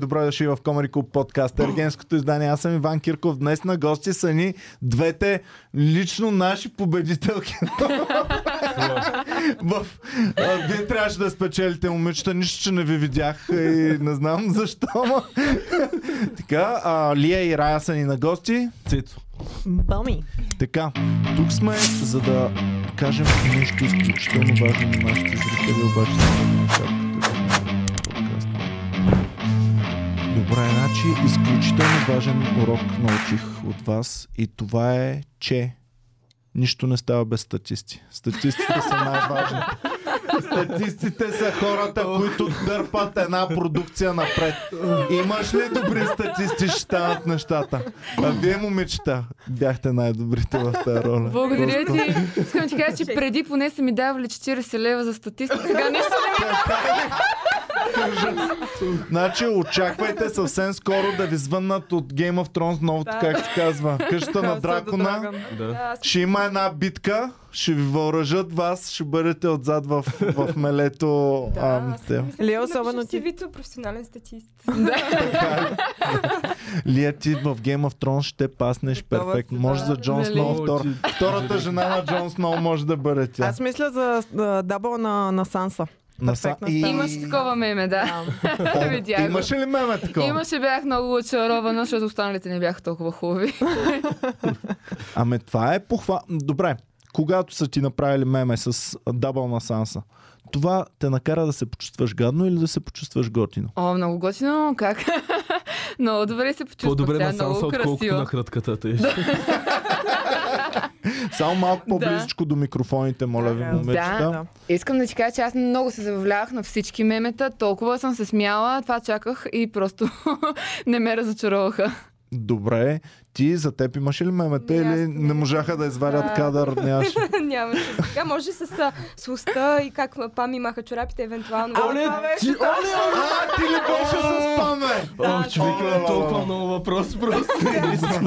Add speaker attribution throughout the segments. Speaker 1: Добро дошли в Комари Клуб подкаст. Ергенското издание. Аз съм Иван Кирков. Днес на гости са ни двете лично наши победителки. в... а, вие трябваше да спечелите, момичета. Нищо, че не ви видях и не знам защо. ама. така, а, Лия и Рая са ни на гости. Цицо.
Speaker 2: Боми.
Speaker 1: Така, тук сме, за да кажем нещо изключително важно на нашите зрители, обаче само така, като го направим подкаст. Добре, значи изключително важен урок научих от вас и това е, че нищо не става без статисти. Статистите са най-важни. Статистите са хората, които дърпат една продукция напред. Имаш ли добри статисти, ще станат нещата. А вие, момичета, бяхте най-добрите в тази роля.
Speaker 3: Благодаря
Speaker 1: Просто.
Speaker 3: ти. Искам да ти кажа, че преди поне са ми давали 40 лева за статистика. Сега нещо не ми
Speaker 1: Значи очаквайте съвсем скоро да ви звъннат от Game of Thrones новото,
Speaker 2: Да.
Speaker 1: как се казва, къщата на дракона.
Speaker 4: Да.
Speaker 1: Ще има една битка, ще ви въоръжат вас, ще бъдете отзад в, в мелето. ам, те.
Speaker 2: Лео, особено ти.
Speaker 5: Вито професионален статист.
Speaker 1: Лия, ти в Game of Thrones ще паснеш
Speaker 2: Готова
Speaker 1: перфектно.
Speaker 2: Е, си,
Speaker 1: Може
Speaker 2: да.
Speaker 1: за Джон
Speaker 3: Нали?
Speaker 1: Сноу втора. Втората жена на Джон Сноу може да бъде тя.
Speaker 2: Аз мисля за а, дабъл на, на Санса.
Speaker 1: На са-
Speaker 2: перфектна
Speaker 1: и-
Speaker 2: стая.
Speaker 3: Имаше такова меме, да. Видях го.
Speaker 1: Имаше ли меме такова?
Speaker 3: Имаше, бях много очарована, защото останалите не бяха толкова хубави.
Speaker 1: Ами това е похва... Добре, когато са ти направили меме с дабъл на Санса, това те накара да се почувстваш гадно или да се почувстваш готино?
Speaker 3: О, много готино, как? Много добре се почувствах.
Speaker 4: По-добре
Speaker 3: тя е
Speaker 4: на
Speaker 3: много
Speaker 4: Санса, отколкото
Speaker 3: красива.
Speaker 4: на хрътката ти. Да.
Speaker 1: Само малко по-близичко до микрофоните, моля ви,
Speaker 2: Да,
Speaker 1: момичета.
Speaker 2: да.
Speaker 3: Искам да ти кажа, че аз много се забавлявах на всички мемета. Толкова съм се смяла, това чаках и просто не ме разочароваха.
Speaker 1: Добре, ти за теб имаше ли мемета
Speaker 5: Не, аз
Speaker 1: или
Speaker 5: не.
Speaker 1: Ами, не можаха да извадят
Speaker 5: Да.
Speaker 1: кадър? Нямаше.
Speaker 5: Нямаше сега. Може с а, слуста и как м- пами маха чорапите, евентуално.
Speaker 2: Оле,
Speaker 5: Това беше-
Speaker 2: ти, оле, оле!
Speaker 1: А, ти ли беше с паме?
Speaker 4: О, човек,
Speaker 1: да.
Speaker 4: има толкова много въпрос просто.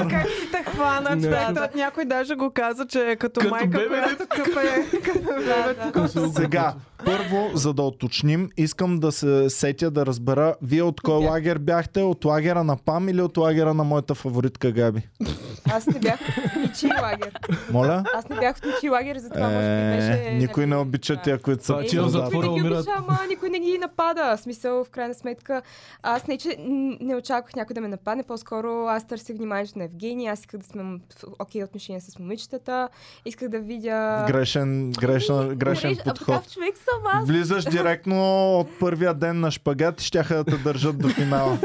Speaker 2: Как си те хвана,
Speaker 4: Не.
Speaker 2: човек? Той- значи, Някой даже го каза, че е като,
Speaker 4: Като
Speaker 2: майка,
Speaker 4: бебе,
Speaker 2: която къпе. е. Като бебе.
Speaker 1: Сега, първо, за да оточним, искам да се сетя да разбера, вие от кой лагер бяхте? От лагера на Пам или от лагера на моята фаворитка Габи?
Speaker 5: Аз не бях в ничий лагер.
Speaker 1: Моля?
Speaker 5: Аз не бях в ничий лагер, затова може би
Speaker 1: Е,
Speaker 5: беше...
Speaker 1: никой не обича
Speaker 5: Да.
Speaker 1: тия, които са
Speaker 4: Това ти е
Speaker 1: продават.
Speaker 4: затвора.
Speaker 5: Никой не ги
Speaker 4: умират.
Speaker 5: обича, ама никой не ги напада. В смисъл, в крайна сметка, аз не, че н- не очаквах някой да ме нападне, по-скоро аз търсих вниманието на Евгения, аз исках да сме м- в окей отношения с момичетата, исках да видя...
Speaker 1: Грешен, грешен, грешен
Speaker 5: Греш- Ами, а,
Speaker 1: подход.
Speaker 5: такъв човек съм аз.
Speaker 1: Влизаш директно от първия ден на шпагат и щяха да те държат до финала.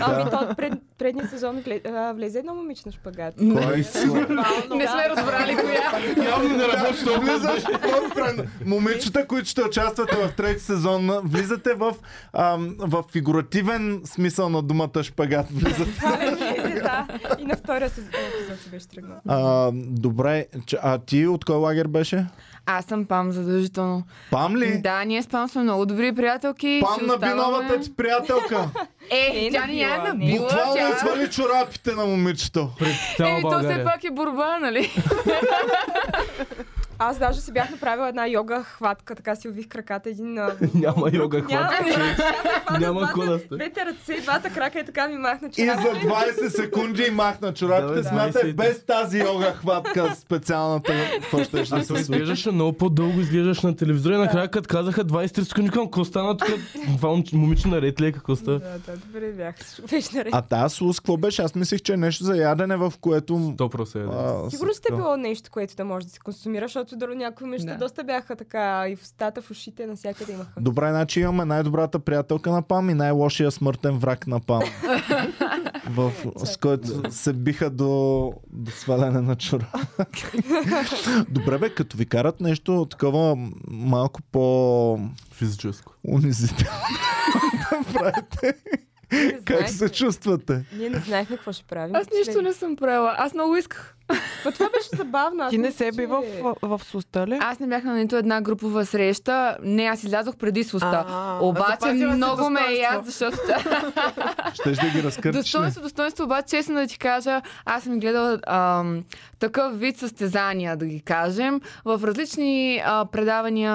Speaker 5: Ами то от пред, предния сезон гле- а, влезе едно момиче на шпагат.
Speaker 1: Кой си?
Speaker 3: Не сме разбрали коя.
Speaker 4: Явно не работи толкова
Speaker 1: Влизаш в прен- момичета, които ще участвате в трети сезон, влизате в, ам, в фигуративен смисъл на думата шпагат. Влизате.
Speaker 5: Влезе, е, да. И на втория сезон епизод си беше тръгнал.
Speaker 1: А, добре, че- а ти от кой лагер беше?
Speaker 3: Аз съм пам задължително.
Speaker 1: Пам ли?
Speaker 3: Да, ние с пам сме много добри приятелки. ще
Speaker 1: Пам наби
Speaker 3: оставаме-
Speaker 1: новата ти приятелка.
Speaker 3: Е,
Speaker 5: Е,
Speaker 3: тя ни я е
Speaker 5: набила, не.
Speaker 3: набила.
Speaker 1: Буквално
Speaker 3: тя-
Speaker 1: свали чорапите на момичето.
Speaker 4: Пред
Speaker 3: Еми,
Speaker 4: цяла
Speaker 3: то все
Speaker 4: България.
Speaker 3: пак е борба, нали?
Speaker 5: Аз даже си бях направила една йога хватка, така си увих краката един... а,
Speaker 4: Няма йога хват.
Speaker 5: Няма,
Speaker 4: Няма какво да сте.
Speaker 5: Двете ръце, двата крака и така ми махна
Speaker 1: И за
Speaker 5: чорапите.
Speaker 1: 20 секунди махна чорапите.
Speaker 4: Да, бе,
Speaker 1: Смятай,
Speaker 4: 20.
Speaker 1: без тази йога хватка специалната, какво ще да
Speaker 4: Ако
Speaker 1: се случи.
Speaker 4: изглеждаше много по-дълго, изглеждаш на телевизора и накрая като казаха 23 секунди, към какво стана тук? Това мом- момиче наред ли е какво
Speaker 5: Да,
Speaker 4: става?
Speaker 5: да, добре бях. Беше наред.
Speaker 1: А тази слус, какво беше? Аз мислих, че е нещо за ядене, в което...
Speaker 4: То просто е. да.
Speaker 1: а,
Speaker 5: Сигурно
Speaker 1: с-
Speaker 5: сте било нещо, което да може да се консумира, защото дали някои неща
Speaker 3: Да.
Speaker 5: доста бяха така и в устата, в ушите, навсякъде имаха.
Speaker 1: Добре, значи имаме най-добрата приятелка на Пам и най-лошия смъртен враг на Пам. в, с който се биха до, до сваляне на чура. Добре, бе, като ви карат нещо такова м, малко по
Speaker 4: Физическо.
Speaker 1: унизително да правите,
Speaker 5: Не
Speaker 1: как
Speaker 5: знаехме.
Speaker 1: се чувствате?
Speaker 5: Ние не знаехме какво ще правим.
Speaker 3: Аз нищо не съм правила. Аз много исках.
Speaker 5: Ма това беше забавно. аз
Speaker 2: Ти не
Speaker 5: мисля,
Speaker 2: се
Speaker 5: че- е.
Speaker 2: би в, в, в суста ли?
Speaker 3: Аз не бях на нито една групова среща. Не, аз излязох преди суста.
Speaker 2: А,
Speaker 3: Обаче
Speaker 2: запазила си
Speaker 3: много ме е
Speaker 2: достоинство.
Speaker 3: яд, защото
Speaker 1: Щеш да ги разкърчиш. ли?
Speaker 3: Достоинство, достоинство, обаче честно да ти кажа, аз съм гледала ам, такъв вид състезания, да ги кажем, в различни а, предавания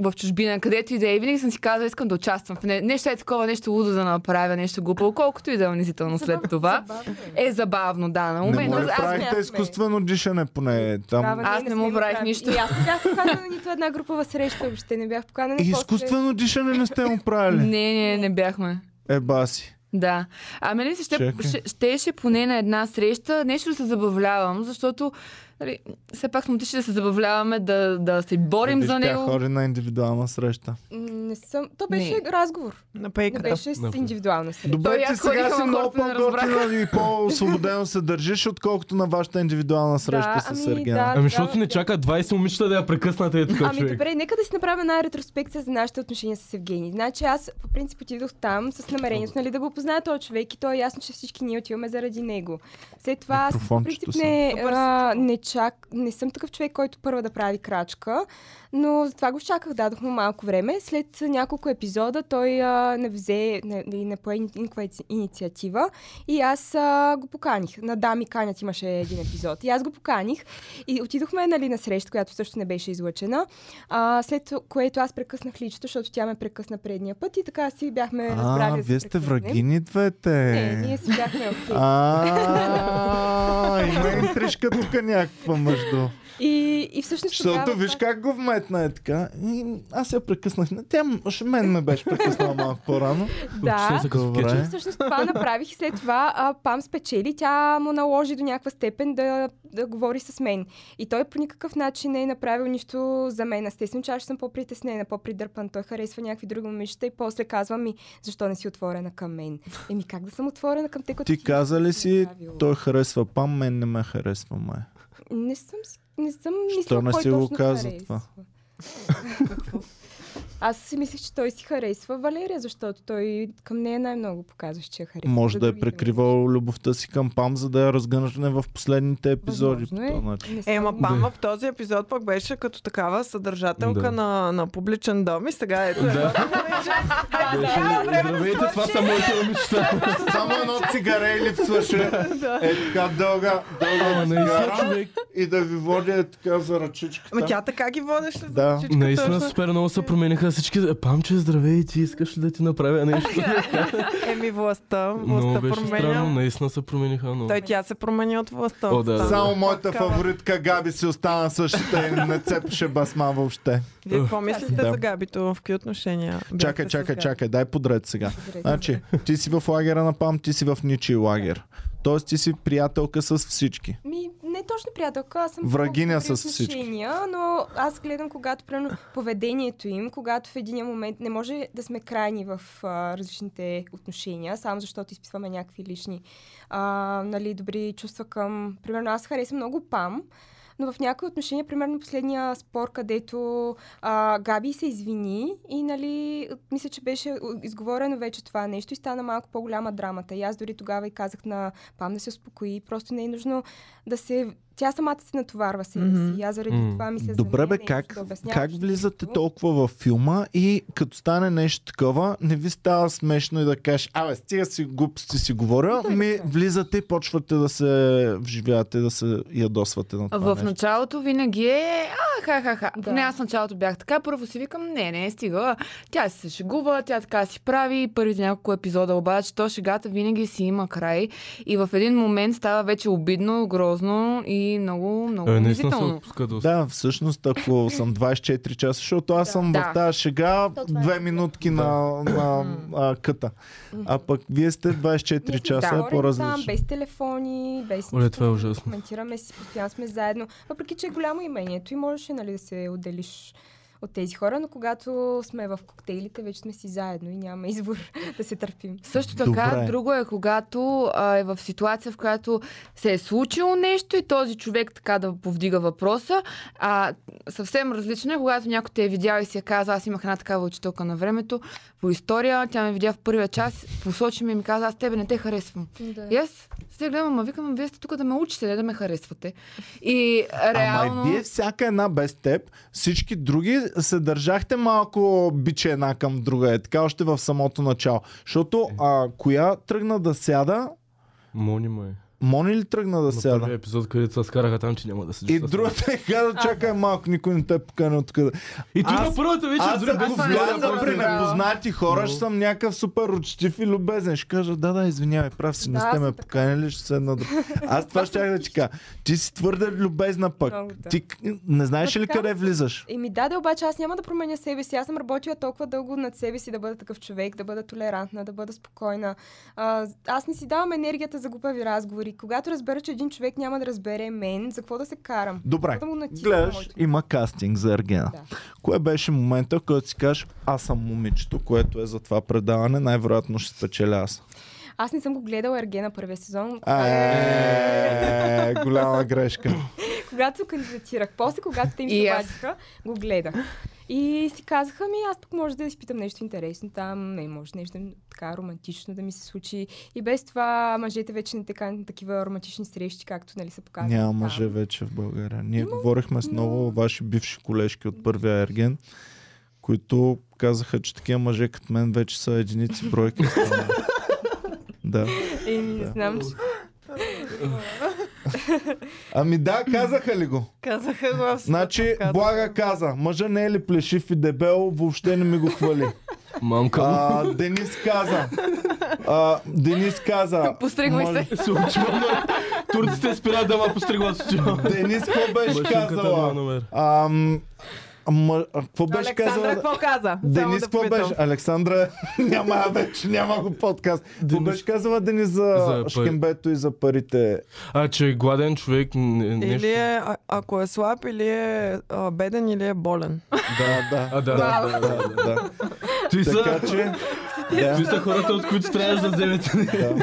Speaker 3: в чужбина, където и да е. И Винаги съм си казала, искам да участвам в не, нещо е такова, нещо лудо да направя, нещо глупо, колкото и да е унизително след това.
Speaker 5: Забавно е.
Speaker 3: Е забавно, да, на
Speaker 1: Не
Speaker 3: момент.
Speaker 1: му ли
Speaker 5: аз
Speaker 1: правихте
Speaker 5: смятам, е.
Speaker 1: изкуствено дишане, поне
Speaker 5: Права,
Speaker 1: там.
Speaker 5: ние
Speaker 3: Аз не
Speaker 5: сме
Speaker 3: му
Speaker 5: го
Speaker 3: правих
Speaker 5: правили.
Speaker 3: нищо.
Speaker 5: И аз не бях поканена нито една групова среща, въобще не бях поканена.
Speaker 1: И
Speaker 5: после-
Speaker 1: изкуствено дишане не сте му правили.
Speaker 3: Не, не, не бяхме.
Speaker 1: Е, баси.
Speaker 3: Да. А мен се ще,
Speaker 1: Чакай.
Speaker 3: ще, щеше поне на една среща нещо да се забавлявам, защото нали, все пак сме отишли да се забавляваме, да, да се борим
Speaker 1: Виж,
Speaker 3: за
Speaker 1: тя
Speaker 3: него.
Speaker 1: ходи Е, на индивидуална среща.
Speaker 5: М, Не съм. То беше
Speaker 3: Не.
Speaker 5: разговор.
Speaker 2: На
Speaker 5: Не
Speaker 2: пейката.
Speaker 5: беше с индивидуално среща.
Speaker 3: Той и
Speaker 1: Добре, ти
Speaker 3: аз
Speaker 1: сега
Speaker 3: ходих,
Speaker 1: си
Speaker 3: ама
Speaker 1: много
Speaker 3: хората не
Speaker 1: по-готина и по-освободено се държиш, отколкото на вашата индивидуална среща
Speaker 5: Да,
Speaker 1: с
Speaker 5: ами
Speaker 1: Сергей.
Speaker 5: да.
Speaker 4: Ами, защото
Speaker 5: трябва
Speaker 4: не
Speaker 5: да-
Speaker 4: чака 20 момичета да я прекъснат е така,
Speaker 5: Ами
Speaker 4: човек.
Speaker 5: добре, нека да си направим една ретроспекция за нашите отношения с Евгений. Значи аз по принцип отидох там с намерението нали, да го позная този човек и то е ясно, че всички ние отиваме заради него. След това аз по
Speaker 1: Микрофончето
Speaker 5: принцип
Speaker 1: си.
Speaker 5: не,
Speaker 2: Супер си
Speaker 5: а, не, чак, не съм такъв човек, който първа да прави крачка, но затова го чаках, дадох му малко време. След няколко епизода той а, не взе, не, не, не пое никаква ини- инициатива и аз а, го поканих. На Дами Канят имаше един епизод и аз го поканих и отидохме нали, на среща, която също не беше излъчена. А, след което аз прекъснах личето, защото тя ме прекъсна предния път и така си бяхме разбрали.
Speaker 1: А,
Speaker 5: да се
Speaker 1: вие сте
Speaker 5: прекъснем.
Speaker 1: врагини двете.
Speaker 5: Не, ние си бяхме окей.
Speaker 1: А, има интрижка тук някаква мъждо.
Speaker 5: И, и всъщност
Speaker 1: Защото
Speaker 5: тогава
Speaker 1: виж
Speaker 5: това-
Speaker 1: как го вметна е така. И аз я прекъснах. Не, Тя м- ще мен ме беше прекъснала малко по-рано.
Speaker 4: Ще
Speaker 5: Да.
Speaker 4: се късва в кетчуп.
Speaker 1: Добре.
Speaker 5: Всъщност това направих и след това а, Пам спечели. Тя му наложи до някаква степен да, да говори с мен. И той по никакъв начин не е направил нищо за мен. Естествено, че аз ще съм по-притеснена, по-придърпан. Той харесва някакви други момичета и после казва ми, защо не си отворена към мен. Еми как да съм отворена към те, като
Speaker 1: Ти каза ли си,
Speaker 5: направила?
Speaker 1: той харесва пам, мен не ме харесва май.
Speaker 5: Не съм, с- не съм
Speaker 1: Що
Speaker 5: мислила,
Speaker 1: не
Speaker 5: кой
Speaker 1: си го
Speaker 5: точно
Speaker 1: каза
Speaker 5: харесва.
Speaker 1: това?
Speaker 5: Аз си мислех, че той си харесва Валерия, защото той към нея най-много показваше, че я харесва.
Speaker 1: Може
Speaker 5: за
Speaker 1: да е
Speaker 5: другите
Speaker 1: прикривал любовта си към пам, за да я разгъне в последните епизоди. По
Speaker 5: Възможно е.
Speaker 1: този начин.
Speaker 5: Не съм-
Speaker 2: Ема
Speaker 4: Да.
Speaker 2: Пама в този епизод пък беше като такава съдържателка
Speaker 4: Да.
Speaker 2: на, на публичен дом и сега е ето. Да.
Speaker 4: Здравейте, това са моите момичета.
Speaker 1: Само едно цигаре или слъше. Е така дълга, дълга
Speaker 4: Ама наистина, човек.
Speaker 1: и да ви водя е така за ръчичката.
Speaker 2: Ма тя така ги водеше за
Speaker 1: Да.
Speaker 2: ръчичката.
Speaker 4: Наистина супер много се промениха всички. Е, Памче, здравей, ти искаш ли да ти направя нещо?
Speaker 2: Еми властта, властта
Speaker 4: Много беше странно,
Speaker 2: променя.
Speaker 4: наистина се промениха Е, много.
Speaker 2: Той е тя се промени от властта.
Speaker 4: О, да, да,
Speaker 2: Стана
Speaker 1: Само моята
Speaker 2: такава.
Speaker 1: фаворитка Габи си остана същата и не цепеше басма въобще.
Speaker 2: Вие какво мислите
Speaker 1: Да.
Speaker 2: за Габито? В какви отношения? бяхте
Speaker 1: Чакай,
Speaker 2: с
Speaker 1: чакай,
Speaker 2: Габи?
Speaker 1: чакай, дай подред сега. Значи, ти си в лагера на ПАМ, ти си в ничий лагер. Тоест ти си приятелка с всички.
Speaker 5: Ми, не точно приятелка, аз съм
Speaker 1: Врагиня
Speaker 5: по-добри
Speaker 1: с всички.
Speaker 5: отношения, Но аз гледам, когато примерно поведението им, когато в един момент не може да сме крайни в а, различните отношения, само защото изписваме някакви лични а, нали, добри чувства към... Примерно аз харесвам много Пам, но в някои отношения, примерно последния спор, където а, Габи се извини и нали, мисля, че беше изговорено вече това нещо и стана малко по-голяма драмата. И аз дори тогава и казах на Пам да се успокои, просто не е нужно да се... Тя самата се натоварва себе
Speaker 2: Мгм.
Speaker 5: си. Аз заради
Speaker 4: М.
Speaker 5: това мисля за
Speaker 1: Добре
Speaker 5: нея,
Speaker 1: бе,
Speaker 5: не е нужно
Speaker 1: как,
Speaker 5: да обясняваш
Speaker 1: как влизате
Speaker 5: нещо.
Speaker 1: толкова във филма и като стане нещо такова, не ви става смешно и да кажеш, абе, стига си глупости си говоря,
Speaker 5: той
Speaker 1: ми
Speaker 5: така е.
Speaker 1: влизате и почвате да се вживявате, да се ядосвате на това
Speaker 3: В
Speaker 1: нещо.
Speaker 3: началото винаги е а, ха, ха, ха.
Speaker 5: Да.
Speaker 3: Да. Не, аз в началото бях така, първо си викам, не, не, стига. Тя си се шегува, тя така си прави. Първите няколко епизода обаче, то шегата винаги си има край. И в един момент става вече обидно, грозно и много, много
Speaker 4: Е, наистина се
Speaker 3: унизително.
Speaker 4: отпуска доста.
Speaker 1: Да, всъщност, ако съм 24 часа, защото аз съм
Speaker 3: Да.
Speaker 1: в тази шега
Speaker 5: То това е.
Speaker 1: две минутки на, на, а, къта. А пък вие сте 24
Speaker 5: Ние сме
Speaker 1: часа,
Speaker 5: говорим
Speaker 1: е
Speaker 5: там,
Speaker 1: по-различно.
Speaker 5: без телефони, без
Speaker 4: Оле,
Speaker 5: нищо.
Speaker 4: това е ужасно.
Speaker 5: Коментираме си, постоянно сме заедно. Въпреки, че е голямо имението и можеше нали, да се отделиш от тези хора, но когато сме в коктейлите, вече сме си заедно и няма избор да се търпим.
Speaker 3: Също така,
Speaker 1: Добре.
Speaker 3: друго е, когато а, е в ситуация, в която се е случило нещо и този човек така да повдига въпроса. А, съвсем различно е, когато някой те е видял и си е казал, аз имах една такава учителка на времето по история, тя ме видя в първия час, посочи ми и ми каза, аз тебе не те харесвам.
Speaker 5: Да.
Speaker 3: И аз се гледам, ама викам, вие сте тук да ме учите, не да ме харесвате. И реално...
Speaker 1: Ама и вие всяка една без теб, всички други се държахте малко биче една към друга. Е така още в самото начало.
Speaker 4: Е.
Speaker 1: Защото а, коя тръгна да сяда,
Speaker 4: Мони май.
Speaker 1: Мони ли тръгна да
Speaker 4: На
Speaker 1: сяда?
Speaker 4: първия епизод, където се скараха там, че няма да се
Speaker 1: И другата е каза, чакай малко, никой не те покани откъде.
Speaker 4: И той е
Speaker 1: Аз-
Speaker 4: на първата вечер
Speaker 1: Аз
Speaker 4: дори
Speaker 1: ако
Speaker 4: без
Speaker 3: това е
Speaker 1: вляза
Speaker 3: добре.
Speaker 1: при непознати хора, ще съм някакъв супер учтив и любезен. Ще кажа, да, да, извинявай, прав си, не
Speaker 5: Да,
Speaker 1: сте
Speaker 5: аз
Speaker 1: ме
Speaker 5: съм така.
Speaker 1: поканили, ще седна да... Аз това щях да ти кажа. Ти си твърде любезна пък.
Speaker 5: Много, да.
Speaker 1: Ти к- не знаеш
Speaker 5: Но
Speaker 1: ли
Speaker 5: така
Speaker 1: къде
Speaker 5: ли са?
Speaker 1: влизаш?
Speaker 5: И ми даде, обаче аз няма да променя себе си. Аз съм работила толкова дълго над себе си да бъда такъв човек, да бъда толерантна, да бъда спокойна. А, аз не си давам енергията за глупави разговори. Когато разбера, че един човек няма да разбере мен, за какво да се карам?
Speaker 1: Добре,
Speaker 5: Да му натискам
Speaker 1: гледаш,
Speaker 5: моето.
Speaker 1: има кастинг за Ергена.
Speaker 5: Да.
Speaker 1: Кое беше момента, в който си кажеш, аз съм момичето, което е за това предаване, най-вероятно ще спечеля аз.
Speaker 5: Аз не съм го гледала Ергена първия сезон.
Speaker 1: Е, голяма грешка.
Speaker 5: когато кандидатирах. После, когато те им
Speaker 3: И аз.
Speaker 5: обадиха, го гледах. И си казаха ми, аз пък може да изпитам нещо интересно там, не, може нещо така романтично да ми се случи. И без това мъжете вече не така на такива романтични срещи, както нали са показани.
Speaker 1: Няма
Speaker 5: там.
Speaker 1: мъже вече в България. Ние говорихме с много ваши бивши колежки от първия Ерген, които казаха, че такива мъже като мен вече са единици бройки. в страната. да.
Speaker 5: Еми, Е, не
Speaker 1: Да.
Speaker 5: знам, че
Speaker 1: Ами да, казаха ли го?
Speaker 2: Казаха го абсолютно.
Speaker 1: Значи,
Speaker 2: казаха.
Speaker 1: Блага каза, мъжа не е ли плешив и дебел, въобще не ми го хвали.
Speaker 4: Мамка му.
Speaker 1: А, Денис каза. А, Денис каза.
Speaker 3: Постригвай се.
Speaker 4: Се очувам на... Турците спират да ма постригват с очила.
Speaker 1: Денис какво беше
Speaker 4: Машинката няма
Speaker 1: казала?
Speaker 4: номер.
Speaker 1: Ам, ама, а, какво беше
Speaker 2: Александра
Speaker 1: казала?
Speaker 2: какво каза? Само
Speaker 1: Денис,
Speaker 2: да
Speaker 1: какво
Speaker 2: попитам.
Speaker 1: беше? Александра, няма я вече, няма го подкаст. Какво
Speaker 4: Денис-
Speaker 1: беше казала Денис за,
Speaker 4: За пари.
Speaker 1: шкембето и за парите?
Speaker 4: А, че е гладен човек, не, нещо.
Speaker 2: Или е, а- ако е слаб, или е а, беден, или е болен.
Speaker 1: Да, да.
Speaker 4: А, да, да, да, да. да.
Speaker 1: да.
Speaker 4: Ти са,
Speaker 1: Така че,
Speaker 4: ти
Speaker 1: да,
Speaker 4: са хората, от които трябва да вземете.
Speaker 1: да.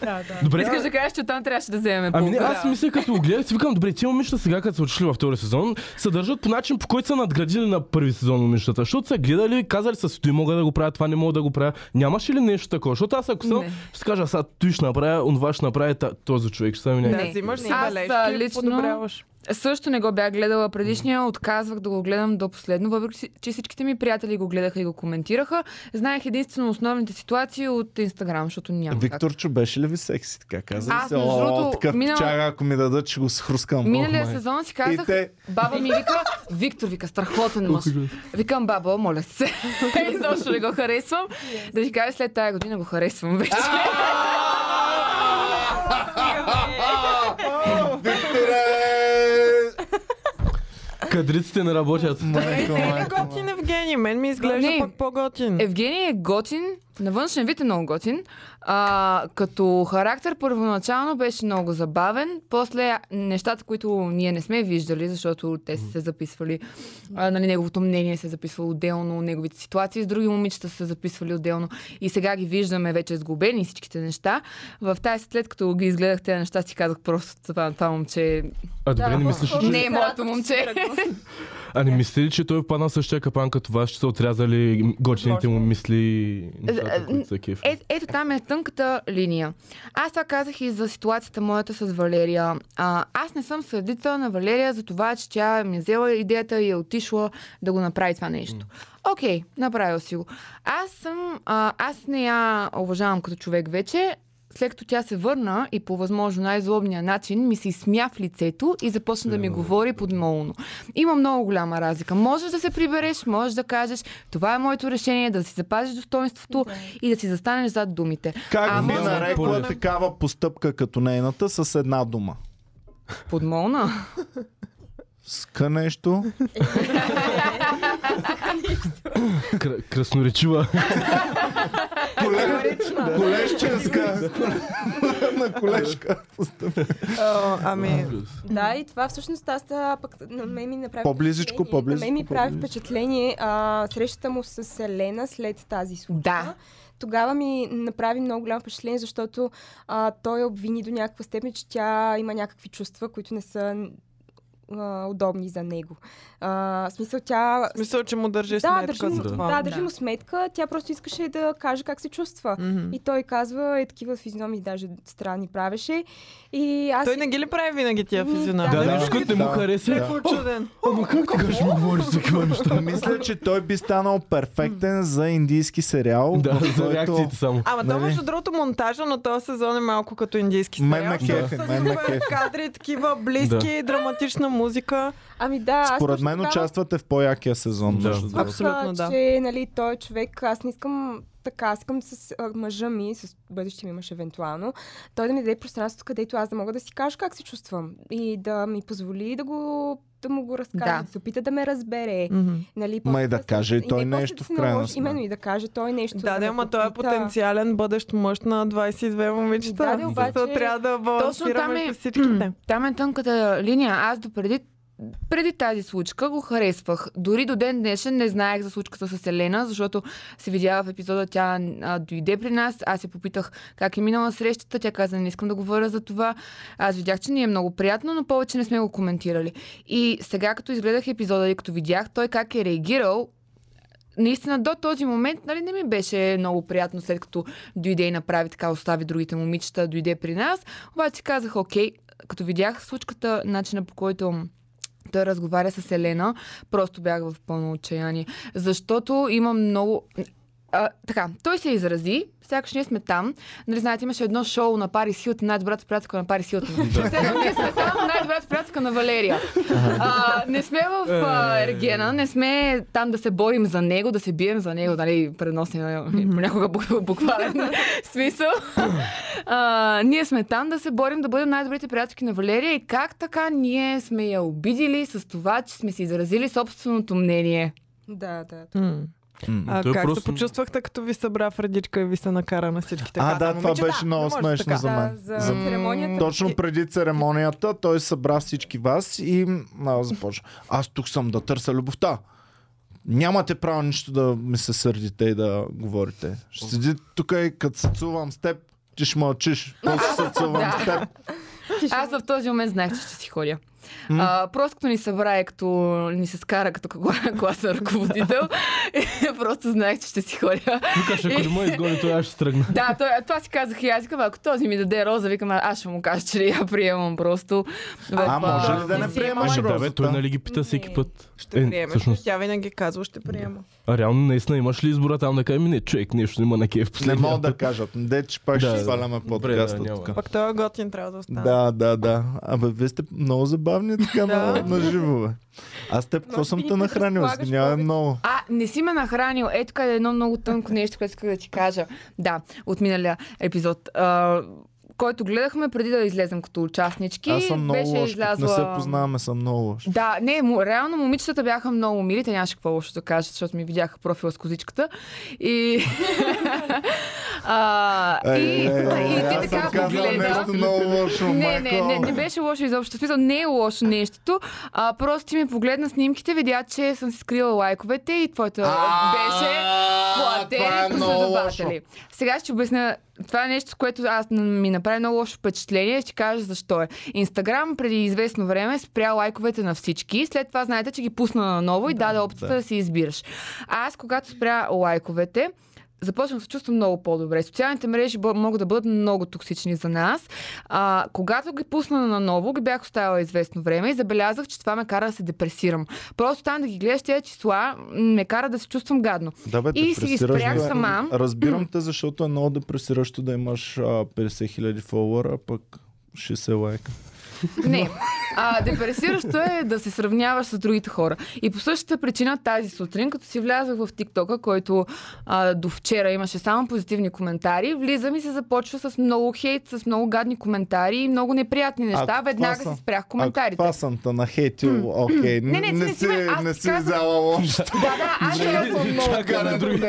Speaker 5: да, да.
Speaker 4: Добре,
Speaker 3: Искаш да кажеш, че оттам трябваше да вземем
Speaker 4: Ами не, аз мисля, като го гледах, си викам, добре, тия момичета сега, като са отишли във втори сезон, се държат по начин, по който са надградили на първи сезон момичетата. Защото са гледали, казали са си, той мога да го правя, това не мога да го правя. Нямаше ли нещо такова? Защото аз ако съм,
Speaker 3: Не.
Speaker 4: ще си кажа, аз сега той ще направя, онова ще направи, та- този човек ще съм
Speaker 2: Да,
Speaker 4: някакъв.
Speaker 3: Не.
Speaker 2: взимаш си
Speaker 3: Аз, а,
Speaker 2: бележки и
Speaker 3: лично-
Speaker 2: подобряваш.
Speaker 3: Също не го бях гледала предишния, отказвах да го гледам до последно, въпреки си- че всичките ми приятели го гледаха и го коментираха. Знаех единствено основните ситуации от Инстаграм, защото няма. как.
Speaker 1: Викторчо, беше ли ви секси? Така каза ли
Speaker 3: Аз,
Speaker 1: си,
Speaker 3: между
Speaker 1: о,
Speaker 3: другото,
Speaker 1: такъв
Speaker 3: минала-
Speaker 1: чага, ако ми дадат, ще го схрускам.
Speaker 3: Миналия
Speaker 4: май.
Speaker 3: сезон си
Speaker 1: И
Speaker 3: казах,
Speaker 1: те,
Speaker 3: баба ми вика, Виктор вика, страхотен мъж. Викам, баба, моля се. Е, Изобщо не го харесвам. Да ти кажа, след тая година го харесвам вече.
Speaker 1: Викторе!
Speaker 4: Кадриците не работят.
Speaker 1: Майко,
Speaker 2: Не е
Speaker 1: майко.
Speaker 2: готин Евгений, мен ми изглежда
Speaker 3: Не.
Speaker 2: пък по-готин.
Speaker 3: Евгений е готин, на външен вид е много готин. А, като характер първоначално беше много забавен. После нещата, които ние не сме виждали, защото те са се записвали, а, нали, неговото мнение се е записвало отделно, неговите ситуации с други момичета са се записвали отделно и сега ги виждаме вече сгубени всичките неща. В тази след като ги изгледах тези неща, си казах просто това, това момче
Speaker 4: А добре, не мислиш, ли,
Speaker 3: Не
Speaker 4: че...
Speaker 3: е моето момче.
Speaker 4: А не мислите ли, че той е паднал в същия капан като вас, че са отрязали гочените му мисли и
Speaker 3: Е, е,
Speaker 4: нещата, които са кефи?
Speaker 3: Е, ето там е тънката линия. Аз това казах и за ситуацията моята с Валерия. А, аз не съм съдица на Валерия за това, че тя ми е взела идеята и е отишла да го направи това нещо. Окей, направил си го. Аз съм. А, аз не я уважавам като човек вече. След като тя се върна и по възможно най-злобния начин ми се изсмя в лицето и започна да ми
Speaker 4: Силно.
Speaker 3: говори подмолно. Има много голяма разлика. Можеш да се прибереш, можеш да кажеш, това е моето решение, да си запазиш достоинството и да си застанеш зад думите. А,
Speaker 1: Как би
Speaker 3: може-
Speaker 1: нарекла
Speaker 4: Поред.
Speaker 1: такава постъпка като нейната с една дума?
Speaker 3: Подмолна?
Speaker 1: Ска нещо.
Speaker 4: Кра- Красноречива.
Speaker 1: Коле- Колешченска. на колежка.
Speaker 2: А, ами,
Speaker 5: Да, и това всъщност аз а, пък на мен ми направи
Speaker 1: По-близичко,
Speaker 5: впечатление.
Speaker 1: по-близичко,
Speaker 5: На мен ми прави
Speaker 1: по-близичко.
Speaker 5: впечатление а, срещата му с Елена след тази случка.
Speaker 3: Да.
Speaker 5: Тогава ми направи много голямо впечатление, защото а, той я обвини до някаква степен, че тя има някакви чувства, които не са а, удобни за него. А, в смисъл тя...
Speaker 2: в смисъл, че му държи
Speaker 5: да,
Speaker 2: сметка
Speaker 5: държи му,
Speaker 2: за това.
Speaker 5: да, държи
Speaker 3: Да.
Speaker 5: му сметка. Тя просто искаше да каже как се чувства.
Speaker 2: Мгм.
Speaker 5: И той казва, е такива физиономии даже странни правеше. И аз
Speaker 2: Той не ги ли прави винаги тия
Speaker 5: М,
Speaker 2: физиономии?
Speaker 4: Да,
Speaker 5: Да,
Speaker 4: нещо, което не му
Speaker 1: да.
Speaker 4: хареса.
Speaker 2: Леко чуден.
Speaker 4: Ама как така ще ми говориш Ами, за такива неща?
Speaker 1: Мисля, че той би станал перфектен за индийски сериал.
Speaker 4: Да,
Speaker 1: в
Speaker 4: за
Speaker 1: който-
Speaker 4: реакциите само.
Speaker 2: Ама то,
Speaker 1: Нали?
Speaker 2: между другото, монтажа на този сезон е малко като индийски
Speaker 1: Мен
Speaker 2: сериал.
Speaker 1: ме
Speaker 2: защото
Speaker 1: кефи,
Speaker 2: са
Speaker 1: мен ме
Speaker 2: супер
Speaker 1: кефи.
Speaker 2: кадри, такива близки, драматична музика.
Speaker 5: Ами да, аз
Speaker 1: Според
Speaker 5: точно
Speaker 1: мен
Speaker 5: тогава
Speaker 1: участвате в по-якия сезон.
Speaker 4: Да.
Speaker 1: между
Speaker 5: пак,
Speaker 1: другото.
Speaker 2: Абсолютно,
Speaker 5: а,
Speaker 2: да.
Speaker 5: Че, нали, той е човек, аз не искам така, аз искам с а, мъжа ми, с бъдещия ми мъж евентуално, той да ми даде пространството, където аз да мога да си кажа как се чувствам и да ми позволи да го да му го разкажа,
Speaker 3: Да.
Speaker 5: да, се опита да ме разбере.
Speaker 2: Мгм.
Speaker 5: Нали,
Speaker 1: Ма и
Speaker 5: после
Speaker 1: да каже и той
Speaker 5: после
Speaker 1: нещо
Speaker 5: да се
Speaker 1: в крайна
Speaker 5: наложи,
Speaker 1: сметка.
Speaker 5: Именно и да каже той нещо.
Speaker 2: Да, да,
Speaker 5: ме
Speaker 2: ама той е
Speaker 5: попита.
Speaker 2: потенциален бъдещ мъж на 22 момичета.
Speaker 5: Да, да, обаче-
Speaker 2: Защо трябва да
Speaker 3: Точно там
Speaker 2: балансираме
Speaker 3: е,
Speaker 2: е... всичките.
Speaker 3: там е тънката линия. Аз допреди преди тази случка го харесвах. Дори до ден днешен не знаех за случката с Елена, защото се видяла в епизода, тя а, дойде при нас, аз се попитах как е минала срещата, тя каза не искам да говоря за това. Аз видях, че ни е много приятно, но повече не сме го коментирали. И сега като изгледах епизода и като видях той как е реагирал, наистина до този момент нали, не ми беше много приятно, след като дойде и направи така, остави другите момичета, дойде при нас. Обаче казах, окей, като видях случката, начина по който той разговаря с Елена, просто бях в пълно отчаяние. Защото има много... А, така, той се изрази, сякаш ние сме там. Нали, знаете, имаше едно шоу на Парис Хилтън, най-добрата приятелка на Парис Хилтън. Сега ние сме там, най-добрата приятелка на Валерия. А, не сме в а, Ергена, не сме там да се борим за него, да се бием за него, нали, преносни, нали, понякога бу- буквален смисъл. А, ние сме там да се борим да бъдем най-добрите приятелки на Валерия и как така ние сме я обидили с това, че сме си изразили собственото мнение.
Speaker 5: Да, да.
Speaker 2: М.
Speaker 1: М.
Speaker 2: А
Speaker 4: Той
Speaker 2: как
Speaker 4: просто-
Speaker 2: се почувствахте, като ви събра в редичка и ви се накара на всички така?
Speaker 1: А, да, това
Speaker 2: момиче,
Speaker 1: беше
Speaker 2: да,
Speaker 1: много
Speaker 2: не може
Speaker 1: смешно
Speaker 2: така.
Speaker 1: за
Speaker 5: Да,
Speaker 1: мен.
Speaker 5: за
Speaker 1: За-
Speaker 5: церемонията.
Speaker 1: Точно преди церемонията той събра всички вас и а, започна. Аз тук съм да търся любовта. Нямате право нищо да ми се сърдите и да говорите. Ще седи тук и като се цувам с теб, ти ще мълчиш. После се цувам с теб.
Speaker 3: Аз в този момент знаех, че ще си ходя. А, просто като ни събра и като ни се скара като кла- класен ръководител, просто знаех, че ще си ходя.
Speaker 4: Викаш, ако не ме изгони, той аз ще тръгна.
Speaker 3: Да, той, това си казах и аз. Викам, ако този ми даде роза, викам, аз ще му кажа, че я приемам просто. В,
Speaker 1: А, може ли
Speaker 3: в-
Speaker 1: да не
Speaker 3: си я
Speaker 1: приемаш
Speaker 4: Ами
Speaker 1: Имаш
Speaker 4: да, бе,
Speaker 1: розата.
Speaker 4: той нали ги пита всеки
Speaker 5: Не.
Speaker 4: път.
Speaker 2: Ще
Speaker 4: Е,
Speaker 2: приемеш.
Speaker 4: всъщност.
Speaker 2: Тя винаги казва, ще приема.
Speaker 4: А реално наистина имаш ли избора там да кажем, не, човек, нещо има на кеф.
Speaker 1: Не
Speaker 4: последния
Speaker 1: мога да
Speaker 4: път».
Speaker 1: кажат. Де, че пак
Speaker 4: Да,
Speaker 1: ще
Speaker 4: да.
Speaker 1: сваляме
Speaker 4: Добре, да,
Speaker 1: подкаста
Speaker 4: няма.
Speaker 1: тук.
Speaker 2: Пък той е готин, трябва да остане.
Speaker 1: Да, да, да. Абе, вие сте много забавни така на,
Speaker 2: Да.
Speaker 1: на живо, бе. Аз теб, какво
Speaker 5: Може
Speaker 1: съм
Speaker 5: би
Speaker 1: те
Speaker 5: не
Speaker 1: нахранил?
Speaker 5: разполагаш
Speaker 1: Извинявай
Speaker 5: повече.
Speaker 1: много.
Speaker 3: А, не си ме нахранил. Ето къде е едно много тънко нещо, което исках да ти кажа. Да, от миналия епизод. А, който гледахме преди да излезем като участнички.
Speaker 1: Аз съм много
Speaker 3: беше
Speaker 1: лош. като
Speaker 3: излязла...
Speaker 1: Не се познаваме, съм много лош.
Speaker 3: Да, не, му, реално момичетата бяха много мили, те нямаше какво лошо да кажат, защото ми видяха профила с козичката. И... а,
Speaker 1: Е,
Speaker 3: и,
Speaker 1: е, е, е,
Speaker 3: и
Speaker 1: аз
Speaker 3: ти така
Speaker 1: съм казал
Speaker 3: погледна.
Speaker 1: нещо много лошо,
Speaker 3: Не, не, не, не
Speaker 1: Майкъл.
Speaker 3: беше лошо изобщо. В Смисъл, не е лошо нещото. А, просто ти ми погледна снимките, видя, че съм си скрила лайковете и твоята
Speaker 1: А,
Speaker 3: беше
Speaker 1: това е
Speaker 3: платени
Speaker 1: много лошо.
Speaker 3: последователи. Сега ще обясня. Това е нещо, с което аз ми направи много лошо впечатление. Ще кажа защо е. Инстаграм преди известно време спря лайковете на всички. След това знаете, че ги пусна на ново и даде опцията
Speaker 1: да.
Speaker 3: да. си избираш. Аз, когато спря лайковете, започнах да се чувствам много по-добре. Социалните мрежи бъ- могат да бъдат много токсични за нас. А, когато ги пусна на ново, ги бях оставила известно време и забелязах, че това ме кара да се депресирам. Просто там да ги гледаш тези числа м, ме кара да се чувствам гадно.
Speaker 1: Да, бе,
Speaker 3: И си ги
Speaker 1: депресираш,
Speaker 3: спрях
Speaker 1: бе.
Speaker 3: сама.
Speaker 1: Разбирам те, защото е много депресиращо да имаш а, 50 000 фолуара, пък 60 лайка.
Speaker 3: Не. А, депресиращо е да се сравняваш с другите хора. И по същата причина тази сутрин, като си влязах в ТикТока, който а, до вчера имаше само позитивни коментари, влизам и се започва с много хейт, с много гадни коментари и много неприятни неща.
Speaker 1: Ако това
Speaker 3: Веднага
Speaker 1: са-
Speaker 3: си спрях
Speaker 1: Ако
Speaker 3: коментарите.
Speaker 1: това съм те нахейтил, окей,
Speaker 3: Не, не, ти не
Speaker 1: не
Speaker 3: си
Speaker 1: си,
Speaker 3: ме- аз
Speaker 1: не
Speaker 3: ти
Speaker 1: си
Speaker 3: казвам-
Speaker 1: взела лошо.
Speaker 3: Да, да, аз не съм много.
Speaker 4: Чакаме други.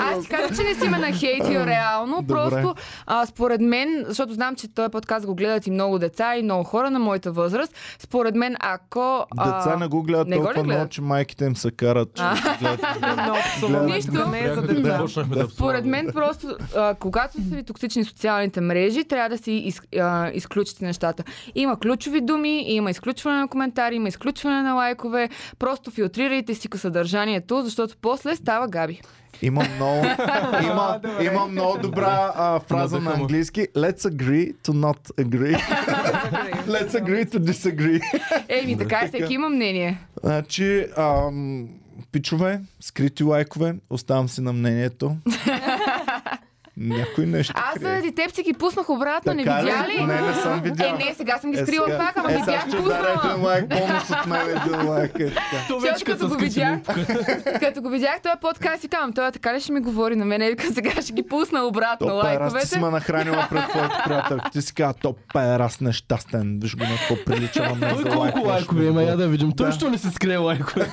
Speaker 3: Аз ти кажа, че не си ме нахейтил реално.
Speaker 1: Добре.
Speaker 3: Просто а, според мен, защото знам, че този подкаст го гледат и много деца и много хора на моята възраст, според мен ако... а,
Speaker 1: Деца не го гледат
Speaker 3: не го ли
Speaker 1: толкова много,
Speaker 3: гледат?
Speaker 1: че майките им се карат. че
Speaker 3: А.
Speaker 1: ги гледат.
Speaker 2: е Много
Speaker 1: Гледам.
Speaker 2: нищо. Не е за
Speaker 4: Бяхме-
Speaker 2: деца.
Speaker 4: Започнахме
Speaker 1: Да.
Speaker 4: да
Speaker 3: Според мен просто, а, когато са ви токсични социалните мрежи, трябва да си из, а, изключите нещата. Има ключови думи, има изключване на коментари, има изключване на лайкове. Просто филтрирайте си съдържанието, защото после става Габи.
Speaker 1: Има много, има, има много добра а, фраза на
Speaker 4: Надъха му.
Speaker 1: английски. Let's agree to not agree. Let's agree to disagree.
Speaker 3: Еми, така и всеки има мнение.
Speaker 1: Значи, ам, пичове, скрити лайкове, оставам си на мнението. Някой нещо
Speaker 3: Аз
Speaker 1: крие.
Speaker 3: заради теб си ги пуснах обратно, не
Speaker 1: е. Така
Speaker 3: видя ли?
Speaker 1: Не, не съм видял.
Speaker 3: Е, не, сега съм ги скрила
Speaker 1: сега-
Speaker 3: пак, ама
Speaker 1: е,
Speaker 3: ги
Speaker 1: сега
Speaker 3: бях
Speaker 1: ще ударя един
Speaker 3: пуснала.
Speaker 1: лайк, бонус от мен един лайк. Е, така.
Speaker 4: То
Speaker 3: Защото като го видях, като го видях този подкаст и казвам, той така ли ще ми говори на мен? Е, вика, сега ще ги пусна обратно
Speaker 1: То перас ти си
Speaker 3: лайковете.
Speaker 1: ме нахранила пред твоите приятел. Ти си казва, то перас нещастен. Виж го на какво прилича на мен
Speaker 4: Той
Speaker 1: за
Speaker 4: колко
Speaker 1: лайк.
Speaker 4: лайкове има, я е, да видим. Той що не се скрие лайкове?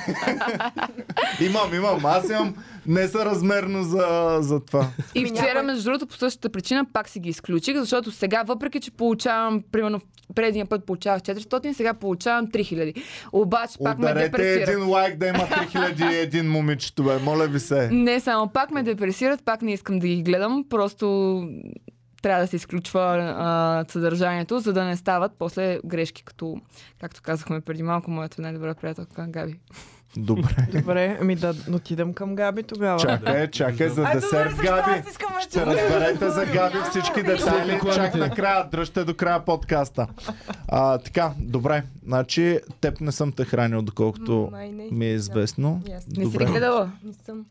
Speaker 1: Имам, имам. Аз имам несъразмерно за, за това.
Speaker 3: И
Speaker 5: Ми
Speaker 3: вчера,
Speaker 5: Ами някой-
Speaker 3: между другото, по същата причина пак си ги изключих, защото сега, въпреки че получавам, примерно предния път получавах 400, сега получавам 3000. Обаче пак ме
Speaker 1: Ударете
Speaker 3: депресират.
Speaker 1: един лайк да има 3001 момичето, бе. Моля ви се.
Speaker 3: Не само пак ме депресират, пак не искам да ги гледам, просто трябва да се изключва а, съдържанието, за да не стават после грешки, като, както казахме преди малко, моята най-добра приятелка Габи.
Speaker 1: Добре.
Speaker 2: Добре, ами да отидем към Габи тогава.
Speaker 1: Чакай, чакай за десерт, Габи. Ще разберете за Габи всички детайли.
Speaker 4: Рекламите.
Speaker 1: Чак накрая, дръжте до края подкаста. А, така, добре. Значи, теб не съм те хранил, доколкото
Speaker 5: Май не.
Speaker 1: ми е известно.
Speaker 5: Да. Ясно.
Speaker 3: Не си ли
Speaker 1: Добре.
Speaker 3: гледала?
Speaker 5: Не съм.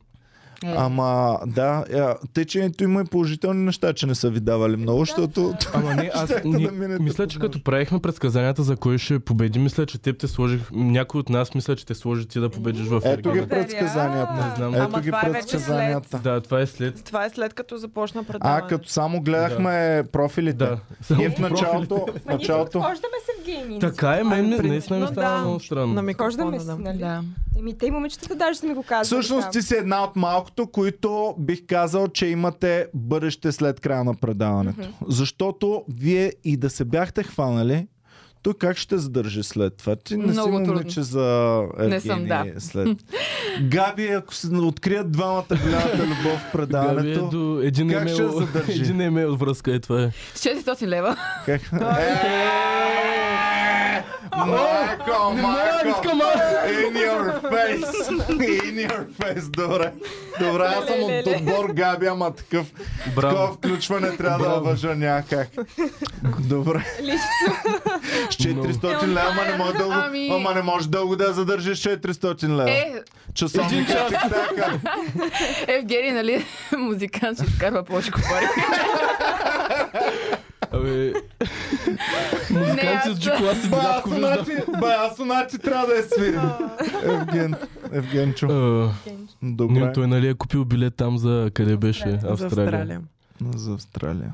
Speaker 3: Е,
Speaker 1: Ама, да, а, тъй, че ето има и положителни неща, че не са ви давали
Speaker 3: Е,
Speaker 1: много, защото...
Speaker 4: Ама не, аз
Speaker 1: Щяхте
Speaker 4: ни,
Speaker 1: да минете
Speaker 4: мисля, че
Speaker 1: по-бързо.
Speaker 4: като правихме предсказанията за кой ще победи, мисля, че теб те сложих, някой от нас мисля, че те сложи ти да победиш в
Speaker 1: Ето ги
Speaker 4: Ергена.
Speaker 1: предсказанията.
Speaker 5: Не
Speaker 4: знам.
Speaker 1: Ето
Speaker 2: Ама
Speaker 1: ги
Speaker 2: това е вече
Speaker 1: предсказанията.
Speaker 4: Да, това е след.
Speaker 2: Това е след като започна предаване.
Speaker 1: А, като само гледахме профилите.
Speaker 4: Да.
Speaker 1: Ние в началото, в
Speaker 5: Ма ние се
Speaker 1: началото
Speaker 5: подхождаме се в гейни.
Speaker 4: Така е, мен не- наистина
Speaker 2: принципно
Speaker 4: ми става
Speaker 2: да.
Speaker 4: много
Speaker 2: на
Speaker 4: странно.
Speaker 2: микрофона,
Speaker 5: Подхождаме си,
Speaker 2: да.
Speaker 5: нали?
Speaker 3: Да.
Speaker 5: Еми, те и момичетата даже са ми го казвали.
Speaker 1: Всъщност ти
Speaker 5: там.
Speaker 1: си една от малкото, които бих казал, че имате бъдеще след края на предаването. Защото вие и да се бяхте хванали, то как ще задържи след това? Ти не
Speaker 3: Много
Speaker 1: си
Speaker 3: трудно.
Speaker 1: момиче за Евгений
Speaker 3: Не съм, да.
Speaker 1: след. Габи, ако се открият двамата голямата любов в
Speaker 4: Габи е
Speaker 1: предаването,
Speaker 4: до един
Speaker 1: Как ще я
Speaker 4: имейл,
Speaker 1: задържи?
Speaker 4: един имейл връзка е това е.
Speaker 3: С 400 лева.
Speaker 1: как... Е, Марко, Марко! In your face! In your face! Добре. Добре, аз съм от отбор Габи, ама такъв Такова
Speaker 4: Браво.
Speaker 1: включване трябва да
Speaker 4: Браво.
Speaker 1: въжа някак. Добре. С 400 лева, ама не може дълго,
Speaker 3: Ами-
Speaker 1: ама не може дълго да задържиш 400 лева.
Speaker 3: Е,
Speaker 1: Часовник така.
Speaker 3: Евгений, нали, музикант ще изкарва повече пари.
Speaker 4: Абе... Музиканти с
Speaker 3: аз-
Speaker 4: джикола Ами, си дадат вижда.
Speaker 1: Басонати, басонати трябва да е свирим. Евген, Евгенчо.
Speaker 4: Е,
Speaker 1: Добре.
Speaker 4: Не, той нали е купил билет там за къде беше?
Speaker 2: За
Speaker 4: Австралия.
Speaker 2: Австралия.
Speaker 1: За Австралия.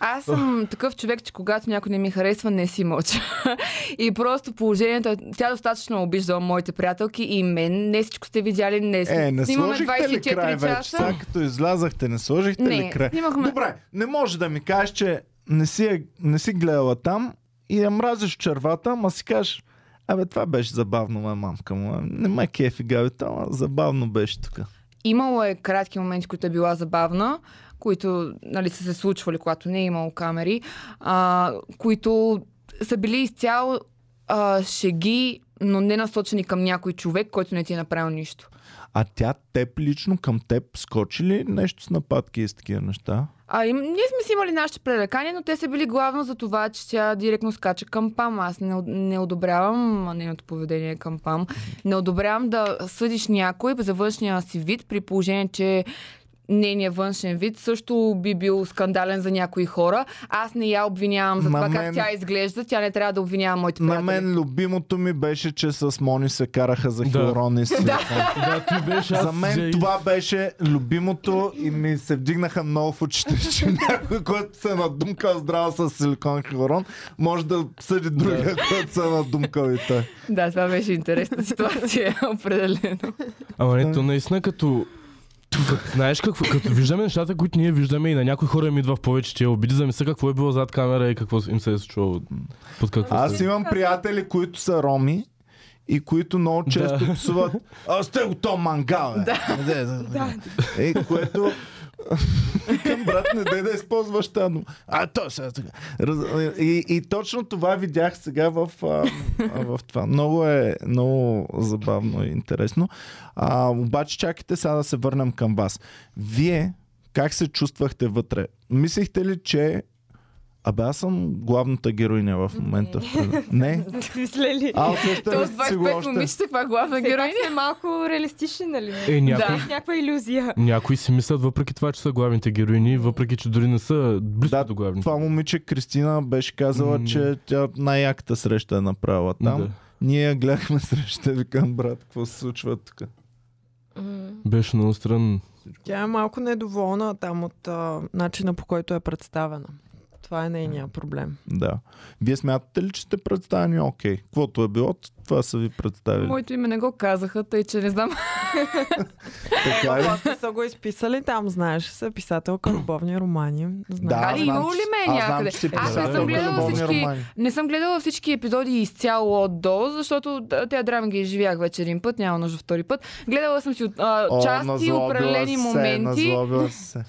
Speaker 3: Аз съм такъв човек, че когато някой не ми харесва, не си мълча. и просто положението е... Тя достатъчно обиждала моите приятелки и мен. Не всичко сте видяли, не сме.
Speaker 1: Е, не
Speaker 3: Снимаме
Speaker 1: сложихте ли край
Speaker 3: 24
Speaker 1: вече?
Speaker 3: часа.
Speaker 1: Сега като излязахте, не сложихте ли
Speaker 3: Не,
Speaker 1: край?
Speaker 3: снимахме...
Speaker 1: Добре, не може да ми кажеш, че не си, я- не си гледала там и я мразиш червата, ама си кажеш, абе това беше забавно, ме мамка му. Не ме кефи гавита, ама забавно беше тук.
Speaker 3: Имало е кратки моменти, които е била забавна, които нали, са се случвали, когато не е имало камери, а, които са били изцяло а, шеги, но не насочени към някой човек, който не ти е направил нищо.
Speaker 1: А тя теб лично към теб скочи ли нещо с нападки и с такива неща?
Speaker 3: А, им, ние сме си имали нашите пререкания, но те са били главно за това, че тя директно скача към ПАМ. Аз не, од- не одобрявам а, нейното поведение е към ПАМ. Не одобрявам да съдиш някой за външния си вид, при положение, че нейния външен вид също би бил скандален за някои хора. Аз не я обвинявам за
Speaker 1: На
Speaker 3: това
Speaker 1: мен-
Speaker 3: как тя изглежда. Тя не трябва да обвинява моите
Speaker 1: На
Speaker 3: приятели.
Speaker 1: мен любимото ми беше, че с Мони се караха за
Speaker 4: Да.
Speaker 1: хилорон и света.
Speaker 4: Да, ти беше. аз
Speaker 1: За мен
Speaker 4: Джей.
Speaker 1: това беше любимото и ми се вдигнаха много в очите, че някой, който се е надумкал здраво с силикон хилорон, може да съди другия, който се е надумкал и той.
Speaker 3: Да, това беше интересна ситуация, определено.
Speaker 4: Ама не, то наистина като... като Знаеш какво, като виждаме нещата, които ние виждаме и на някои хора им идва в повече тия обиди, замисля какво е било зад камера и какво им се е случило. Под какво
Speaker 1: Аз
Speaker 4: сте.
Speaker 1: имам приятели, които са роми и които много често
Speaker 4: Да.
Speaker 1: псуват Аз сте го то мангал, бе!» Де, де, де.
Speaker 5: Да,
Speaker 1: Е, което... Към брат, не дай да използваш тано. А, то е сега така. Раз... И, и точно това видях сега в, а, а, в това. Много е много забавно и интересно. А, обаче чакайте сега да се върнем към вас. Вие как се чувствахте вътре? Мислихте ли, че Абе, аз съм главната героиня в момента. в пред- Не?
Speaker 5: мислели.
Speaker 1: А, усещали
Speaker 3: То с
Speaker 1: сте си го
Speaker 3: 25
Speaker 1: още.
Speaker 3: момичета, това главна
Speaker 5: Все пак
Speaker 3: героиня.
Speaker 5: сме малко реалистични, нали?
Speaker 4: Е, някой,
Speaker 3: Да.
Speaker 5: С Някаква иллюзия.
Speaker 4: Някои си мислят, въпреки това, че са главните героини, въпреки че дори не са близко
Speaker 1: Да,
Speaker 4: до главните.
Speaker 1: Това момиче Кристина беше казала,
Speaker 4: М.
Speaker 1: че тя най-яката среща е направила там.
Speaker 4: Да.
Speaker 1: Ние я гледахме среща, викам, брат, какво се случва тук?
Speaker 4: Беше много странно.
Speaker 2: Тя е малко недоволна там от а, начина по който е представена. Това е нейният проблем.
Speaker 1: Да. Вие смятате ли, че сте представени? Окей. Каквото е било, това са ви представили.
Speaker 3: Моето име не го казаха, тъй че не знам.
Speaker 1: Така ли?
Speaker 2: Просто са го изписали там, знаеш, са писателка, любовни романи.
Speaker 1: Да,
Speaker 2: Знаеш.
Speaker 3: А,
Speaker 1: аз
Speaker 3: Нали, имало
Speaker 1: знам,
Speaker 3: ли
Speaker 1: че-
Speaker 3: ме
Speaker 1: аз знам,
Speaker 3: някъде?
Speaker 1: че си
Speaker 3: Аз не
Speaker 1: писала
Speaker 4: съм гледала
Speaker 1: любовни
Speaker 3: всички-
Speaker 1: романи.
Speaker 3: Не съм гледала всички епизоди изцяло от до, защото да, тя драма ги изживях вече един път, няма нужда втори път. Гледала съм си от, а,
Speaker 1: О,
Speaker 3: части,
Speaker 1: назлобила
Speaker 3: определени
Speaker 1: се,
Speaker 3: моменти.
Speaker 1: назлобила се.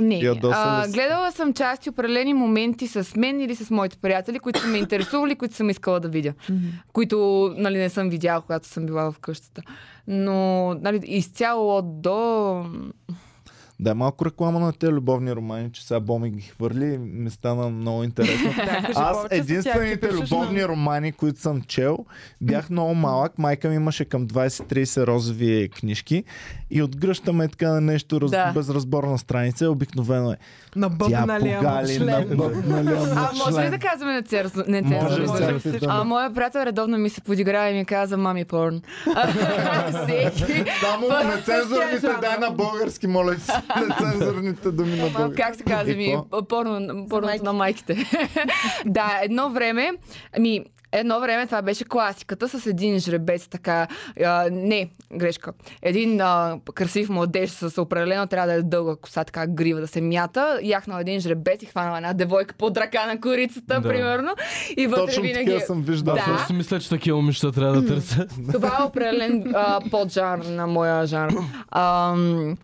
Speaker 3: Не,
Speaker 1: Ядосали
Speaker 3: а,
Speaker 1: си.
Speaker 3: гледала съм части, определени моменти с мен или с моите приятели, които са ме интересували, които съм искала да видя. които нали, не съм видяла, когато съм била в къщата. Но нали, изцяло от до...
Speaker 1: Да, малко реклама на тези любовни романи, че сега Боми ги хвърли и ми стана много интересно. Аз
Speaker 2: е
Speaker 1: единствените любовни романи, които съм чел, бях много малък. Майка ми имаше към 20-30 розови книжки и отгръщаме така на нещо раз...
Speaker 3: Да.
Speaker 1: безразборна страница. Обикновено е.
Speaker 2: На
Speaker 1: Тя
Speaker 2: бъбналия
Speaker 1: погали на
Speaker 2: член.
Speaker 1: бъбналия
Speaker 3: А, може ли да
Speaker 1: член.
Speaker 3: казваме не церзо? Не
Speaker 1: Може
Speaker 3: цензурно?
Speaker 2: да.
Speaker 1: всякакви думи.
Speaker 3: А, моя приятел редовно ми се подигра и ми каза мами порн. Всеки. е
Speaker 1: Само
Speaker 3: Първо
Speaker 1: нецензурните,
Speaker 2: тя-
Speaker 1: дай на български, моля ти. се. Нецензурните думи на
Speaker 3: Малко,
Speaker 1: български.
Speaker 3: как се казва
Speaker 1: И
Speaker 3: ми,
Speaker 1: какво?
Speaker 3: порно, порното
Speaker 5: майките.
Speaker 3: на майките. да, едно време, ми, едно време това беше класиката с един жребец, така, а, не, грешка, един а, красив младеж с определено трябва да е дълга коса, така грива да се мята, яхнал един жребец и хванал една девойка под ръка на корицата,
Speaker 4: Да.
Speaker 3: примерно, и вътре
Speaker 1: Точно
Speaker 3: винаги...
Speaker 1: така съм виждал.
Speaker 3: Да.
Speaker 4: Да. Аз също си мисля, че такива момичета трябва да търся.
Speaker 3: Това е определен а, поджар на моя жанр. Ам,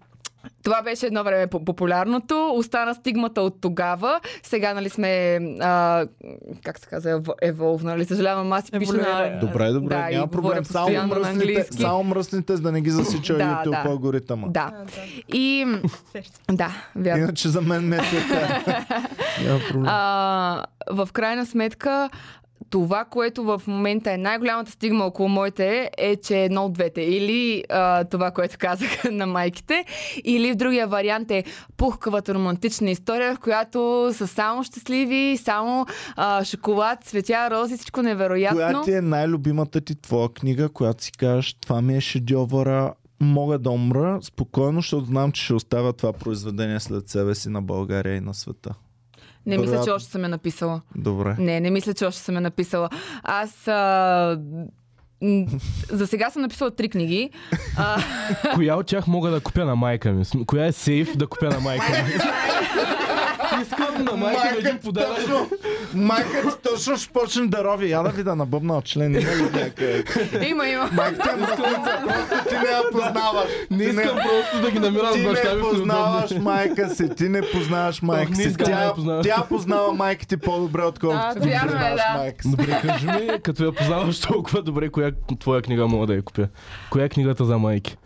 Speaker 3: това беше едно време по- популярното. Остана стигмата от тогава. Сега, нали, сме, а, как се казва, еволв, нали, съжалявам, аз си пиша на...
Speaker 2: Еволюираме.
Speaker 1: Добре, добре,
Speaker 3: да, и
Speaker 1: няма
Speaker 3: говоря
Speaker 1: проблем. Само
Speaker 3: постоянно на
Speaker 1: мръсните,
Speaker 3: английски.
Speaker 1: само мръсните, за да не ги засича
Speaker 3: Да,
Speaker 1: YouTube
Speaker 3: да.
Speaker 1: алгоритъма.
Speaker 3: Да. И... Да, вярно.
Speaker 1: Иначе за мен е не се Няма проблем.
Speaker 3: А, в крайна сметка, това, което в момента е най-голямата стигма около моите е, че е едно от двете. Или а, това, което казах на майките, или в другия вариант е пухкавата романтична история, в която са само щастливи, само а, шоколад, цветя, рози, всичко невероятно.
Speaker 1: Коя ти е най-любимата ти твоя книга, която си кажеш, това ми е шедьовъра, мога да умра спокойно, защото знам, че ще оставя това произведение след себе си на България и на света.
Speaker 3: Не мисля, че
Speaker 1: вероятно.
Speaker 3: още съм я написала.
Speaker 1: Добре.
Speaker 3: Не, не мисля, че още съм я написала. Аз а, м, за сега съм написала три книги. А,
Speaker 4: Коя от тях мога да купя на майка ми? См- Коя е сейф да купя на майка ми? Искам на майка ми е един подарък.
Speaker 1: точно, майка ти точно ще почне да рови. Я да ви да набъбна от член. Има ли някъде?
Speaker 3: има, има.
Speaker 1: Майка ти е мръсница, просто ти не я познаваш.
Speaker 4: Не
Speaker 1: Ти
Speaker 4: искам просто да ги намирам с
Speaker 1: Ти
Speaker 4: баща
Speaker 1: не
Speaker 4: ми в удобни.
Speaker 1: познаваш майка си, ти не познаваш майка
Speaker 4: не
Speaker 1: си.
Speaker 4: искам да
Speaker 1: Тя,
Speaker 4: я познавам.
Speaker 1: тя познава майка ти по-добре,
Speaker 5: Да,
Speaker 1: отколкото ти
Speaker 3: вярно е,
Speaker 1: познаваш
Speaker 3: да.
Speaker 1: майка си.
Speaker 4: Добре, кажи ми, като я познаваш толкова добре, коя твоя книга мога да я купя? Коя е книгата за майки?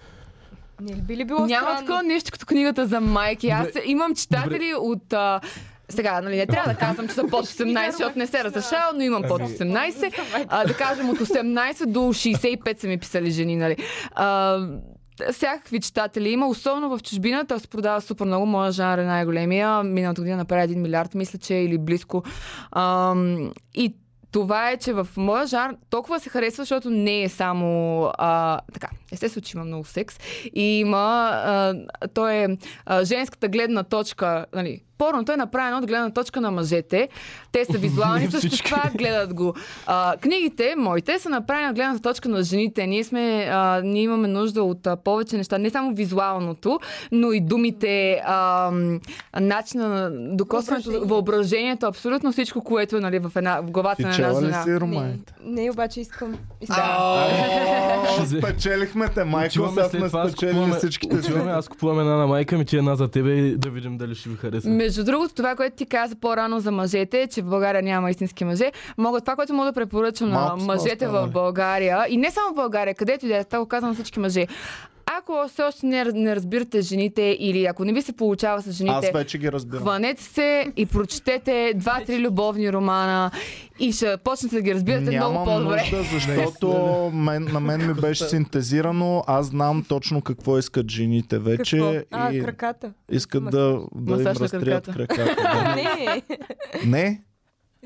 Speaker 5: Не ли би ли било
Speaker 3: Няма
Speaker 5: странно?
Speaker 3: такова нещо като книгата за майки. Аз
Speaker 4: Добре.
Speaker 3: имам читатели от... А, сега, нали, не трябва да казвам, че са под 18, защото не се разрешава, но
Speaker 4: Ами,
Speaker 3: имам под 18. А, да кажем, от 18 до 65 са ми писали жени, нали. А, всякакви читатели има, особено в чужбина. Той се продава супер много. Моя жанр е най-големия. Миналата година направи 1 милиард, мисля, че е или близко. Ам, и това е, че в моя жанр толкова се харесва, защото не е само а, така. Естествено, че има много секс. И има. А, то е а, женската гледна точка. Нали, порното е направено от гледна точка на мъжете. Те са визуални
Speaker 4: Не всички.
Speaker 3: същества, гледат го. А, книгите, моите, са направени от гледната точка на жените. Ние, сме, а, ние имаме нужда от а, повече неща, не само визуалното, но и думите, а, м, начина на докосването,
Speaker 5: Въображение.
Speaker 3: въображението, абсолютно всичко, което е нали, в, една, в главата
Speaker 1: Ти
Speaker 3: на една
Speaker 1: чела ли
Speaker 3: жена.
Speaker 1: си романите?
Speaker 5: Не, обаче искам. искам.
Speaker 1: О, Спечелихме те, майко, сега сме спечелили всичките си.
Speaker 4: Отиваме, аз купувам една на майка ми, ти една за тебе и да видим дали ще ви хареса.
Speaker 3: Между другото, това, което ти каза по-рано за мъжете, е, че в България няма истински мъже, мога това, което мога да препоръчам
Speaker 1: Малко
Speaker 3: на
Speaker 1: сме
Speaker 3: мъжете в
Speaker 1: останали.
Speaker 3: България, и не само в България, където и да е, това го казвам на всички мъже. Ако все още не, не разбирате жените или ако не ви се получава с
Speaker 1: Аз
Speaker 3: жените,
Speaker 1: вече ги разбирам.
Speaker 3: хванете се и прочетете два-три любовни романа и ще почнете да ги разбирате много
Speaker 1: Нямам
Speaker 3: по-добре.
Speaker 1: нужда, защото мен, на мен ми беше синтезирано. Аз знам точно какво искат жените
Speaker 4: е-
Speaker 1: вече
Speaker 5: А,
Speaker 1: и
Speaker 5: краката.
Speaker 1: искат да, да им
Speaker 3: Масаж на
Speaker 1: разтрият
Speaker 3: краката.
Speaker 1: краката. да.
Speaker 5: не,
Speaker 1: Не,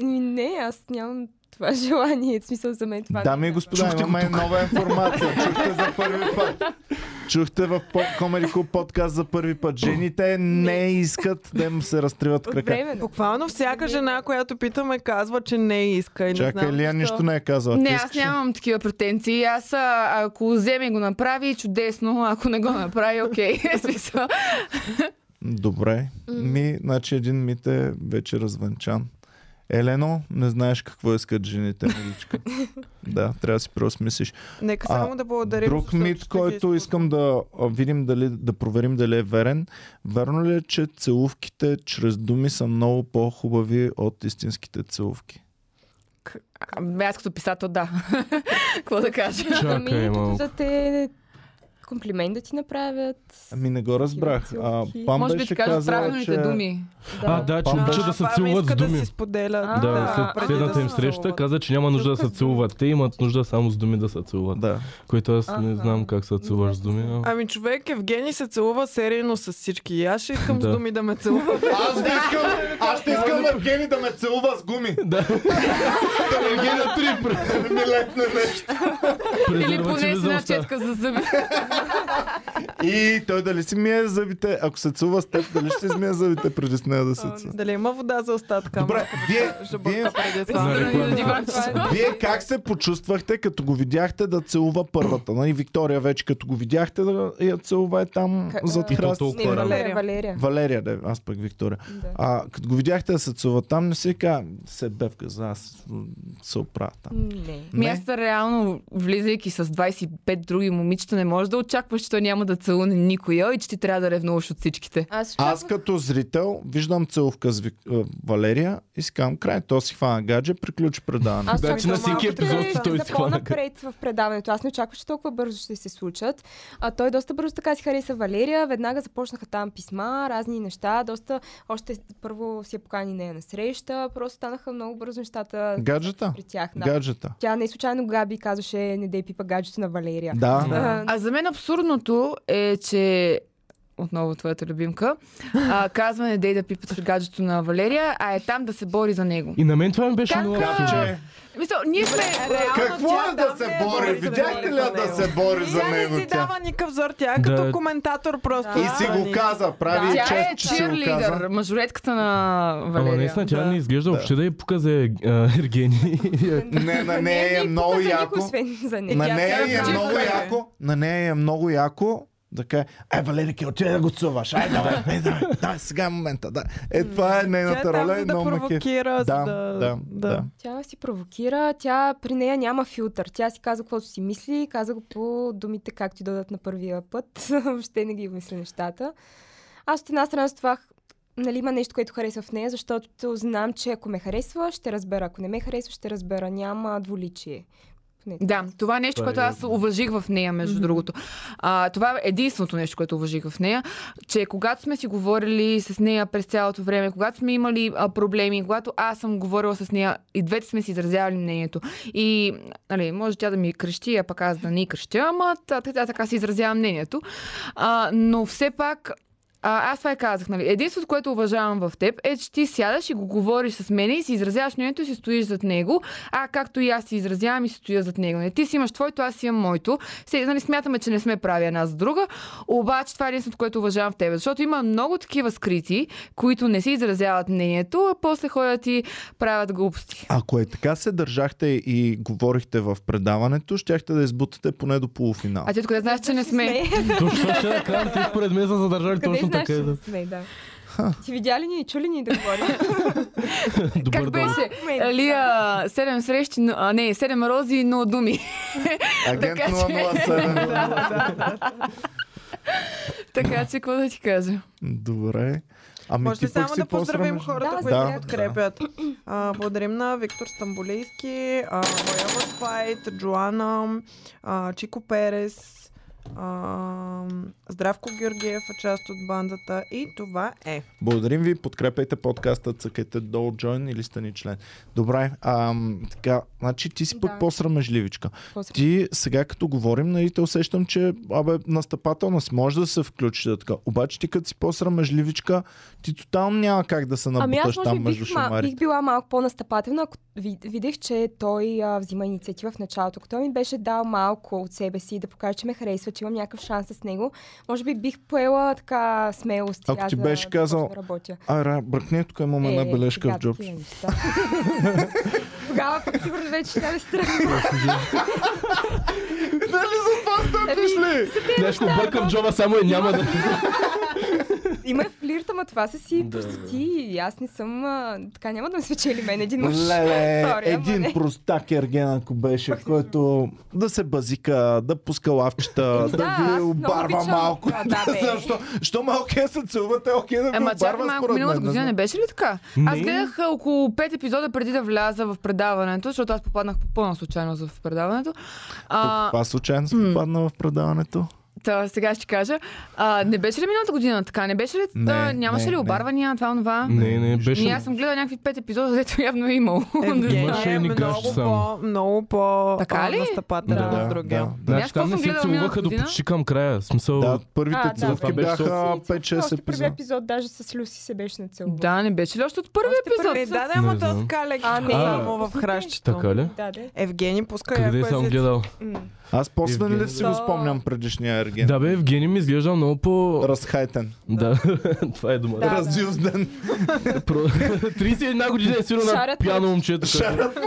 Speaker 5: Ами, не, аз нямам това желание. В смисъл за мен това.
Speaker 1: Дами
Speaker 5: не
Speaker 1: и
Speaker 5: е
Speaker 1: господа,
Speaker 4: Чухте го
Speaker 1: имаме нова информация. Чухте за първи път. Чухте в по- Comedy Club подкаст за първи път. Жените не искат да им се разтриват
Speaker 5: важно. От
Speaker 1: крака.
Speaker 5: време. на-
Speaker 2: Буквално всяка жена, която питаме, казва, че не иска. И не
Speaker 1: Чакай,
Speaker 2: знам
Speaker 1: Лия
Speaker 2: защо.
Speaker 1: нищо не е казала.
Speaker 3: Не,
Speaker 1: Ти
Speaker 3: аз
Speaker 1: искаш ли?
Speaker 3: нямам такива претенции. Аз, а, ако вземе и го направи, чудесно. Ако не го направи, окей. В смисъл.
Speaker 1: Добре. Ми, значи един мит е вече развънчан. Елено, не знаеш какво искат жените, миличка. да, трябва да си преосмислиш.
Speaker 2: Нека
Speaker 1: А,
Speaker 2: само да благодарим.
Speaker 1: Друг
Speaker 2: защото
Speaker 1: мит,
Speaker 2: ще ги
Speaker 1: който
Speaker 2: изпусна.
Speaker 1: искам да а, видим дали, да проверим дали е верен. Верно ли е, че целувките чрез думи са много по-хубави от истинските целувки?
Speaker 3: Ами, Аз като писател, да. Какво да кажа?
Speaker 4: Чакай
Speaker 5: Ами, като
Speaker 4: малко.
Speaker 5: да те комплимент да ти направят.
Speaker 1: Ами не го разбрах. А,
Speaker 5: целувки.
Speaker 1: Пам
Speaker 3: Може би
Speaker 1: беше
Speaker 3: ще кажа
Speaker 1: казала,
Speaker 3: правилните
Speaker 1: че...
Speaker 3: думи.
Speaker 4: А, да, че
Speaker 1: Пам,
Speaker 4: момичета да се
Speaker 2: Пам
Speaker 4: целуват с
Speaker 2: иска да
Speaker 4: думи.
Speaker 2: си споделя.
Speaker 5: А,
Speaker 4: Да,
Speaker 5: преди
Speaker 4: след
Speaker 5: да
Speaker 4: следната им
Speaker 5: се
Speaker 4: среща каза, че няма нужда да се
Speaker 5: Чувстват
Speaker 4: целуват. Те имат нужда само с думи да се целуват.
Speaker 1: Да.
Speaker 4: Което аз не
Speaker 5: Аха.
Speaker 4: знам как се целуваш с думи. а.
Speaker 2: Ами човек, Евгений се целува серийно с всички. И аз ще искам
Speaker 4: Да.
Speaker 2: с думи да ме целува.
Speaker 1: Аз ще искам, аз ще искам Евгений да ме целува с гуми.
Speaker 4: Да.
Speaker 1: Да не ги натри, да ми лепне нещо.
Speaker 3: Или поне значи,
Speaker 4: Презервативи
Speaker 3: с
Speaker 4: за
Speaker 3: една
Speaker 4: уста.
Speaker 3: четка за зъби.
Speaker 1: И той дали си мие зъбите, ако се целува с теб, дали ще си измие зъбите преди с нея да се целува.
Speaker 2: Ами, Дали има вода за остатъка?
Speaker 1: Добре, вие,
Speaker 2: Ще
Speaker 1: вие, е
Speaker 2: бърка преди
Speaker 4: На
Speaker 2: това.
Speaker 4: реклама.
Speaker 1: вие как се почувствахте, като го видяхте да целува първата? Нали, Виктория вече, като го видяхте да я целува е там
Speaker 5: Ка-
Speaker 1: зад
Speaker 5: а,
Speaker 1: храст.
Speaker 4: толкова.
Speaker 5: Не,
Speaker 4: Кора.
Speaker 5: Валерия. Валерия.
Speaker 1: Валерия, да, аз пък Виктория.
Speaker 5: Да.
Speaker 1: А като го видяхте да се целува там, не си ка, се бевка за аз м, се оправя там.
Speaker 5: Не.
Speaker 1: Не?
Speaker 3: Мяста Ами, реално, влизайки с 25 други момичета, не можеш да очакваш, че той няма да целуне никоя и че ти трябва да ревнуваш от всичките.
Speaker 5: Аз,
Speaker 1: Аз като зрител виждам целувка с Вик... а, Валерия и си казвам край. То си хвана гадже, приключи предаване.
Speaker 5: Аз
Speaker 4: Да,
Speaker 5: чаках
Speaker 4: че на
Speaker 5: малко
Speaker 4: всеки
Speaker 5: да
Speaker 4: епизод
Speaker 5: видя
Speaker 4: той
Speaker 5: за
Speaker 4: се хвана
Speaker 5: По-напред в предаването. Аз не очаквах, че толкова бързо ще се случат. А той доста бързо така си хареса Валерия. Веднага започнаха там писма, разни неща. Доста още първо си я покани нея на среща. Просто станаха много бързо нещата
Speaker 1: Гаджета?
Speaker 5: при тях. Да.
Speaker 1: Гаджета.
Speaker 5: Тя не случайно Габи казваше не дей пипа гаджето на Валерия.
Speaker 1: Да.
Speaker 5: А,
Speaker 3: А за мен абсурдното е, че отново твоята любимка, а, казва не дей да пипаш гаджето на Валерия, а е там да се бори за него.
Speaker 4: И на мен това ми беше
Speaker 3: Как,
Speaker 4: много
Speaker 3: а,
Speaker 4: абсурдно.
Speaker 1: Че,
Speaker 3: Мисъл, ние сме...
Speaker 2: Реално
Speaker 1: какво
Speaker 2: тя
Speaker 1: е да
Speaker 2: там не
Speaker 1: се
Speaker 2: бори
Speaker 1: бори?
Speaker 2: за
Speaker 1: Видяхте
Speaker 2: него.
Speaker 1: ли я да се бори за
Speaker 2: Тя не
Speaker 1: него
Speaker 2: си
Speaker 1: тя?
Speaker 2: дава никакъв зор, тя е като
Speaker 4: Да.
Speaker 2: коментатор просто. Ами,
Speaker 1: И си го каза, прави
Speaker 3: Тя
Speaker 1: чест,
Speaker 3: е
Speaker 1: че си го каза.
Speaker 3: чирлидър, мажоретката на
Speaker 4: Ама
Speaker 3: Валерия.
Speaker 4: наистина тя
Speaker 2: Да.
Speaker 4: не изглежда въобще да я пука за е- а, Ергени.
Speaker 1: Не, на нея е
Speaker 5: не
Speaker 1: много
Speaker 5: пука за никой,
Speaker 1: яко.
Speaker 5: Освен за нея.
Speaker 1: На
Speaker 2: тя
Speaker 1: нея
Speaker 2: се
Speaker 1: е
Speaker 2: почиства,
Speaker 1: много
Speaker 2: бе.
Speaker 1: яко. На нея е много яко. Да каже, ай, Валери, ке отиде да го цуваш. Ай, давай, ай, давай, давай, сега е момента. Да. Е, това е
Speaker 2: Тя е
Speaker 1: нейната
Speaker 2: там,
Speaker 1: роля.
Speaker 2: за
Speaker 1: и
Speaker 2: да
Speaker 1: много ме кефи.
Speaker 2: провокира, за
Speaker 1: Да,
Speaker 2: да...
Speaker 1: да, да.
Speaker 5: Тя си провокира, тя при нея няма филтър. Тя си каза каквото си мисли, каза го по думите, както и дадат на първия път. Въобще не ги мисля нещата. Аз от една страна с това х- нали, има нещо, което харесва в нея, защото знам, че ако ме харесва, ще разбера. Ако не ме харесва, ще разбера. Няма дволичие. не.
Speaker 3: Да, това е нещо,
Speaker 4: Това е
Speaker 3: което аз
Speaker 4: верно.
Speaker 3: уважих в нея, между
Speaker 2: Мгм.
Speaker 3: другото. А, това е единственото нещо, което уважих в нея, че когато сме си говорили с нея през цялото време, когато сме имали а, проблеми, когато аз съм говорила с нея, и двете сме си изразявали мнението. И, нали, може тя да ми крещи, а пък аз да не й крещя, ама та- та- та- така си изразявам мнението. А, но все пак а, аз това и казах, нали? Единството, което уважавам в теб е, че ти сядаш и го говориш с мен и си изразяваш мнението и си стоиш зад него, а както и аз си изразявам и си стоя зад него. Не, ти си имаш твоето, аз си имам моето. Се, нали, смятаме, че не сме прави една за друга, обаче това е единственото, което уважавам в теб. Защото има много такива скрити, които не си изразяват мнението, а после ходят и правят глупости.
Speaker 1: Ако е така се държахте и говорихте в предаването, щяхте да избутате поне до полуфинал.
Speaker 3: А ти откъде знаеш, че не сме?
Speaker 4: Точно това ще да кажа, ти според мен са задържали
Speaker 5: Къде
Speaker 4: точно
Speaker 5: знаеш,
Speaker 4: така.
Speaker 5: че
Speaker 4: е да.
Speaker 5: не сме, да. Ти видя ли ни, чули ни да говорим?
Speaker 4: Добър
Speaker 3: Как
Speaker 4: ден.
Speaker 3: беше?
Speaker 5: Мен,
Speaker 3: Лия, седем срещи, но- а, не, седем рози и но думи.
Speaker 1: Агент
Speaker 3: така че-
Speaker 1: 007.
Speaker 3: така че, какво да ти кажа?
Speaker 1: Е, Добре. Ами
Speaker 2: Може
Speaker 1: ти
Speaker 2: ли
Speaker 1: пък
Speaker 2: само
Speaker 1: си
Speaker 2: да поздравим
Speaker 1: по-срамежна.
Speaker 2: хората,
Speaker 5: Да,
Speaker 2: които
Speaker 1: да.
Speaker 2: ни подкрепят? А, благодарим на Виктор Стамбулийски, а, Лаява Спайт, Джоана, а, Чико Перес, а, Здравко Георгиев е част от бандата и това е.
Speaker 1: Благодарим ви, подкрепяйте подкаста, цъкайте долу join или стани член. Добре, ам, така, значи ти си пък
Speaker 5: Да.
Speaker 1: по-срамежливичка.
Speaker 5: по-срамежна.
Speaker 1: Ти сега като говорим, нали, те усещам, че абе, настъпателна си, може да се включи да така. Обаче ти като си по-срамежливичка, ти тотално няма как да се
Speaker 5: Ами аз
Speaker 1: набуташ
Speaker 5: може
Speaker 1: там
Speaker 5: би
Speaker 1: между
Speaker 5: бих, ма, бих
Speaker 1: шамарите.
Speaker 5: била малко по-настъпателна, ако ви- видях, че той а, взима инициатива в началото. Ако той ми беше дал малко от себе си да покаже, че ме харесва, че имам някакъв шанс с него, може би бих поела така смелост. и
Speaker 1: Ако
Speaker 5: аз
Speaker 1: ти
Speaker 5: да-
Speaker 1: беше
Speaker 5: да,
Speaker 1: казал,
Speaker 5: започна да работя.
Speaker 1: Ара, бръкне тук имам една бележка в
Speaker 5: Е, сега е.
Speaker 1: джоб.
Speaker 5: такива неща. Тогава пък сигурно вече ще да се тръгна.
Speaker 1: Дали Нали за това
Speaker 5: Ами,
Speaker 1: стъпиш ли?
Speaker 4: Нещо бърка в джоба, само и няма да...
Speaker 5: Има и флирт, ама това са си
Speaker 4: Да,
Speaker 5: пустоти и аз не съм... А, така няма да ме спечели мен един мъж.
Speaker 1: Леле,
Speaker 5: Sorry, ама
Speaker 1: един
Speaker 5: не.
Speaker 1: простак ерген, ако беше, който да се базика, да пуска лавчета, да
Speaker 5: Ами аз
Speaker 1: ви
Speaker 5: много
Speaker 1: обарва
Speaker 5: обичам.
Speaker 1: малко.
Speaker 5: Да, да, бе.
Speaker 1: Защо? Що малко е се целувате, окей да ви
Speaker 3: Ама чакай
Speaker 1: обарва
Speaker 3: малко,
Speaker 1: според
Speaker 3: миналата
Speaker 1: мен. не
Speaker 3: година не
Speaker 1: знам.
Speaker 3: беше ли така? Аз
Speaker 4: Не.
Speaker 3: гледах а, около 5 епизода преди да вляза в предаването, защото аз попаднах по пълна случайност в предаването.
Speaker 1: Е,
Speaker 3: А,
Speaker 1: Това случайно се попадна в предаването?
Speaker 3: та, сега ще кажа. А, не беше ли миналата година така? Не беше ли?
Speaker 1: Не,
Speaker 3: а, нямаше
Speaker 1: не,
Speaker 3: ли
Speaker 1: не.
Speaker 3: обарвания, това, това?
Speaker 4: Не, не,
Speaker 3: И
Speaker 4: беше...
Speaker 3: аз съм гледала някакви 5 епизода, дето явно е имало.
Speaker 4: Имаше
Speaker 2: Евгения е
Speaker 4: едни
Speaker 2: много
Speaker 4: гащи само.
Speaker 2: по, много по
Speaker 3: Така
Speaker 2: а,
Speaker 3: ли?
Speaker 2: настъпателен от другия.
Speaker 4: Значи там
Speaker 3: колко
Speaker 4: не
Speaker 3: съм
Speaker 4: се
Speaker 3: гледала
Speaker 4: целуваха
Speaker 3: миналата
Speaker 4: до
Speaker 3: година?
Speaker 4: почти към края. В Смисъл...
Speaker 1: Да, първите
Speaker 5: А, да,
Speaker 1: целувки
Speaker 4: бе.
Speaker 1: бяха
Speaker 5: Още
Speaker 1: 5-6
Speaker 5: първи
Speaker 1: епизода.
Speaker 5: епизод даже с Люси се беше нацелувал.
Speaker 3: Да, не беше ли още от първи
Speaker 2: Още
Speaker 3: епизод?
Speaker 2: първи- Да, да,
Speaker 4: Не
Speaker 2: ама то
Speaker 4: знам.
Speaker 2: така
Speaker 5: А,
Speaker 2: леко
Speaker 5: не.
Speaker 2: само в хращето.
Speaker 4: Така ли?
Speaker 5: Да, да.
Speaker 2: Евгени, пускай
Speaker 4: Къде
Speaker 2: ако е
Speaker 4: съм
Speaker 2: си-
Speaker 4: гледал?
Speaker 5: М.
Speaker 1: Аз после ли си го
Speaker 5: Да.
Speaker 1: спомням предишния ерген?
Speaker 4: Да бе, Евгений ми изглежда много по...
Speaker 1: Разхайтен.
Speaker 4: Да, това е дума.
Speaker 5: Да, да.
Speaker 1: Разюзден.
Speaker 4: Про- 31 година е сигурно на
Speaker 5: Шарят
Speaker 4: пияно момче. така.
Speaker 1: Шарат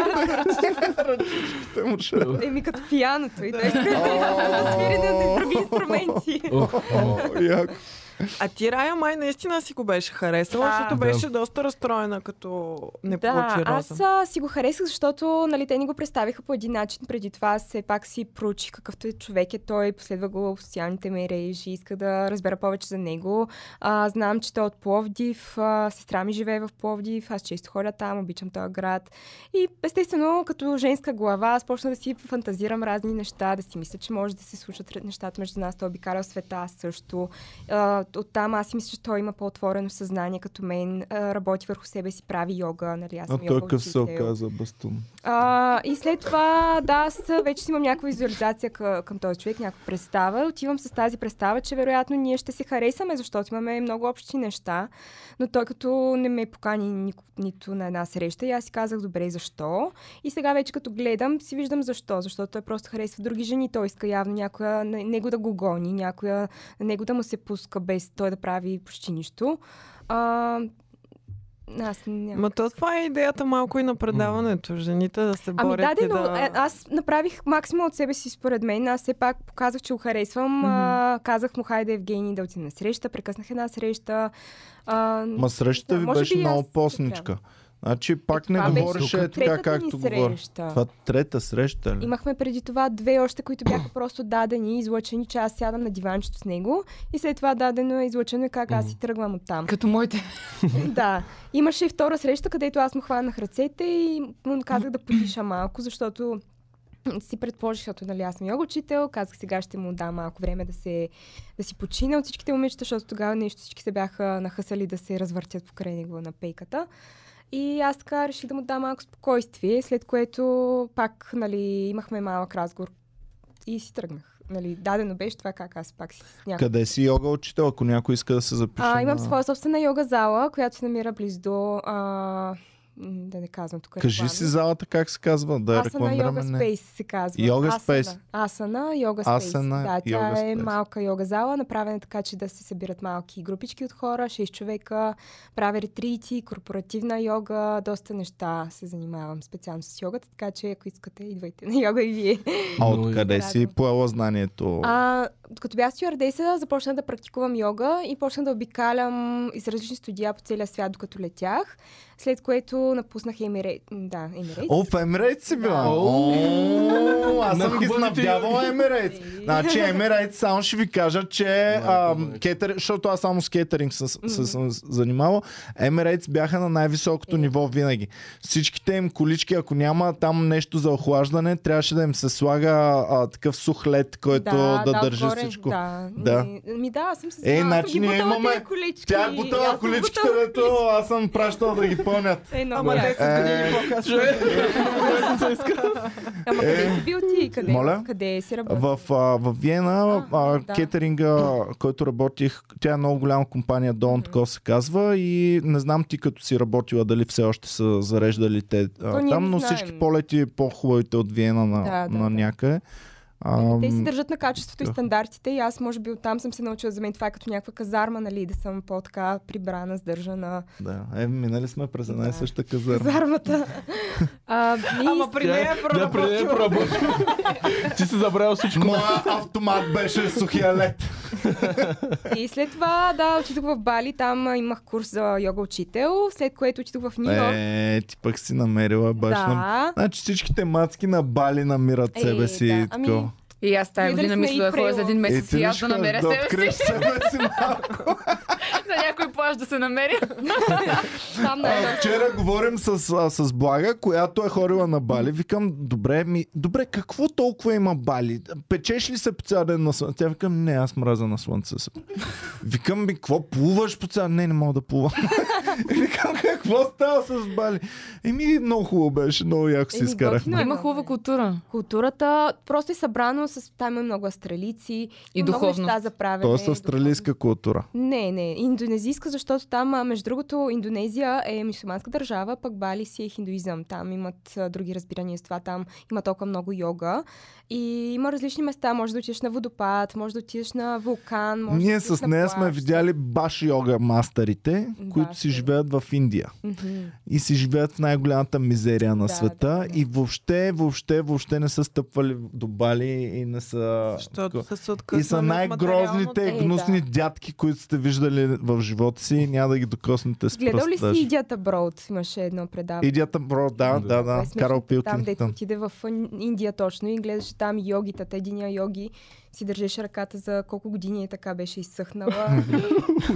Speaker 1: момчетата. Ръчичките му шарат.
Speaker 5: Еми като пияното и той иска да свири на други инструменти.
Speaker 4: Ох, ох.
Speaker 1: О, яко.
Speaker 2: А ти, Рая, май наистина си го беше харесала,
Speaker 5: Да.
Speaker 2: защото
Speaker 4: Да.
Speaker 2: беше доста разстроена, като не
Speaker 5: Да,
Speaker 2: получи
Speaker 5: аз
Speaker 2: роза.
Speaker 5: а, си го харесах, защото нали, те ни го представиха по един начин. Преди това аз все пак си проучих какъвто е човек е той, последва го в социалните мрежи, иска да разбера повече за него. А, знам, че той е от Пловдив, а, сестра ми живее в Пловдив, аз често ходя там, обичам този град. И естествено, като женска глава, аз почна да си фантазирам разни неща, да си мисля, че може да се случат ред- нещата между нас. Той обикаля света аз също. А, оттам аз си мисля, че той има по-отворено съзнание като мен, а, работи върху себе си, прави йога, нали, аз
Speaker 1: А
Speaker 5: съм
Speaker 1: той е
Speaker 5: йога
Speaker 1: къв се
Speaker 5: учител.
Speaker 1: оказа, бастун.
Speaker 5: А, и след това, да, аз вече си имам някаква визуализация към, към този човек, някаква представа. Отивам с тази представа, че вероятно ние ще се харесаме, защото имаме много общи неща. Но той като не ме покани нико- нито на една среща и аз си казах, добре, защо? И сега вече като гледам, си виждам защо. Защото той просто харесва други жени. Той иска явно някоя, на- него да го гони, някоя, на него да му се пуска без той да прави почти нищо. А, аз нямам
Speaker 2: Ма то това е идеята малко и на предаването. Жените да се
Speaker 5: Ами
Speaker 2: борят
Speaker 5: да,
Speaker 2: и
Speaker 5: да, но
Speaker 2: да...
Speaker 5: а- аз направих максимум от себе си, според мен. Аз все пак показах, че го харесвам. А, казах му, хайде, Евгений, да отидем на среща. Прекъснах една среща. А, е,
Speaker 1: Ма срещата
Speaker 5: Да,
Speaker 1: ви
Speaker 5: може
Speaker 1: беше
Speaker 5: би и аз
Speaker 1: много
Speaker 5: си
Speaker 1: посничка. Значи пак не
Speaker 5: това беше
Speaker 1: говореше е така,
Speaker 5: третата ни
Speaker 1: както говори.
Speaker 5: среща.
Speaker 1: Това е. трета среща ли?
Speaker 5: Имахме преди това две още, които бяха просто дадени, излъчени, че аз сядам на диванчето с него и след това дадено е излъчено и как аз си тръгвам от там.
Speaker 3: Като моите.
Speaker 5: да. Имаше и втора среща, където аз му хванах ръцете и му казах да подиша малко, защото си предположих, защото нали, аз съм йога учител, казах сега ще му дам малко време да, се, да си почина от всичките момичета, защото тогава нещо всички се бяха нахъсали да се развъртят покрай него на пейката. И аз така реших да му дам малко спокойствие, след което пак нали, имахме малък разговор и си тръгнах. Нали, дадено беше това как аз пак си някакъв
Speaker 1: Къде си йога учител, ако някой иска да се запише?
Speaker 5: а, имам
Speaker 1: на-
Speaker 5: своя собствена йога зала, която се намира близо до... А, м, да не казвам тук
Speaker 1: Кажи
Speaker 5: реклами.
Speaker 1: си залата как се казва, да я
Speaker 5: Асана Йога
Speaker 1: рекламираме. Не.
Speaker 5: Спейс се казва.
Speaker 1: Йога
Speaker 5: Асана.
Speaker 1: Space.
Speaker 5: Асана Йога Спейс.
Speaker 1: Асана
Speaker 5: Да, тя
Speaker 1: Йога
Speaker 5: е
Speaker 1: Space.
Speaker 5: малка йога зала, направена така, че да се събират малки групички от хора, 6 човека, правя ретрити, корпоративна йога, доста неща се занимавам специално с йогата, така че ако искате, идвайте на йога и вие.
Speaker 1: А
Speaker 4: Много
Speaker 1: откъде си
Speaker 5: изградно.
Speaker 1: поела знанието?
Speaker 5: А, като бях стюардеса, започнах да практикувам йога и почнах да обикалям из различни студия по целия свят, докато летях, след което напуснах Емирей... Да, Емирей.
Speaker 1: О, в Емирейт си била.
Speaker 4: Да.
Speaker 1: О, Аз
Speaker 4: На
Speaker 1: съм ги
Speaker 4: хубавите
Speaker 1: снабдявал
Speaker 4: йоги.
Speaker 1: Емирейт. Значи Емирейт само ще ви кажа, че
Speaker 4: Майко
Speaker 1: ам,
Speaker 4: моя.
Speaker 1: кетер, защото аз само с кетеринг съм, се съм занимавал. Емирейт бяха на най-високото ниво винаги. Всичките им колички, ако няма там нещо за охлаждане, трябваше да им се слага а, такъв сух лед, който да, държи
Speaker 5: отгоре,
Speaker 1: всичко.
Speaker 5: Да.
Speaker 1: Да.
Speaker 5: Ми, ми да, аз съм се
Speaker 1: Е,
Speaker 5: знала, аз
Speaker 1: значи
Speaker 5: съм ги
Speaker 1: ние
Speaker 5: бутала
Speaker 1: имаме-
Speaker 5: тия колички.
Speaker 1: Тя е
Speaker 5: Аз
Speaker 1: бутала
Speaker 5: съм
Speaker 1: количките,
Speaker 5: бутала
Speaker 1: дето аз съм пращал да ги пълнят.
Speaker 5: колички. Е, но,
Speaker 2: Ама
Speaker 5: ама, да.
Speaker 2: 10 години
Speaker 1: Е.
Speaker 2: по-късно.
Speaker 5: ама къде си бил ти? Къде,
Speaker 1: Моля?
Speaker 5: къде си работил?
Speaker 1: В, а, в Виена а,
Speaker 5: А,
Speaker 1: а,
Speaker 5: да.
Speaker 1: кетеринга, който работих, тя е много голяма компания, Don't Co се казва и не знам ти като си работила дали все още са зареждали те
Speaker 5: То
Speaker 1: а,
Speaker 5: ние
Speaker 1: там,
Speaker 5: не
Speaker 1: но
Speaker 5: знаем.
Speaker 1: всички полети по-хубавите от Виена на,
Speaker 5: Да, да,
Speaker 1: на
Speaker 5: да.
Speaker 1: някъде. А,
Speaker 5: Ами, Те си държат на качеството и
Speaker 1: да.
Speaker 5: стандартите и аз може би оттам съм се научила за мен това е като някаква казарма, нали, да съм по-така прибрана, сдържана
Speaker 1: да. Е, минали сме през една и
Speaker 5: Да.
Speaker 1: съща казарма.
Speaker 5: казармата. а, и
Speaker 2: Ама при нея е
Speaker 4: Да, при нея е
Speaker 2: проработила.
Speaker 4: проработила. Ти си забравил всичко.
Speaker 1: Моя автомат беше сухия лед.
Speaker 5: И след това, да, отидох в Бали, там а, имах курс за йога учител, след което отидох в Нью Йорк.
Speaker 1: Е, ти пък си намерила баш на...
Speaker 5: да.
Speaker 1: Значи всичките мацки на Бали намират
Speaker 5: Е,
Speaker 1: себе си.
Speaker 5: да.
Speaker 1: и
Speaker 5: Ами,
Speaker 1: такова.
Speaker 3: И аз тази
Speaker 5: Видели
Speaker 3: година
Speaker 5: сме
Speaker 3: мисля да
Speaker 5: и
Speaker 3: ходя за един
Speaker 1: Е,
Speaker 3: месец
Speaker 1: ти
Speaker 3: и
Speaker 1: виж
Speaker 3: аз да
Speaker 1: как
Speaker 3: намеря
Speaker 1: да
Speaker 3: себе си.
Speaker 1: откриеш себе си малко.
Speaker 3: На някой плаж да се намеря.
Speaker 5: Там на
Speaker 1: А, Е, вчера говорим с, а, с Блага, която е хорила на Бали. Викам, добре, ми, добре, какво толкова има Бали? Печеш ли се по цял ден на слънце? Тя викам, не, аз мраза на слънце. се. Викам, ми, какво плуваш по цял Не, не мога да плувам. И викам, какво става с Бали? Еми, много хубаво беше, много яко си
Speaker 5: Еми,
Speaker 1: изкарахме.
Speaker 5: готино е.
Speaker 3: Има хубава култура.
Speaker 5: Културата просто е събрано с там има много австралийци
Speaker 3: И
Speaker 5: има
Speaker 3: духовност.
Speaker 5: Много неща за правене.
Speaker 1: Тоест
Speaker 5: и
Speaker 1: е австралийска култура.
Speaker 5: духовност. Не, не, индонезийска, защото там, а, между другото, Индонезия е мусулманска държава, пък Бали си е хиндуизъм. Там имат а, други разбирания с това, там има толкова много йога. И има различни места, може да отидеш на водопад, може да отидеш на вулкан, може да
Speaker 1: Ние
Speaker 5: отидеш
Speaker 1: с
Speaker 5: на
Speaker 1: нея
Speaker 5: плаж.
Speaker 1: сме видяли баш йога мастерите,
Speaker 5: Да,
Speaker 1: които си
Speaker 5: сигурно.
Speaker 1: живеят в Индия.
Speaker 5: Мгм.
Speaker 1: и си живеят в най-голямата мизерия на
Speaker 5: Да,
Speaker 1: света
Speaker 5: да, да.
Speaker 1: и въобще, въобще, въобще не са стъпвали до Бали и не са...
Speaker 2: Защото са се
Speaker 1: И
Speaker 2: откъснали
Speaker 1: са
Speaker 2: от
Speaker 1: най-грозните,
Speaker 2: материалното.
Speaker 5: Е, да.
Speaker 1: гнусни дядки, които сте виждали в живота си и няма да ги докоснете с
Speaker 5: Гледал ли
Speaker 1: пръст.
Speaker 5: си Идията Броуд? Имаше едно предаване.
Speaker 1: Идията, бро, да,
Speaker 4: Да.
Speaker 1: да,
Speaker 5: Много
Speaker 1: да,
Speaker 5: е смешно.
Speaker 1: Карл
Speaker 5: Там, дето
Speaker 1: Пилкингтън.
Speaker 5: отиде в Индия точно и гледаше там йогитата. Единия йоги си държеше ръката за колко години и така беше изсъхнала.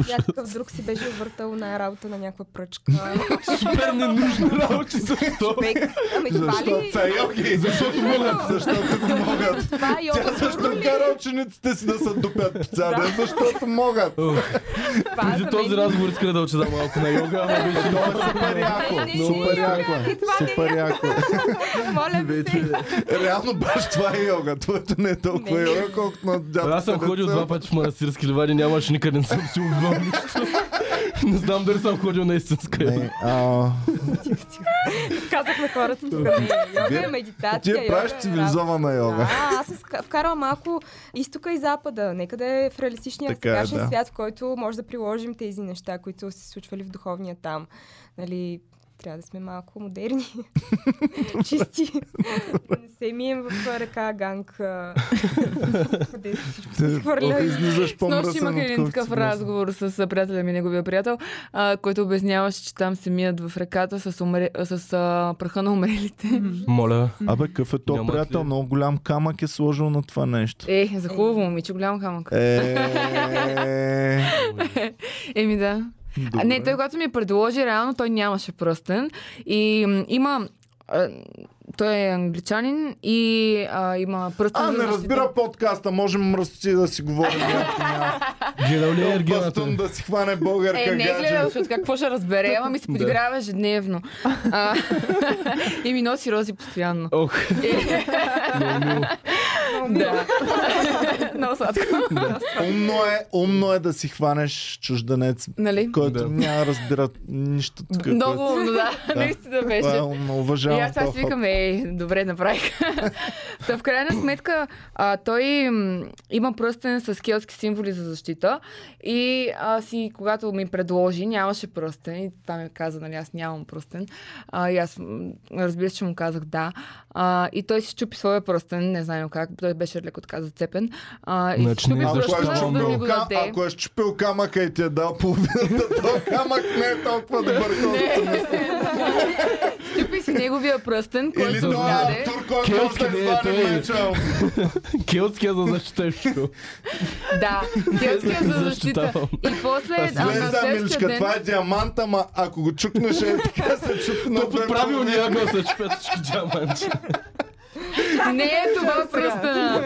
Speaker 5: Някакъв друг си беше въртал на работа на някаква пръчка.
Speaker 4: Супер ненужни работи защо?
Speaker 5: Човек, ами това
Speaker 1: Защото
Speaker 5: ли?
Speaker 1: са йоги, защото могат, защото не могат.
Speaker 5: Това е
Speaker 1: Тя
Speaker 5: йога
Speaker 1: също
Speaker 5: гуру ли?
Speaker 1: кара учениците си да се дупят по цял ден, защото могат.
Speaker 5: Това е
Speaker 4: Преди
Speaker 5: за
Speaker 4: този
Speaker 5: мен-
Speaker 4: разговор иска да отида малко на йога, ама беше
Speaker 1: Това е супер
Speaker 5: не,
Speaker 1: яко,
Speaker 5: не, не,
Speaker 1: супер
Speaker 5: не,
Speaker 1: яко е,
Speaker 5: не, това не е.
Speaker 1: супер яко е.
Speaker 5: Моля ви се.
Speaker 1: Реално баш това е йога. Твоето не е толкова
Speaker 5: Не.
Speaker 1: йога, колкото на дядо.
Speaker 4: Аз съм ходил два пъти в манастирски ливади, нямаше никъде, не съм си убивал нищо. Не знам дали съм ходил на истинска йога.
Speaker 1: Не, а,
Speaker 5: Казахме хората тук. Йога е медитация.
Speaker 1: ти
Speaker 5: йога
Speaker 1: я правиш
Speaker 5: е
Speaker 1: цивилизована йога.
Speaker 5: Да, аз съм ска- вкарала малко изтока и запада. Нека да е в реалистичния
Speaker 1: Така е,
Speaker 5: сегашен
Speaker 1: да.
Speaker 5: свят, в който може да приложим тези неща, които се случвали в духовния там. Нали, трябва да сме малко модерни, чисти. Да не се мием в река Ганг, а, където всичко се
Speaker 1: Ох,
Speaker 5: изхвърля. и-
Speaker 1: Излизаш
Speaker 3: Нощ
Speaker 1: по-мръсен,
Speaker 3: имах един
Speaker 1: отколкото
Speaker 3: такъв
Speaker 1: си мръсен.
Speaker 3: разговор с а, приятеля ми, неговия приятел, а, който обясняваше, че там се мият в реката с, умре... а, с а, праха на умрелите.
Speaker 4: Моля.
Speaker 1: Абе, какъв е то
Speaker 4: Нямат
Speaker 1: приятел?
Speaker 4: ли?
Speaker 1: Много голям камък е сложил на това нещо.
Speaker 3: Е, за хубаво момиче, голям камък.
Speaker 1: Е,
Speaker 3: Еми да. А, не, той когато ми предложи, реално той нямаше пръстен. И м, има... а, Той е англичанин и а, има пръстен
Speaker 1: А, не
Speaker 3: защита.
Speaker 1: разбира подкаста, можем мръсоти да си говорим.
Speaker 4: Гледал ли е ергената?
Speaker 1: Бастун да си хване българка
Speaker 3: Е, не е
Speaker 1: гадже.
Speaker 3: гледал, защото какво ще разбере, ама ми се подиграва ежедневно. А, и ми носи рози постоянно.
Speaker 4: Ох,
Speaker 3: Е,
Speaker 4: много мило.
Speaker 3: да. Много сладко.
Speaker 1: Умно е, умно е да си хванеш чужденец,
Speaker 3: Нали?
Speaker 1: който
Speaker 4: Да.
Speaker 1: няма разбира нищо. Тук, което-
Speaker 3: Много, но да, наистина
Speaker 1: Това е
Speaker 3: беше.
Speaker 1: умно,
Speaker 3: И
Speaker 1: уважавам
Speaker 3: аз сега
Speaker 1: този
Speaker 3: си
Speaker 1: ход.
Speaker 3: викам, ей, добре направих. Та в крайна сметка а, той м, има пръстен с келтски символи за защита и а, си, когато ми предложи, нямаше пръстен и това ми каза, нали, аз нямам пръстен. А, и аз м, разбира се, че му казах да. А, и той си щупи своя пръстен, не знам как, той беше леко така зацепен. А, и
Speaker 4: Значи
Speaker 3: си щупи
Speaker 4: не е
Speaker 1: Ако е,
Speaker 4: Защо?
Speaker 3: пръстен, да ми
Speaker 1: щупил
Speaker 3: го
Speaker 1: ка...
Speaker 3: даде.
Speaker 1: Ако е щупил камъка и ти е дал половината, то камък не е толкова добър, колкото мисля.
Speaker 3: Щупи си неговия пръстен, който
Speaker 1: Или
Speaker 3: си
Speaker 1: той
Speaker 3: го
Speaker 1: е
Speaker 3: даде.
Speaker 1: автор, който може да
Speaker 4: Келски не е
Speaker 1: извади
Speaker 4: той.
Speaker 1: меча.
Speaker 4: Келтския за защита е шо.
Speaker 3: Да, келтския
Speaker 1: Е,
Speaker 3: за защита.
Speaker 4: Защитавам.
Speaker 3: И после, а, на
Speaker 1: Слез за
Speaker 3: следващия
Speaker 1: миличка,
Speaker 3: ден...
Speaker 1: това е диамант, ама ако го чукнеш е така се чупи на
Speaker 4: То
Speaker 1: две
Speaker 4: под правилния
Speaker 1: половини.
Speaker 4: ъгъл се чупят всички джаманчи.
Speaker 3: Не е това пръстена.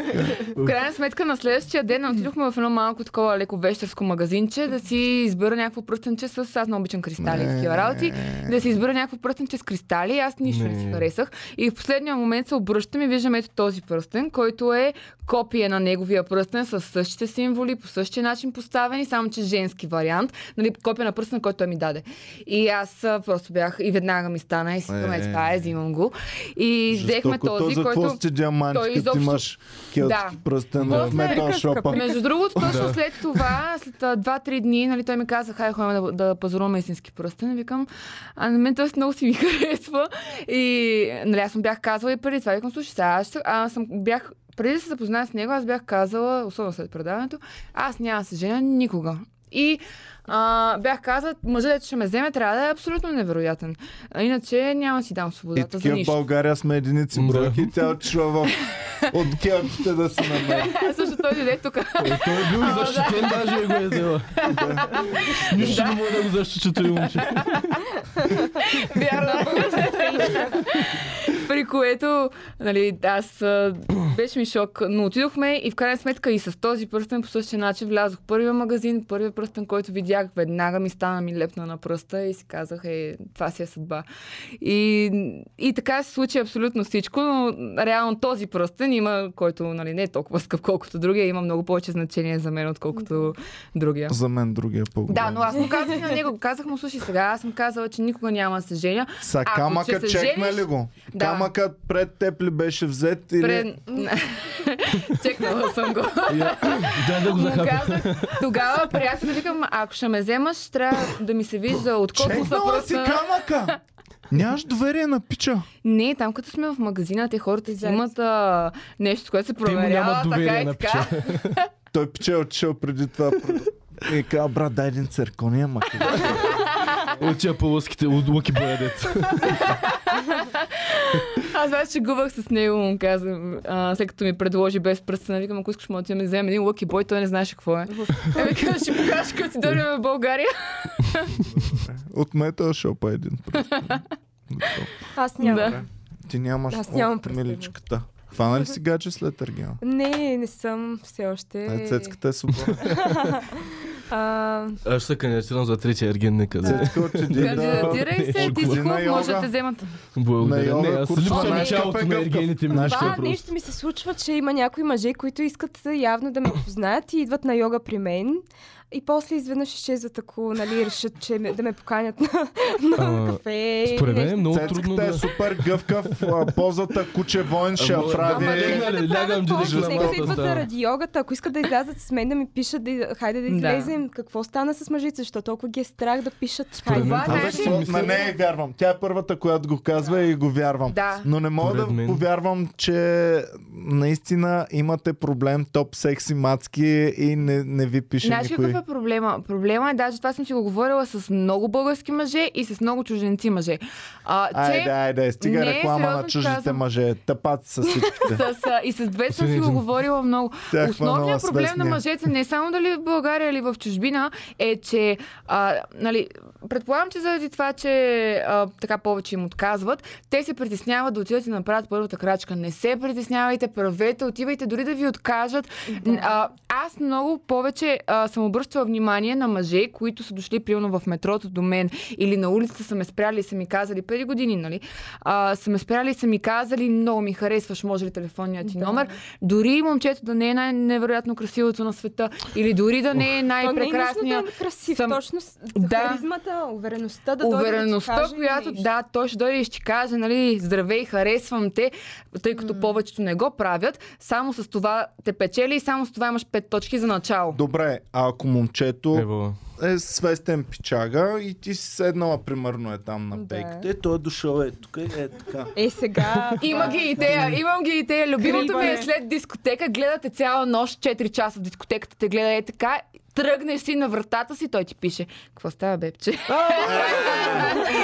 Speaker 3: В крайна сметка на следващия ден отидохме в едно малко такова леко вещерско магазинче да си избера някакво пръстенче с... Аз не обичам кристали и такива работи. Да си избера някакво пръстенче с кристали. Аз нищо не си
Speaker 4: Не.
Speaker 3: харесах. И в последния момент се обръщам и виждам ето този пръстен, който е копие на неговия пръстен с същите символи, по същия начин поставени, само че женски вариант. Нали, копия на пръстен, който той ми даде. И аз а, просто бях и веднага ми стана и си казвам,
Speaker 1: Е.
Speaker 3: е, това е, взимам го. И взехме
Speaker 1: Жестоко, то
Speaker 3: този,
Speaker 1: за какво
Speaker 3: който...
Speaker 1: си ти диамант,
Speaker 3: той
Speaker 1: като
Speaker 3: изобщо-
Speaker 1: имаш келтски
Speaker 3: Да.
Speaker 1: пръстен
Speaker 3: После
Speaker 1: в метал
Speaker 5: приказка,
Speaker 1: шопа?
Speaker 5: при-
Speaker 3: Между другото, точно
Speaker 4: Да.
Speaker 3: след това, след а, 2-3 дни, нали, той ми каза, хай ходим да, да пазаруваме истински пръстен. Викам, а на мен този много си ми харесва. И нали, аз му бях казала и преди това, викам, слушай, сега аз, ще- аз съм, бях преди да се запозная с него, аз бях казала, особено след предаването, аз няма да се женя никога. И а, бях казала, мъжът, дето ще ме вземе, трябва да е абсолютно невероятен. А, Иначе няма да си дам
Speaker 1: И
Speaker 3: свободата за
Speaker 1: такива в
Speaker 3: нищо.
Speaker 1: България сме единици
Speaker 4: Да.
Speaker 1: бройки и тя отишла в... от келтите да се намери.
Speaker 3: Също той дойде тук.
Speaker 4: Е, той е бил и защитен, даже и го е взела. Нищо не може да го защити той момче.
Speaker 3: Вярно. При което, нали, аз а, беше ми шок, но отидохме и в крайна сметка и с този пръстен по същия начин влязох в първия магазин, първия пръстен, който видях, веднага ми стана ми лепна на пръста и си казах, е, това си е съдба. И, и така се случи абсолютно всичко, но реално този пръстен има, който нали, не е толкова скъп, колкото другия, има много повече значение за мен, отколкото другия.
Speaker 1: За мен другия е по-голям.
Speaker 3: Да, но аз му казах и на него, казах му, слушай сега, аз съм казала, че никога няма да се женя.
Speaker 1: Са
Speaker 3: Ако
Speaker 1: камъка
Speaker 3: ще се
Speaker 1: чекна
Speaker 3: жениш-
Speaker 1: ли го?
Speaker 3: Да.
Speaker 1: Камъкът пред теб ли беше взет или...
Speaker 3: Пред... Чекнала съм го.
Speaker 4: Дай да го
Speaker 3: Му
Speaker 4: захапя.
Speaker 3: казах, тогава приятел викам, ако ще ме вземаш, трябва да ми се вижда от космоса
Speaker 1: Чекнала си
Speaker 3: просто.
Speaker 1: камъка! Нямаш доверие на пича.
Speaker 3: Не, там като сме в магазина, те хората си имат а, нещо, което се
Speaker 4: Те му
Speaker 3: проверява,
Speaker 4: нямат
Speaker 3: така
Speaker 4: доверие
Speaker 3: и
Speaker 4: на
Speaker 3: така.
Speaker 4: пича.
Speaker 1: Той пича е отишъл преди това. И казва, брат, дай един църкония, ма
Speaker 4: От тия полоските, от лъки боядец.
Speaker 3: Аз вече че губах с него, му казвам, а, след като ми предложи без пръстена, викам, ако искаш, може да ти ми вземе един лъки бой, той не знаеше какво е. Е, викам, ще покажеш, като си дойдем в България.
Speaker 1: От е метал шопа един пръст. Готов.
Speaker 5: Аз нямам.
Speaker 3: Да.
Speaker 1: Ти нямаш
Speaker 5: Аз нямам
Speaker 1: от
Speaker 5: пръст,
Speaker 1: миличката. Хвана ли си гадже след Аргена?
Speaker 5: Не, не съм все още.
Speaker 1: Е, цецката е свободна.
Speaker 5: А,
Speaker 4: Аз ще се кандидатирам за третия ерген, нека да.
Speaker 1: Цецка отиде Е, да...
Speaker 3: Кандидатирай се, ти си
Speaker 1: Отиди на
Speaker 3: хубав, може да
Speaker 1: йога.
Speaker 3: те вземат.
Speaker 1: На
Speaker 4: Благодаря.
Speaker 1: йога
Speaker 4: Не, аз
Speaker 1: курс,
Speaker 4: липсвам
Speaker 1: това е
Speaker 4: началото на
Speaker 1: най-гъвкав.
Speaker 4: ергените ми.
Speaker 1: Знаеш
Speaker 4: Нещо
Speaker 1: ли?
Speaker 4: е
Speaker 5: Това
Speaker 4: просто.
Speaker 5: нещо ми се случва, че има някои мъже, които искат явно да ме познаят и идват на йога при мен. И после изведнъж изчезват, ако нали, решат, че ме, да ме поканят на, на
Speaker 4: А,
Speaker 5: кафе. или
Speaker 4: Според мен е
Speaker 5: нещо.
Speaker 4: много трудно
Speaker 1: Цецката е
Speaker 4: да...
Speaker 1: супер гъвкав. а, Позата куче войн ще я
Speaker 4: Ама,
Speaker 1: прави.
Speaker 4: ама,
Speaker 5: Ама
Speaker 4: легнали,
Speaker 5: нека да
Speaker 4: лягам,
Speaker 5: правят
Speaker 4: че да
Speaker 5: повече,
Speaker 1: живея
Speaker 5: нека
Speaker 1: малко
Speaker 5: да идват
Speaker 4: става.
Speaker 5: заради йогата. Ако искат да излязат с мен, да ми пишат, да, хайде да
Speaker 3: Да.
Speaker 5: излезем. Какво стана с мъжите, защото толкова ги е страх да пишат. е
Speaker 4: мен
Speaker 5: Хайде.
Speaker 3: Това
Speaker 1: Аз
Speaker 3: знаеш ли?
Speaker 1: защо на нея вярвам. Тя е първата, която го казва и го вярвам.
Speaker 3: Да.
Speaker 1: Но не мога
Speaker 4: Поред
Speaker 1: да
Speaker 4: мен.
Speaker 1: повярвам, че наистина имате проблем топ секси мацки и не, не ви пише
Speaker 3: Знаеш ли
Speaker 1: никой.
Speaker 3: какъв е проблема? Проблема е, даже това съм си го говорила с много български мъже и с много чужденци мъже. А,
Speaker 1: Айде,
Speaker 3: че
Speaker 1: айде, стига
Speaker 3: Не, е
Speaker 1: реклама на
Speaker 3: сериозно
Speaker 1: чуждите
Speaker 3: казвам.
Speaker 1: мъже. Тъпат са всичките.
Speaker 3: с, а, и с две съм си го
Speaker 4: Господин-
Speaker 3: говорила много.
Speaker 1: Тях
Speaker 3: Основният
Speaker 1: е хванала
Speaker 3: проблем на
Speaker 1: свестния.
Speaker 3: мъжете, не само дали в България или в чужбина, е, че а, нали, предполагам, че заради това, че а, така повече им отказват, те се притесняват да отидат и направят първата крачка. Не се притеснявайте, правете, отивайте, дори да ви откажат. Н- А, аз много повече а, съм обръщала внимание на мъже, които са дошли примерно в метрото до мен или на улицата са ме спряли и са ми казали, преди години, нали, а, са ме спряли и са ми казали, много ми харесваш, може ли телефонният ти
Speaker 5: Да.
Speaker 3: номер. Дори момчето да не е най-невероятно красивото на света или дори да не е
Speaker 5: То не е нужно да
Speaker 3: най-прекрасния.
Speaker 5: е красив,
Speaker 3: съм-
Speaker 5: точно с
Speaker 3: Да.
Speaker 5: харизмата, увереността да дойде да ти
Speaker 3: Увереността,
Speaker 5: каже
Speaker 3: която
Speaker 5: нещо.
Speaker 3: да, той ще дойде и ще каже, нали, здравей, харесвам те, тъй като повечето не го правят, само с това те печели и само с това имаш пет точки за начало.
Speaker 1: Добре, а ако момчето
Speaker 4: Ево.
Speaker 1: е свестен пичага и ти си седнала, примерно е там на
Speaker 5: Да.
Speaker 1: пейката, е, той е дошъл е тук, е така.
Speaker 5: Е, сега...
Speaker 3: Има ги идея, имам ги идея. Любимото ми е
Speaker 5: Крипане.
Speaker 3: след дискотека, гледате цяла нощ, 4 часа в дискотеката, те гледа е така, тръгнеш си на вратата си, той ти пише, какво става, бебче?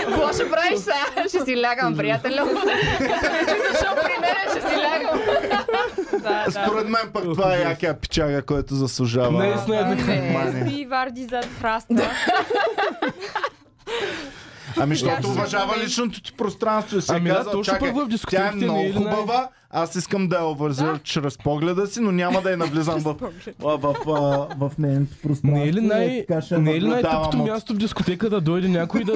Speaker 3: Какво ще правиш сега? Ще си лягам, приятелю. Като не си дошъл при мен, ще си лягам.
Speaker 5: Да, да.
Speaker 1: Според мен пък това е якия пичага, който заслужава.
Speaker 4: Наистина е така.
Speaker 1: внимание.
Speaker 5: Спи и варди зад храста.
Speaker 1: Ами, защото
Speaker 5: Ясно.
Speaker 1: уважава личното ти пространство и се
Speaker 4: Ами да,
Speaker 1: казва,
Speaker 4: точно
Speaker 1: чакай,
Speaker 4: пък в
Speaker 1: тя е
Speaker 4: дискотеките не
Speaker 1: много
Speaker 4: е ли най-
Speaker 1: хубава, аз искам да я уважа чрез погледа си, но няма да я навлизам в, в, в, в, в нейното пространство.
Speaker 4: Не е ли
Speaker 1: И
Speaker 4: най-
Speaker 1: така ще я
Speaker 4: не е ли
Speaker 1: наблюдавам
Speaker 4: най-тъпото
Speaker 1: от-
Speaker 4: място в дискотека да дойде някой да...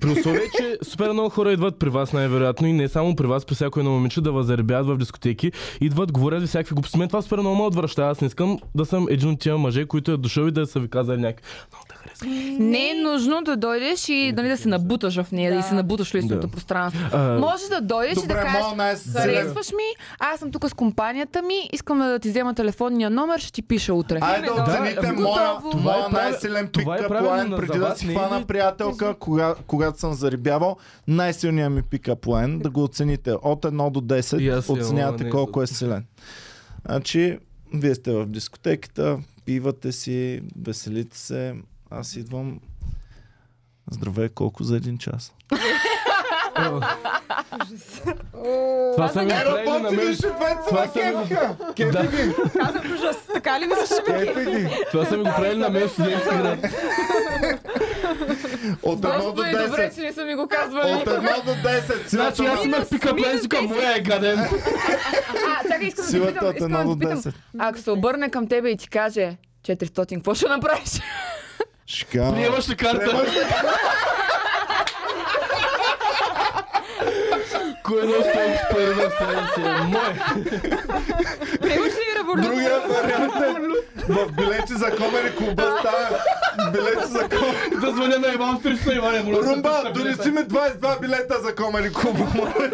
Speaker 4: При условие, че супер много хора идват при вас най-вероятно и не само при вас, при всяко едно момиче да възребят в дискотеки, идват, говорят ви всякакви глупости. Мен това супер много ме отвръща. Аз не искам да съм един от тия мъже, които е дошъл и да са ви казали някакви. Много да харесвам.
Speaker 3: Не е нужно да дойдеш и нали, да се набуташ в нея, да и се набуташ в личното
Speaker 4: Да.
Speaker 3: пространство.
Speaker 4: А,
Speaker 3: Може да дойдеш и да
Speaker 1: Добре,
Speaker 3: кажеш,
Speaker 1: мал най-зелен.
Speaker 3: Харесваш ми, аз съм тук с компанията ми, искам да ти взема телефонния номер, ще ти пиша
Speaker 4: Е,
Speaker 3: утре.
Speaker 1: Айде да
Speaker 5: Да,
Speaker 1: оцените
Speaker 3: готово.
Speaker 1: моя,
Speaker 4: Това
Speaker 1: моя
Speaker 4: е правил-
Speaker 1: най-силен пик
Speaker 4: това е
Speaker 1: е
Speaker 4: правилно
Speaker 1: лайн,
Speaker 4: на
Speaker 1: преди да
Speaker 4: вас,
Speaker 1: си
Speaker 4: не е
Speaker 1: хвана
Speaker 4: ли?
Speaker 1: приятелка, кога, когато съм зарибявал. Най-силният ми пик лайн, да го оцените от 1 до 10,
Speaker 4: И аз имам,
Speaker 1: оценявате
Speaker 4: не,
Speaker 1: колко е силен. Значи, вие сте в дискотеката, пивате си, веселите се, аз идвам. Здравей, колко за един час?
Speaker 4: Това са ми направили Е, на мен. Това са ми го- Да.
Speaker 5: Казах ужас. Така ли ми се ще
Speaker 4: Това са ми го правили на мен в студентски град.
Speaker 1: От 1 до 10.
Speaker 3: че не са ми го казвали.
Speaker 1: От 1 до 10.
Speaker 4: Значи аз
Speaker 1: силата на-
Speaker 4: имах пикап лайн, си казвам, моя е гаден.
Speaker 3: А, чакай, искам да те
Speaker 1: Силата е
Speaker 3: питам,
Speaker 1: от
Speaker 3: искам
Speaker 1: 1
Speaker 3: да
Speaker 1: до
Speaker 3: те питам.
Speaker 1: 10.
Speaker 3: Ако се обърне към тебе и ти каже 400, какво ще направиш?
Speaker 1: Шикарно.
Speaker 4: Приемаш ли карта?
Speaker 1: Приемаш ли?
Speaker 4: Кое е стол с пари в седмица? Мое.
Speaker 5: приемаш ли революция?
Speaker 1: Другия вариант е в билети за комери клуба става билети за комери.
Speaker 4: Да звъня на Иван Тришна Иван. моля те,
Speaker 1: Румба,
Speaker 4: да
Speaker 1: дори си ми 22 билета за комери клуба. моля.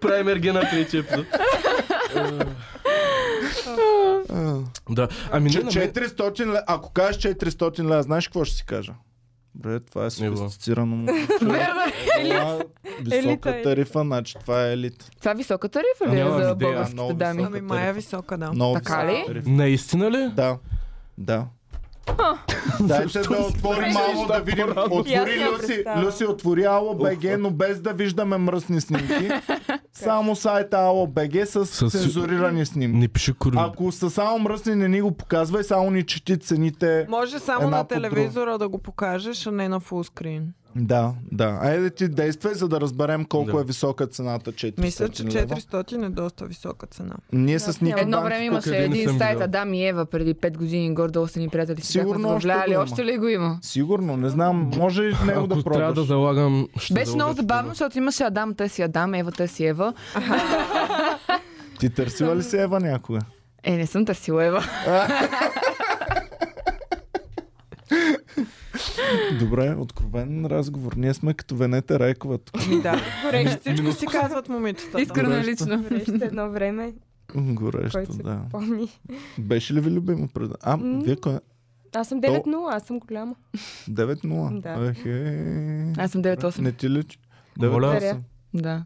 Speaker 4: Правим ергена трети епизод. Да, ами
Speaker 1: Че
Speaker 4: не на мен.
Speaker 1: 400 лева, ако кажеш 400 лева, знаеш какво ще си кажа? Бре, това е
Speaker 4: Ниво.
Speaker 1: софистицирано му. Висока
Speaker 5: Елита е.
Speaker 1: тарифа, значи това е елит.
Speaker 3: Това висока тарифа ли е
Speaker 4: Нямам
Speaker 3: за
Speaker 4: идея.
Speaker 1: Много
Speaker 3: българските дами?
Speaker 1: висока.
Speaker 2: Ами мая е висока, да.
Speaker 1: Много
Speaker 3: Така
Speaker 1: висока
Speaker 3: ли?
Speaker 1: тарифа.
Speaker 4: Наистина ли?
Speaker 1: Да. Да. Дайте да отворим малко да видим. Отвори
Speaker 5: Ясна
Speaker 1: Люси,
Speaker 5: представа.
Speaker 1: Люси отвори Ало БГ, но без да виждаме мръсни снимки. Само сайта Ало БГ с
Speaker 4: С-
Speaker 1: цензурирани снимки.
Speaker 4: Не пиши курва.
Speaker 1: Ако са само мръсни, не ни го показва и само ни чети цените.
Speaker 2: Може само
Speaker 1: Една
Speaker 2: на
Speaker 1: под друга.
Speaker 2: телевизора да го покажеш, а не на фулскрин.
Speaker 1: Да, да. Айде ти действай, за да разберем колко
Speaker 4: Да.
Speaker 1: е висока цената. 400
Speaker 2: Мисля, че
Speaker 1: лева.
Speaker 2: 400 е доста висока цена.
Speaker 1: Ние с Ники
Speaker 3: Едно
Speaker 1: Банков- е
Speaker 3: време
Speaker 4: къде
Speaker 3: имаше
Speaker 4: не съм
Speaker 3: един сайт
Speaker 4: видял.
Speaker 3: Адам и Ева преди 5 години, горе-долу са ни приятели си бяхме
Speaker 1: Сигурно още го
Speaker 3: завързляли.
Speaker 1: има.
Speaker 3: Още ли го има?
Speaker 1: Сигурно, не знам, може и в него
Speaker 4: Ако
Speaker 1: да
Speaker 4: трябва да
Speaker 1: пробваш.
Speaker 4: залагам, ще
Speaker 3: Беше
Speaker 4: заложа
Speaker 3: много
Speaker 4: такова.
Speaker 3: забавно, защото имаше Адам, те си Адам, Ева, те си Ева.
Speaker 1: Ти търсила ли се Ева някога?
Speaker 3: Е, не съм търсила Ева.
Speaker 1: Добре, откровен разговор. Ние сме като Венета Райкова тук.
Speaker 2: Ми да.
Speaker 5: Горещо.
Speaker 2: Всичко си казват момичетата.
Speaker 3: Искрено и лично.
Speaker 5: Горещо едно време,
Speaker 1: Горещо,
Speaker 5: който се
Speaker 1: да.
Speaker 5: помни.
Speaker 1: Беше ли ви любимо пред... А,
Speaker 5: М.
Speaker 1: вие кой?
Speaker 5: Аз съм 9-0, аз съм голяма.
Speaker 1: 9-0.
Speaker 5: Да.
Speaker 1: Ех, е.
Speaker 3: Аз съм 9-8.
Speaker 1: Не ти лич?
Speaker 4: Моля?
Speaker 1: 9-8.
Speaker 3: Да.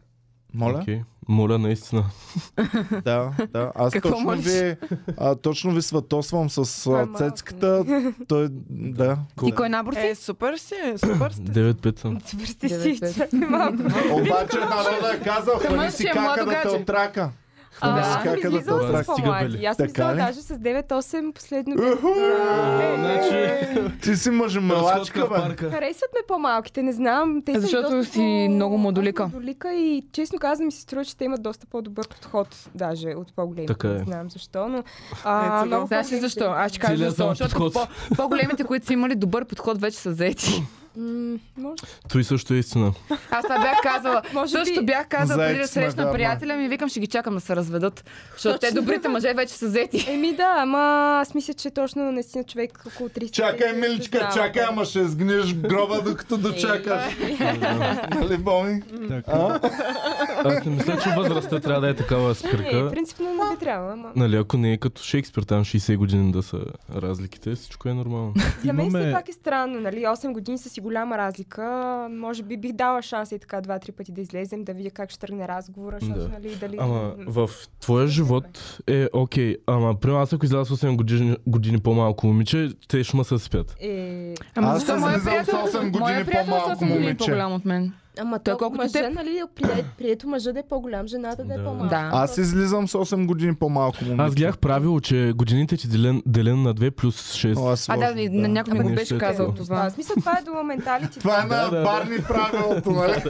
Speaker 1: Моля?
Speaker 4: Окей. Моля, наистина.
Speaker 1: Да, да. Аз
Speaker 3: Какво
Speaker 1: точно
Speaker 3: можеш? е
Speaker 1: ви, а, точно ви сватосвам с а,
Speaker 5: Ама.
Speaker 1: цецката. Той, да.
Speaker 3: Ти кой набор си?
Speaker 2: Е, супер си, супер сте.
Speaker 4: 9-5 съм.
Speaker 5: Супер сте си,
Speaker 3: Девет, пет.
Speaker 5: чакай малко.
Speaker 1: Обаче народа е казал, хвали
Speaker 3: мъж
Speaker 1: си
Speaker 3: е
Speaker 1: кака
Speaker 3: младо
Speaker 1: да те
Speaker 3: гадже.
Speaker 1: отрака. Хвали
Speaker 5: А,
Speaker 1: си
Speaker 5: аз съм
Speaker 1: кака да те
Speaker 5: излизала с
Speaker 1: отрака.
Speaker 4: Стига,
Speaker 5: по-млади.
Speaker 4: Беле.
Speaker 5: Аз съм
Speaker 1: Така
Speaker 5: излизала
Speaker 1: ли?
Speaker 5: даже с 9-8 последно.
Speaker 1: Уху!
Speaker 4: Значи,
Speaker 1: Ти си мъжемелачка,
Speaker 4: разходка в
Speaker 1: бе.
Speaker 4: парка.
Speaker 5: Е, Харесват ме по-малките, не знам. Те са ми
Speaker 3: Защото
Speaker 5: доста
Speaker 3: си
Speaker 5: по-
Speaker 3: много модулика.
Speaker 5: аз съм Модулика и честно казвам ми се струва, че те имат доста по-добър подход даже от по-големите.
Speaker 4: Така е.
Speaker 5: Не знам защо, но...
Speaker 2: Е,
Speaker 5: А,
Speaker 2: сега
Speaker 5: много
Speaker 3: Знаеш ли
Speaker 5: по-големите-
Speaker 3: защо? Аз ще кажа
Speaker 4: Целият
Speaker 3: защо.
Speaker 4: само
Speaker 3: Защото
Speaker 4: подход.
Speaker 3: по- по-големите, които са имали добър подход, вече са заети.
Speaker 5: М, може-
Speaker 4: Той също е истина.
Speaker 3: Аз това бях казала.
Speaker 5: Може би-
Speaker 3: Също бях казала, преди
Speaker 1: Заети
Speaker 3: да
Speaker 1: сме,
Speaker 3: срещна
Speaker 1: да,
Speaker 3: приятеля ми, викам, ще ги чакам да се разведат. Защото те добрите мъже вече са заети.
Speaker 5: Еми да, ама аз мисля, че точно наистина човек около 30.
Speaker 1: Чакай,
Speaker 5: се
Speaker 1: миличка,
Speaker 5: знава.
Speaker 1: чакай, ама ще сгниш в гроба, докато дочакаш. Нали, Боми?
Speaker 4: Така. Аз не мисля, че възрастта трябва да е такава
Speaker 5: Не,
Speaker 4: спирка.
Speaker 5: принципно не би трябвало, ама...
Speaker 4: Нали, ако не е като Шекспир, там 60 години да са разликите, всичко е нормално.
Speaker 5: За мен все
Speaker 6: Имаме-
Speaker 5: пак е странно, нали? 8 години са си голяма разлика. Може би бих дала шанс и така 2-3 пъти да излезем, да видя как ще тръгне разговора, защото,
Speaker 4: Да.
Speaker 5: нали, дали...
Speaker 4: Ама в твоя живот е окей. Ама при аз ако изляза с 8 години, години по-малко момиче, те ще ма се спят.
Speaker 5: Е...
Speaker 3: Ама
Speaker 1: Аз
Speaker 3: защо
Speaker 1: съм
Speaker 3: моят
Speaker 1: излизал с
Speaker 3: приятел,
Speaker 1: осем години
Speaker 3: моят приятел с
Speaker 1: по-малко
Speaker 3: 8 години
Speaker 1: момиче.
Speaker 3: по-голям от мен.
Speaker 5: Ама
Speaker 3: Той
Speaker 5: то,
Speaker 3: колкото
Speaker 5: мъжа,
Speaker 3: теб.
Speaker 5: нали, прие, прието мъжа да е по-голям, жената да е
Speaker 4: Да.
Speaker 5: по-малка.
Speaker 3: Да.
Speaker 1: Аз излизам с 8 години по-малко момиче.
Speaker 4: Аз гледах правило, че годините ти делен, делен на 2 плюс 6.
Speaker 1: Много е
Speaker 3: А
Speaker 1: сложно,
Speaker 3: да, ни- на някой ми
Speaker 4: Ами
Speaker 3: го
Speaker 4: не
Speaker 3: беше
Speaker 4: ще е
Speaker 3: казал
Speaker 4: толкова.
Speaker 5: Това,
Speaker 3: това.
Speaker 5: в смисъл, това е до менталите.
Speaker 1: Това е на
Speaker 4: Да, да, да.
Speaker 1: барни правилото, нали?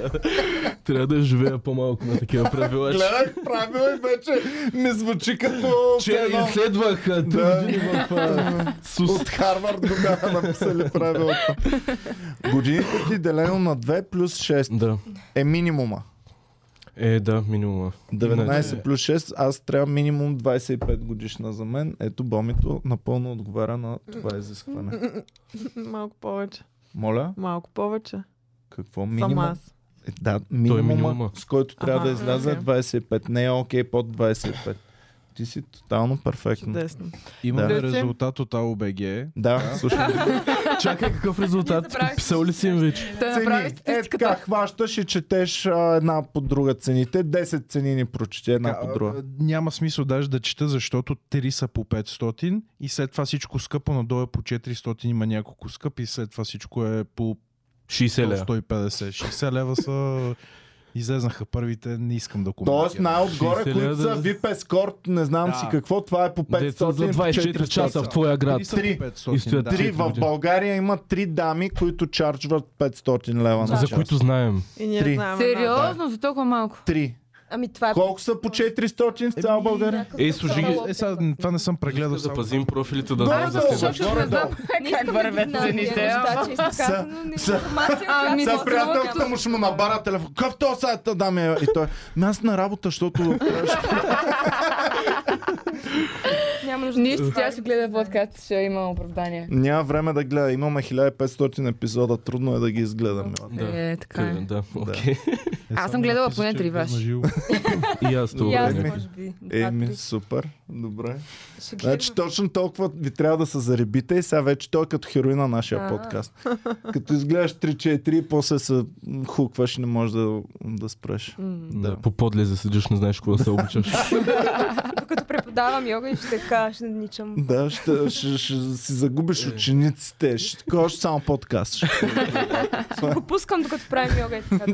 Speaker 4: Трябва да живея по-малко на такива правила. че-
Speaker 1: Гледах правило и вече ми звучи като... все
Speaker 4: Че е
Speaker 1: едно-
Speaker 4: изследвах а, три
Speaker 1: Да.
Speaker 4: години в а, СУС.
Speaker 1: От Харвард го бяха написали правилото. Годините ти делено на 2 плюс 6
Speaker 4: Да.
Speaker 1: е минимума.
Speaker 4: Е, да, минимума.
Speaker 1: 19 плюс 6, аз трябва минимум 25 годишна за мен. Ето бомито напълно отговаря на това изискване.
Speaker 2: Малко повече.
Speaker 1: Моля,
Speaker 2: Малко повече.
Speaker 1: какво
Speaker 2: Само
Speaker 1: минимум?
Speaker 2: аз.
Speaker 1: Е, Да, минимума,
Speaker 4: минимума.
Speaker 1: с който трябва
Speaker 2: Аха,
Speaker 1: да изляза е
Speaker 2: окей.
Speaker 1: 25. Не е окей под 25. Ти си тотално перфектно.
Speaker 2: Чудесно.
Speaker 6: Имаме
Speaker 1: Да.
Speaker 6: резултат от АОБГ.
Speaker 1: Да, слушай.
Speaker 4: Чакай, какъв резултат? Писал ли си им вече?
Speaker 3: Той направи
Speaker 1: Цени. Е, така,
Speaker 3: статистиката.
Speaker 1: хващаш и четеш а, една по друга цените. 10 цени ни прочете една
Speaker 6: Така,
Speaker 1: по друга.
Speaker 6: а, Няма смисъл даже да чета, защото 3 са по 500 и след това всичко скъпо надолу е по 400, има няколко скъпи и след това всичко е по
Speaker 4: 60 лева.
Speaker 6: 150. 60 лева са... Излезнаха първите, не искам да коментирам.
Speaker 1: Тоест най-отгоре,
Speaker 4: 60
Speaker 1: които са
Speaker 4: лева.
Speaker 1: VIP Escort, не знам
Speaker 6: Да.
Speaker 1: си какво, това е по 500.
Speaker 4: Деца за 24 часа в твоя град.
Speaker 6: 3 са по
Speaker 1: Три.
Speaker 6: 500,
Speaker 4: И стоят
Speaker 6: да.
Speaker 4: три.
Speaker 1: 3 в
Speaker 4: години.
Speaker 1: България има 3 дами, които чарджват 500 лева на
Speaker 4: За
Speaker 1: час.
Speaker 4: които знаем.
Speaker 2: И ние
Speaker 1: Три.
Speaker 2: знаем. нали,
Speaker 3: Сериозно, за толкова малко.
Speaker 1: 3.
Speaker 5: Ами това е...
Speaker 1: Колко са по 400 в
Speaker 3: Ами,
Speaker 1: цяла България?
Speaker 4: Ей, служи ги.
Speaker 6: Е, сега, това не съм прегледал.
Speaker 4: Да
Speaker 6: само-
Speaker 4: пазим профилите да
Speaker 1: Долу,
Speaker 4: знаем за
Speaker 1: долу,
Speaker 4: следващия.
Speaker 1: защото не знам
Speaker 5: Не искам да ги знам тия неща, честно казано, не
Speaker 1: са-
Speaker 5: информация,
Speaker 3: Ами,
Speaker 5: която
Speaker 1: Сега
Speaker 3: са
Speaker 5: мога да
Speaker 1: приятелката
Speaker 5: нямам.
Speaker 1: му ще му набара телефон. Какъв то сайт да дам я? И той, ми аз на работа, защото
Speaker 5: Няма нужда.
Speaker 3: Нищо, тя ще гледа подкаст, ще има оправдание.
Speaker 1: няма време да гледа. Имаме 1500 епизода, трудно е да ги изгледаме.
Speaker 4: Да.
Speaker 3: Е, така е.
Speaker 4: Да, окей.
Speaker 6: Е,
Speaker 3: Аз съм
Speaker 6: само
Speaker 3: гледала
Speaker 6: написа,
Speaker 3: поне
Speaker 6: че
Speaker 3: три
Speaker 6: е бил
Speaker 3: ваши.
Speaker 6: на живо.
Speaker 4: И аз
Speaker 5: И аз,
Speaker 1: Еми.
Speaker 4: това.
Speaker 5: може би.
Speaker 1: Еми,
Speaker 5: Два-три.
Speaker 1: супер, добре.
Speaker 5: Ще ги
Speaker 1: Значи точно толкова ви трябва да се заребите и сега вече той е като хероина на нашия
Speaker 5: А.
Speaker 1: подкаст. Като изгледаш 3-4 и после се м, хукваш и не можеш да, да спреш.
Speaker 5: М,
Speaker 4: Да, по подлезе седиш, не знаеш какво да се обичаш.
Speaker 5: Докато преподавам йога и ще така, ще ничам.
Speaker 1: Да, ще, ще, ще си загубиш учениците, ще такова ще само подкаст. Ще.
Speaker 5: Го пускам докато правим йога и така.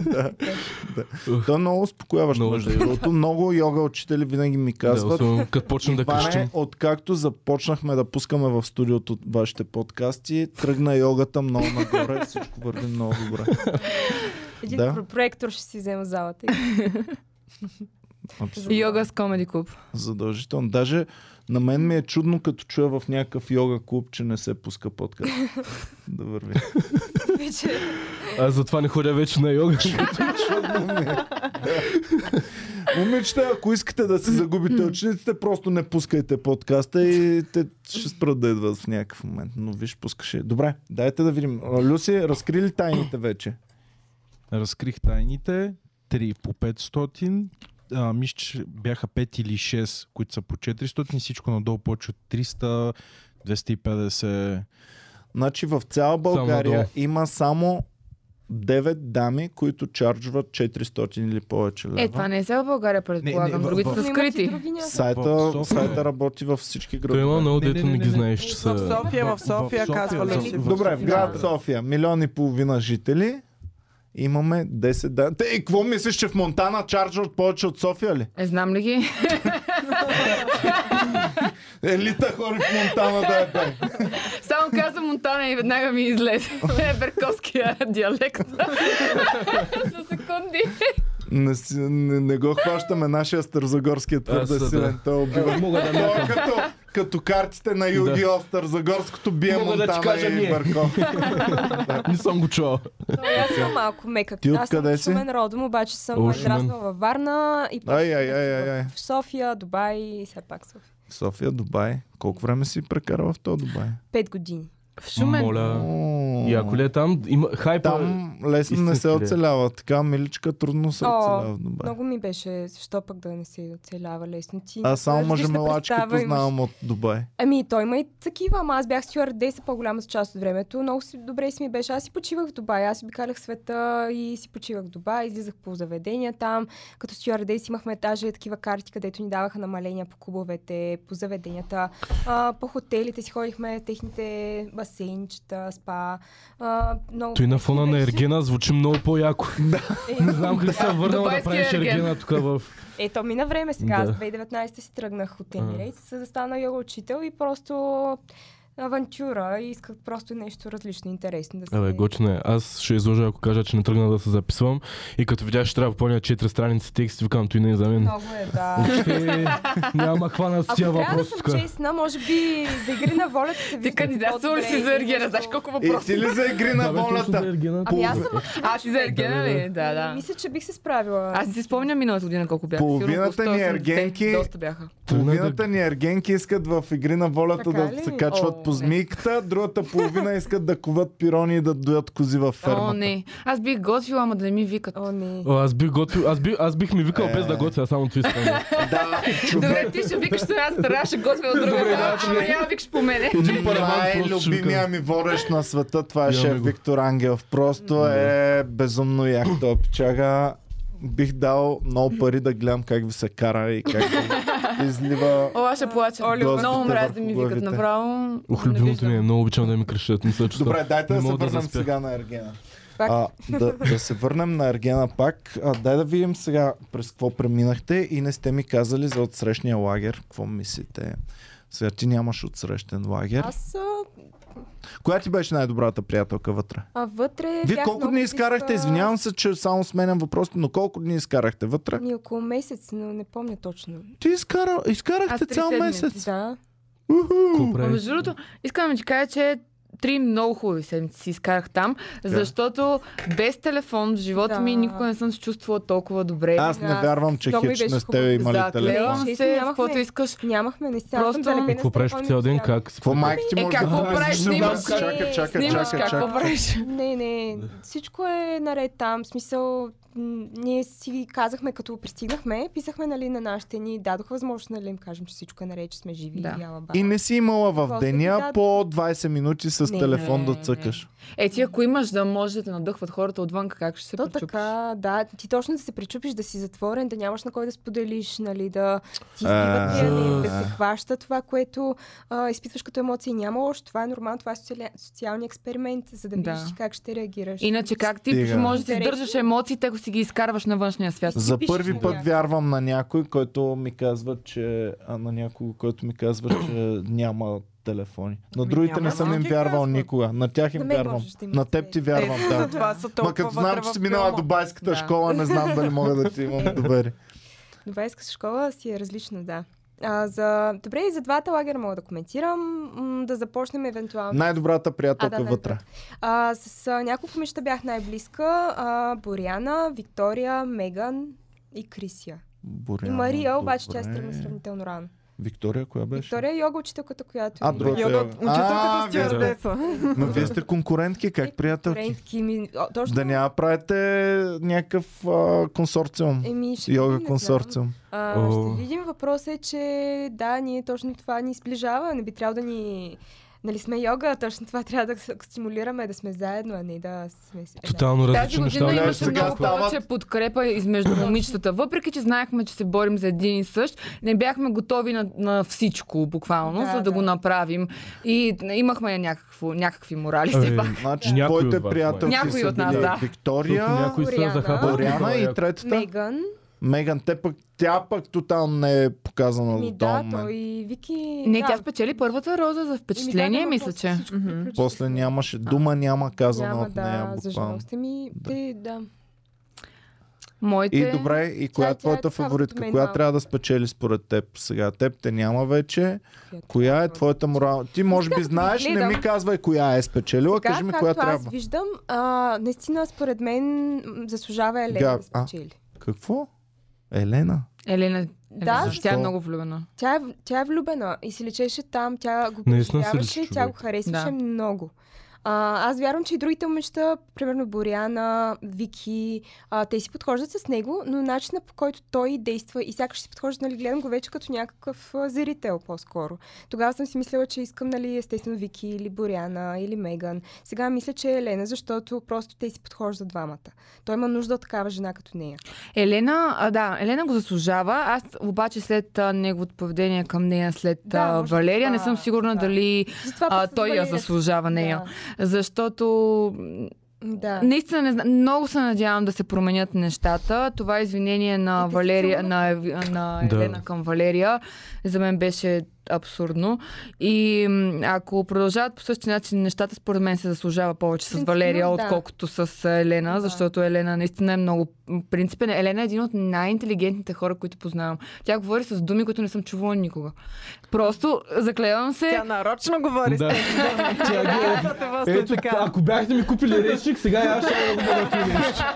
Speaker 5: да ги-
Speaker 1: Той е много успокояващо.
Speaker 4: Много
Speaker 1: Между
Speaker 4: е.
Speaker 1: другото, много йога учители винаги ми
Speaker 4: Да,
Speaker 1: казват,
Speaker 4: особено като почнем да
Speaker 1: Иване,
Speaker 4: крещим.
Speaker 1: откакто започнахме да пускаме в студиото вашите подкасти, тръгна йогата много нагоре, всичко върви много добре.
Speaker 5: Един
Speaker 1: Да.
Speaker 5: про- проектор ще си взема залата.
Speaker 1: Абсолютно.
Speaker 3: Йога с Комеди Клуб.
Speaker 1: Задължително. Даже на мен ми е чудно, като чуя в някакъв йога клуб, че не се пуска подкаст. да върви.
Speaker 5: Вече
Speaker 4: Аз затова не ходя вече на йога.
Speaker 1: Момичета, ако искате да си загубите учениците, просто не пускайте подкаста и те ще спрат да идват в някакъв момент. Но виж, пускаше. Добре, дайте да видим. А, Люси, разкри ли тайните вече?
Speaker 6: Разкрих тайните. 3 по 500. А, мисля, че бяха 5 или 6, които са по 400. Всичко надолу почва от 300, 250.
Speaker 1: Значи в цяла България
Speaker 4: надолу.
Speaker 1: има само 9 дами, които чарджват 400 или повече лева.
Speaker 3: Е, това не е сега в България,
Speaker 6: Не,
Speaker 3: предполагам.
Speaker 6: не, в-
Speaker 3: Другите
Speaker 6: в-
Speaker 3: са
Speaker 5: Но имат и
Speaker 3: скрити.
Speaker 5: други ня-
Speaker 6: В
Speaker 1: Сайта,
Speaker 6: София.
Speaker 1: сайта работи във всички
Speaker 4: Той има
Speaker 1: градове.
Speaker 4: много
Speaker 6: Не, не,
Speaker 4: дето
Speaker 6: не,
Speaker 4: не ги
Speaker 6: не.
Speaker 4: знаеш, че
Speaker 2: В
Speaker 4: са...
Speaker 2: София, в София, казвали.
Speaker 5: в-
Speaker 1: Добре, в град София, милион и половина жители, имаме 10 дами. Те, и какво мислиш, че в Монтана чарджват повече от София ли?
Speaker 3: Е, знам ли ги?
Speaker 1: Елита хори Е, в Монтана да е бе.
Speaker 3: Само каза Монтана и веднага ми излезе. Е, Берковския диалект. За секунди.
Speaker 1: Не, си- не, не го хващаме, нашия Стързагорски е твърде
Speaker 4: Аз, да.
Speaker 1: силен. Той убива.
Speaker 4: Мога да
Speaker 1: Той е като, като картите на Юги да. Стързагорското бие
Speaker 4: Мога да ти
Speaker 1: Монтана
Speaker 4: кажа
Speaker 1: и
Speaker 4: ние.
Speaker 1: Бърков.
Speaker 4: Не съм го чувал.
Speaker 5: Той, Аз съм малко мека.
Speaker 1: Ти
Speaker 5: Аз
Speaker 1: откъде
Speaker 5: съм
Speaker 1: си?
Speaker 5: Шумен родом, обаче
Speaker 4: О,
Speaker 5: съм израснал
Speaker 4: Шумен.
Speaker 5: във Варна и после
Speaker 1: Ай, ай, ай, ай, ай.
Speaker 5: в София, Дубай и все пак София.
Speaker 1: София, Дубай. Колко време си прекарал в то Дубай?
Speaker 5: Пет години.
Speaker 3: В Шумен.
Speaker 4: Моля.
Speaker 1: О,
Speaker 4: И ако ли е там, има хайпа...
Speaker 1: Там лесно не
Speaker 4: истински
Speaker 1: се
Speaker 4: ли е?
Speaker 1: оцелява. Така миличка трудно се
Speaker 5: О,
Speaker 1: оцелява в Дубай.
Speaker 5: Много ми беше, защо пък да не се оцелява лесно. Ти
Speaker 1: Аз само
Speaker 5: имаш
Speaker 1: мъже
Speaker 5: различна
Speaker 1: мелачки
Speaker 5: представа, имаш-
Speaker 1: познавам от Дубай.
Speaker 5: Ами, той има и такива, ама аз бях стюардеса по-голямата част от времето. Много си, добре си ми беше. Аз си почивах в Дубай. Аз обикалях света и си почивах в Дубай. Излизах по заведения там. Като стюардес имахме даже и такива карти, където ни даваха намаления по клубовете, по заведенията. А, по хотелите си ходихме, техните басейнчета, спа. А, много...
Speaker 4: Той на фона на Ергена звучи много по-яко. Не знам как се е върнала да
Speaker 3: Дубайския
Speaker 4: правиш
Speaker 3: ерген.
Speaker 4: Ергена тук в...
Speaker 5: Е, то мина време сега. Аз
Speaker 4: Да.
Speaker 5: 2019 си тръгнах от
Speaker 4: А.
Speaker 5: Emirates, за да стана йога учител и просто авантюра. И исках просто нещо различно, интересно да се...
Speaker 4: Абе, готино е. Аз ще изложа, ако кажа, че не тръгна да се записвам. И като видя, че трябва да попълня 4 страници текст, викам, той не е за мен.
Speaker 5: Много е, да.
Speaker 4: Въобще няма хвана с
Speaker 5: Ако
Speaker 4: тия
Speaker 5: трябва да
Speaker 4: въпроси
Speaker 5: съм
Speaker 4: тук.
Speaker 5: честна, може би за игри на волята се
Speaker 3: Ти
Speaker 5: вижда
Speaker 3: кандидатствал ли
Speaker 5: по-добре
Speaker 3: си за
Speaker 5: и
Speaker 3: Ергена?
Speaker 5: нещо-
Speaker 3: Знаеш колко
Speaker 1: Е,
Speaker 3: въпроса?
Speaker 1: ти ли за игри на волята?
Speaker 5: Ами аз съм активна.
Speaker 3: е. А, ти за Ергена ли? Да, да.
Speaker 5: Ами, Мисля, че бих се справила.
Speaker 3: Аз не си спомням миналата година колко бяха. Сигурно около
Speaker 1: Половината ни
Speaker 3: 180.
Speaker 1: ергенки-
Speaker 3: Доста бяха.
Speaker 1: Половината ни ергенки искат в игри на волята
Speaker 5: Така
Speaker 1: да
Speaker 5: ли?
Speaker 1: се качват
Speaker 3: О,
Speaker 1: по
Speaker 3: не.
Speaker 1: змийката, другата половина искат да куват пирони и да доят кози във
Speaker 3: О,
Speaker 1: ферма.
Speaker 3: не. Аз бих готвила, ама да не ми викат.
Speaker 5: О, не.
Speaker 4: О, Аз бих готвил, аз бих, аз бих ми викал
Speaker 1: Е.
Speaker 4: без да готвя, само ти искам.
Speaker 1: Да, човек.
Speaker 3: Добре, ти ще викаш една стара, ще готвя от
Speaker 4: Добре,
Speaker 3: другата,
Speaker 4: значи-
Speaker 3: ама няма викаш по мене.
Speaker 4: Един параван просто ще
Speaker 1: Най-любимия
Speaker 4: викам.
Speaker 1: е ми ворещ на света, това е
Speaker 4: Имаме
Speaker 1: шеф
Speaker 4: го.
Speaker 1: Виктор Ангелов. Просто е безумно як този пичага. Бих дал много пари да гледам как ви се кара и как ви излива.
Speaker 3: О, аз ще плача.
Speaker 1: Оле,
Speaker 3: Много
Speaker 1: Дозбите
Speaker 3: мрази
Speaker 1: върху
Speaker 3: да ми викат
Speaker 1: главите.
Speaker 3: направо.
Speaker 4: Ух,
Speaker 3: не
Speaker 4: любимото
Speaker 3: виждам.
Speaker 4: ми е, много обичам да ми крещат, мисля, че
Speaker 1: Добре,
Speaker 4: това-
Speaker 1: дайте
Speaker 4: не
Speaker 1: да се
Speaker 4: мога
Speaker 1: върнем
Speaker 4: заспя.
Speaker 1: сега на Ергена.
Speaker 5: Пак.
Speaker 1: А, да, да се върнем на Ергена пак. А, дай да видим сега през какво преминахте и не сте ми казали за отсрещния лагер. Какво мислите? Сега ти нямаш отсрещен
Speaker 4: е.
Speaker 1: лагер.
Speaker 5: Аз а,
Speaker 1: Коя ти беше най-добрата приятелка вътре?
Speaker 5: а вътре.
Speaker 1: Вие
Speaker 5: бях
Speaker 1: колко
Speaker 5: много
Speaker 1: дни изкарахте?
Speaker 5: близка-
Speaker 1: Извинявам се, че само сменям въпросите, но колко дни изкарахте вътре?
Speaker 5: Ни около месец, но не помня точно.
Speaker 1: Ти изкара, изкарахте
Speaker 3: Аз три
Speaker 1: цял
Speaker 3: седмици.
Speaker 1: месец.
Speaker 5: Да.
Speaker 4: Какво
Speaker 3: Ма,
Speaker 4: правиш?
Speaker 3: Ами, Между другото, искам да ти кажа, че три много хубави седмици си изкарах там, защото без телефон в живота
Speaker 5: Да.
Speaker 3: ми никога не съм се чувствала толкова добре.
Speaker 1: Аз не
Speaker 5: Да,
Speaker 1: вярвам, че
Speaker 5: много ми
Speaker 1: хич
Speaker 5: беше
Speaker 1: не сте
Speaker 5: хубаво.
Speaker 1: имали телефон.
Speaker 5: Честно,
Speaker 3: Заклевам се, в
Speaker 5: нямахме.
Speaker 3: каквото искаш.
Speaker 5: Нямахме, не стяна.
Speaker 3: Просто-
Speaker 4: Какво правиш по цял ден? Как? си
Speaker 1: Какво
Speaker 4: правиш?
Speaker 1: майка ти
Speaker 3: Е,
Speaker 1: може
Speaker 3: какво
Speaker 1: да
Speaker 3: правиш?
Speaker 1: помислиш за
Speaker 3: Снимаш
Speaker 1: вас?
Speaker 5: как?
Speaker 1: Чакай, чакай,
Speaker 3: Снимаш
Speaker 1: чакай,
Speaker 3: как, какво
Speaker 1: чакай.
Speaker 3: правиш?
Speaker 5: Не, не, всичко е наред там. В смисъл, м, ние си казахме, като пристигнахме, писахме нали, на нашите ни, дадох възможност нали, им кажем, че всичко е наред, че сме живи.
Speaker 3: Да.
Speaker 5: и ала бала.
Speaker 1: И не си имала в
Speaker 5: Просто ти
Speaker 1: деня
Speaker 5: да-
Speaker 1: по 20 минути с
Speaker 5: Не,
Speaker 1: телефон да
Speaker 3: не,
Speaker 1: цъкаш.
Speaker 3: Е, ти ако имаш да може да те надъхват хората отвън, как ще се
Speaker 5: То
Speaker 3: пречупиш?
Speaker 5: така, да, ти точно да се причупиш, да си затворен, да нямаш на кой да споделиш, нали, да ти
Speaker 1: А,
Speaker 5: изпиват пиене, да
Speaker 1: а.
Speaker 5: се хваща това, което а, изпитваш като емоции. Няма още, това е нормално, това е социали- социалния експеримент, за да
Speaker 3: Да.
Speaker 5: видиш ти как ще реагираш.
Speaker 3: Иначе как ти
Speaker 1: Стига.
Speaker 3: можеш да издържаш емоциите, ако си ги изкарваш на външния свят?
Speaker 1: За
Speaker 5: пишеш
Speaker 1: първи
Speaker 5: на
Speaker 1: път
Speaker 5: някого.
Speaker 1: вярвам на някой, който ми казва, че... А, на някого, който ми казва, че няма телефони. На
Speaker 2: Ми,
Speaker 1: другите
Speaker 2: няма,
Speaker 1: не съм
Speaker 2: ама
Speaker 1: им
Speaker 2: ти
Speaker 1: вярвал
Speaker 2: казват.
Speaker 1: никога. На тях им
Speaker 5: На мен
Speaker 1: вярвам.
Speaker 5: можеш да им
Speaker 1: На теб ти вярвам,
Speaker 2: Е,
Speaker 1: да.
Speaker 2: затова са толкова
Speaker 1: Ма като знам,
Speaker 2: вътре
Speaker 1: че
Speaker 2: в
Speaker 1: си минала
Speaker 2: филма.
Speaker 1: дубайската
Speaker 3: Да.
Speaker 1: школа, не знам дали мога да ти имам доверие.
Speaker 5: Дубайска школа си е различна, да. А, за... Добре, и за двата лагера мога да коментирам, м- да започнем евентуално.
Speaker 1: Най-добрата приятелка
Speaker 5: А, да, да,
Speaker 1: вътре.
Speaker 5: А, с а, няколко момичета бях най-близка. А, Боряна, Виктория, Меган и Крисия.
Speaker 1: Боряна,
Speaker 5: и Мария, обаче тя се
Speaker 1: добре.
Speaker 5: тръгна сравнително рано.
Speaker 1: Виктория, коя беше?
Speaker 5: Виктория е йога учителката, която...
Speaker 1: А, другата.
Speaker 2: Йога,
Speaker 1: е.
Speaker 2: учителката
Speaker 1: А,
Speaker 2: с
Speaker 1: вие сте-
Speaker 2: тюардеса.
Speaker 1: Ма вие сте конкурентки, как приятелки?
Speaker 5: Рентки, ми... О, точно...
Speaker 1: Да няма правите някакъв а, консорциум.
Speaker 5: Еми, ще видим, Е, не
Speaker 1: Йога
Speaker 5: знам.
Speaker 1: консорциум.
Speaker 5: А,
Speaker 4: О.
Speaker 5: ще видим. Въпросът е, че да, ние точно това ни сближава. Не би трябвало да ни Нали сме йога, точно това трябва да се стимулираме, да сме заедно, а не да сме си- една.
Speaker 4: Тотално
Speaker 3: Тази
Speaker 4: различни
Speaker 3: година
Speaker 4: неща.
Speaker 1: Гледаш,
Speaker 3: имаше
Speaker 1: сега
Speaker 3: много
Speaker 1: стават-
Speaker 3: повече подкрепа измежду момичетата. Въпреки, че знаехме, че се борим за един и същ, не бяхме готови на, на всичко, буквално,
Speaker 5: Да,
Speaker 3: за да,
Speaker 5: да.
Speaker 3: го направим. И имахме някакво, някакви морали все
Speaker 4: Е,
Speaker 3: пак.
Speaker 1: Значи,
Speaker 4: Някои от
Speaker 1: твоите
Speaker 4: вас,
Speaker 1: приятелки
Speaker 3: май. Някои
Speaker 1: са
Speaker 3: от нас,
Speaker 1: били
Speaker 3: да.
Speaker 1: Виктория,
Speaker 4: Защото Ами, някои са
Speaker 5: Боряна.
Speaker 4: захапали.
Speaker 1: Боряна и третата.
Speaker 5: Меган,
Speaker 1: Меган, те пък, тя пък тотално не е показана до
Speaker 5: ми да,
Speaker 1: този
Speaker 5: той
Speaker 1: момент.
Speaker 5: и Вики...
Speaker 3: Не,
Speaker 5: да.
Speaker 3: тя спечели първата роза за впечатление,
Speaker 5: Еми, да,
Speaker 3: мисля,
Speaker 5: да,
Speaker 3: че.
Speaker 5: всичко
Speaker 2: Мгм.
Speaker 5: приключи.
Speaker 1: После нямаше, дума няма казана
Speaker 5: Няма,
Speaker 1: от нея
Speaker 5: да, за
Speaker 1: буквално.
Speaker 5: жалост. Ами,
Speaker 1: Да.
Speaker 5: те, да.
Speaker 3: Моите...
Speaker 1: И добре, и коя
Speaker 5: тя
Speaker 1: е
Speaker 5: е
Speaker 1: твоята
Speaker 5: такава като
Speaker 1: фаворитка?
Speaker 5: мен
Speaker 1: Коя
Speaker 5: малко.
Speaker 1: трябва да спечели според теб сега? Теб те няма вече. Коя е твоята морал? Ти може би
Speaker 5: Искам да
Speaker 1: знаеш, не ми
Speaker 5: гледам.
Speaker 1: казвай коя е спечелила,
Speaker 5: Сега,
Speaker 1: кажи ми
Speaker 5: както
Speaker 1: коя
Speaker 5: аз
Speaker 1: трябва.
Speaker 5: виждам, а, наистина според мен м, заслужава Елена
Speaker 1: Га-
Speaker 5: да
Speaker 1: а.
Speaker 5: спечели.
Speaker 1: Какво? Елена?
Speaker 3: Елена,
Speaker 5: Да,
Speaker 3: Елена,
Speaker 1: защо?
Speaker 3: тя е много влюбена.
Speaker 5: Тя е, тя е влюбена и се лечеше там, тя го
Speaker 4: Наистина се
Speaker 5: преживяваше,
Speaker 4: лечи
Speaker 5: тя го
Speaker 4: човек.
Speaker 5: харесваше
Speaker 3: Да.
Speaker 5: много. А, аз вярвам, че и другите момичета, примерно Боряна, Вики, а, те си подхождат с него, но начина по който той действа и сякаш си подхожда, нали, гледам го вече като някакъв а, зрител по-скоро. Тогава съм си мислела, че искам, нали, естествено Вики или Боряна или Меган. Сега мисля, че е Елена, защото просто те си подхождат двамата. Той има нужда от такава жена като нея.
Speaker 3: Елена, а, да, Елена го заслужава. Аз обаче след а, неговото поведение към нея, след
Speaker 5: Да,
Speaker 3: а,
Speaker 5: може би
Speaker 3: Валерия, не
Speaker 5: това
Speaker 3: съм
Speaker 5: е,
Speaker 3: сигурна
Speaker 5: да.
Speaker 3: дали
Speaker 5: Затова
Speaker 3: а,
Speaker 5: пък с
Speaker 3: той я
Speaker 5: Валерия-
Speaker 3: заслужава нея. Защото м,
Speaker 5: Да. да.
Speaker 3: наистина не зна... много се надявам да се променят нещата. Това извинение на
Speaker 5: Ти си
Speaker 3: Валерия,
Speaker 5: сигурна?
Speaker 3: на, Ев- на
Speaker 4: Да.
Speaker 3: Елена към Валерия, за мен беше абсурдно. И м, ако продължават по същия начин нещата, според мен се заслужава повече с
Speaker 5: Принципно,
Speaker 3: Валерия,
Speaker 5: да.
Speaker 3: отколкото с Елена,
Speaker 5: Да.
Speaker 3: защото Елена наистина е много м, принципен. Елена е един от най-интелигентните хора, които познавам. Тя говори с думи, които не съм чувала никога. Просто заклевам се.
Speaker 2: Тя нарочно говори с
Speaker 4: Да.
Speaker 2: тези думи.
Speaker 4: Тя ги е-
Speaker 2: Да, това сме
Speaker 4: Ето,
Speaker 2: така.
Speaker 4: ако бяхте ми купили решик, сега я ще го бъда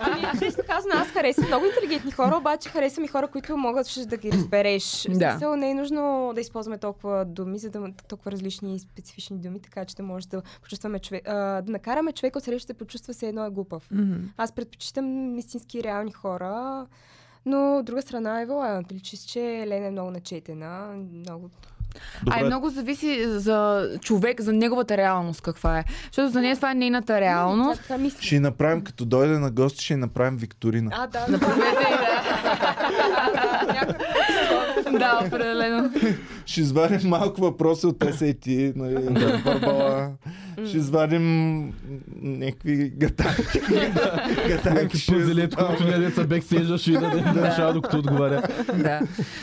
Speaker 5: Ами, Често казано, аз харесвам много интелигентни хора, обаче харесвам и хора, които могат ще да ги разбереш.
Speaker 3: Да.
Speaker 5: Да. Смисъл, не е нужно да използваме толкова думи, за да м- толкова различни и специфични думи, така че да може да почувстваме човек, а, да накараме човека от среща да почувства се едно е глупав.
Speaker 2: Мгм.
Speaker 5: Аз предпочитам истински реални хора, но от друга страна е вълна. Личи се, че Елена е много начетена, много
Speaker 1: Добре,
Speaker 3: А е много зависи за човек, за неговата реалност каква е. Защото за нея това е нейната реалност.
Speaker 5: Тя така мисли.
Speaker 1: ще й направим, като дойде на гости, ще й направим викторина.
Speaker 5: А, да.
Speaker 3: Направете и да. да, определено.
Speaker 1: Ще извадим малко въпроси от SAT, нали, да, Барбала. Ще извадим м, някакви гатанки. Гатанки ще
Speaker 4: Пъзелет,
Speaker 1: задаваме.
Speaker 4: който не е деца бекстейджа ще и да да решава докато отговаря.
Speaker 3: Да.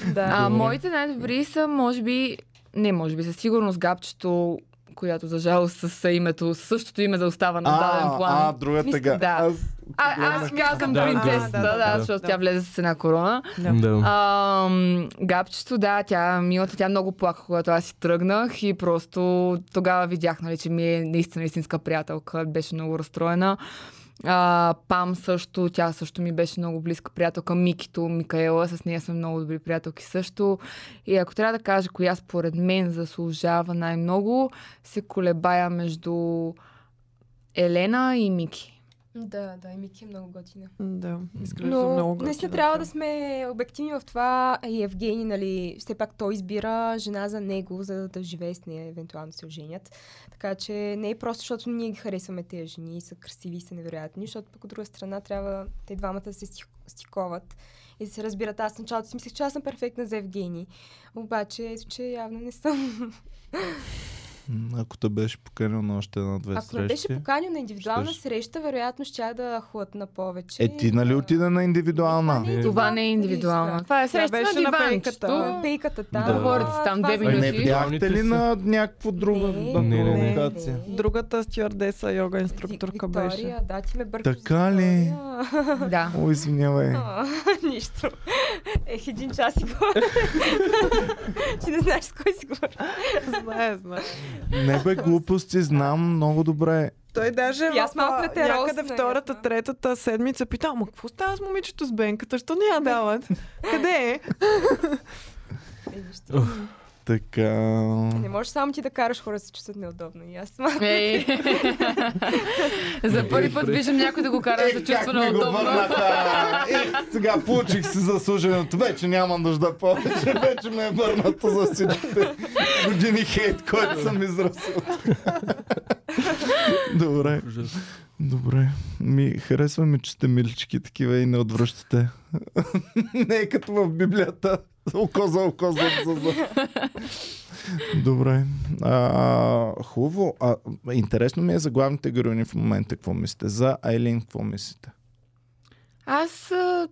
Speaker 4: Добре.
Speaker 3: А, моите най-добри са, може би, не, може би, със сигурност гапчето, която за жалост с името, със същото име да остава на заден
Speaker 1: А, а,
Speaker 3: план.
Speaker 1: другата
Speaker 5: Мисля,
Speaker 1: га.
Speaker 3: да.
Speaker 1: Аз
Speaker 3: А, аз казвам
Speaker 4: Да,
Speaker 3: принцесата,
Speaker 2: да, да,
Speaker 3: да,
Speaker 4: да.
Speaker 3: защото
Speaker 2: Да.
Speaker 3: тя влезе с една корона.
Speaker 4: Да.
Speaker 3: А, м, гапчето, да, тя е милата, тя много плака, когато аз си тръгнах и просто тогава видях, нали, че ми е наистина истинска приятелка, беше много разстроена. А, Пам също, тя също ми беше много близка приятелка, Микито, Микаела, с нея сме много добри приятелки също. И ако трябва да кажа коя според мен заслужава най-много, се колебая между Елена и Мики.
Speaker 5: Да, да, и Мики е много готина.
Speaker 2: Да, изглежда
Speaker 5: Но
Speaker 2: е много
Speaker 5: наистина
Speaker 2: готино,
Speaker 5: трябва
Speaker 2: да.
Speaker 5: да сме обективни в това. И Евгений, нали, все пак той избира жена за него, за да живее с нея, евентуално се оженят. Така че не е просто, защото ние ги харесваме тези жени, и са красиви и са невероятни, защото пък от друга страна трябва те двамата да се стих- стиковат и да се разбират. Аз в началото си мислех, че аз съм перфектна за Евгений. Обаче, ето, че явно не съм.
Speaker 1: М, Ако те беше поканил на още една-две
Speaker 5: Ако ме
Speaker 1: срещи.
Speaker 5: беше поканил на индивидуална
Speaker 1: щеше.
Speaker 5: среща, вероятно ще да хлътна повече.
Speaker 1: Е, ти нали
Speaker 5: Да.
Speaker 1: отида на индивидуална?
Speaker 5: Е,
Speaker 3: Това не е индивидуално. Това е среща
Speaker 2: беше
Speaker 3: на
Speaker 2: на
Speaker 3: диванчето.
Speaker 2: пейката.
Speaker 5: Пейката там.
Speaker 4: Да.
Speaker 5: Говорите
Speaker 3: Говорите си там две
Speaker 4: Е,
Speaker 1: Не
Speaker 4: Значи-
Speaker 1: бяхте ли на някакво друго
Speaker 5: Не,
Speaker 1: на
Speaker 4: не,
Speaker 1: друга
Speaker 4: не.
Speaker 1: локация?
Speaker 2: Другата стюардеса йога инструкторка беше.
Speaker 5: Виктория, да, ти ме бъркаш. за
Speaker 1: Така ли? Е.
Speaker 5: Виктория.
Speaker 3: Да.
Speaker 1: О, извинявай.
Speaker 5: А, Нищо. Ех, един час си говоря. Ти не знаеш с кой си говоря.
Speaker 2: Знае, знае.
Speaker 1: Не бе глупости, знам много добре.
Speaker 2: Той даже
Speaker 5: И аз
Speaker 2: в,
Speaker 5: малко
Speaker 2: а,
Speaker 5: на терасна,
Speaker 2: някъде
Speaker 5: ясно.
Speaker 2: втората, третата седмица пита, ама какво става с момичето с бенката? Що не я дават? Къде е?
Speaker 5: Е, вижте.
Speaker 1: Така...
Speaker 5: Не можеш само ти да караш хора да се чувстват неудобно. И аз малко.
Speaker 3: Ей. За първи път виждам някой да го кара да се чувства
Speaker 1: Е, ми го
Speaker 3: неудобно.
Speaker 1: върнаха? Е, Сега получих си заслуженото. Вече няма нужда повече. Вече ме е върнато за всичките години хейт, който съм израсъл. Добре. Добре. Ми, харесва ми, че сте милички такива и не отвръщате. не е като в Библията. Око за око, зъб за зъб. Добре. А, хубаво. А, интересно ми е за главните героини в момента. Какво мислите? За Айлин, какво мислите?
Speaker 3: Аз... а,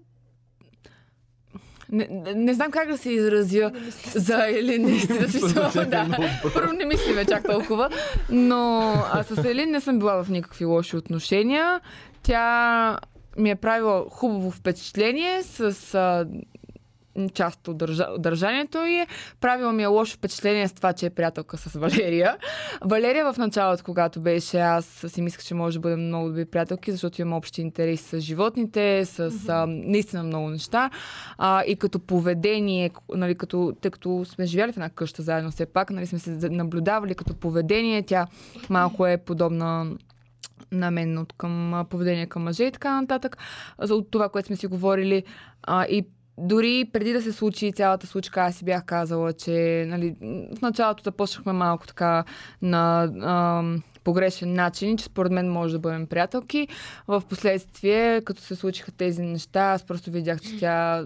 Speaker 3: Не, не, не знам как да се изразя за Елин, наистина си
Speaker 4: Звучи
Speaker 3: струва, да.
Speaker 4: много добре.
Speaker 3: Първо не мислиме чак толкова, но а с Елин не съм била в никакви лоши отношения. Тя ми е правила хубаво впечатление с а, част от държа, от държанието и правила ми е лошо впечатление с това, че е приятелка с Валерия. Валерия в началото, когато беше аз, си мислех, че може да бъдем много добри приятелки, защото имам общи интереси с животните, с а, наистина много неща. А, и като поведение, к- нали, като, тъй като сме живяли в една къща заедно все пак, нали, сме се за- наблюдавали като поведение, тя малко е подобна на мен от към а, поведение към мъже и така нататък, за от това, което сме си говорили. А, и дори преди да се случи цялата случка, аз си бях казала, че нали, м, в началото започнахме малко така на ам, погрешен начин, и че според мен може да бъдем приятелки. В последствие, като се случиха тези неща, аз просто видях, че тя...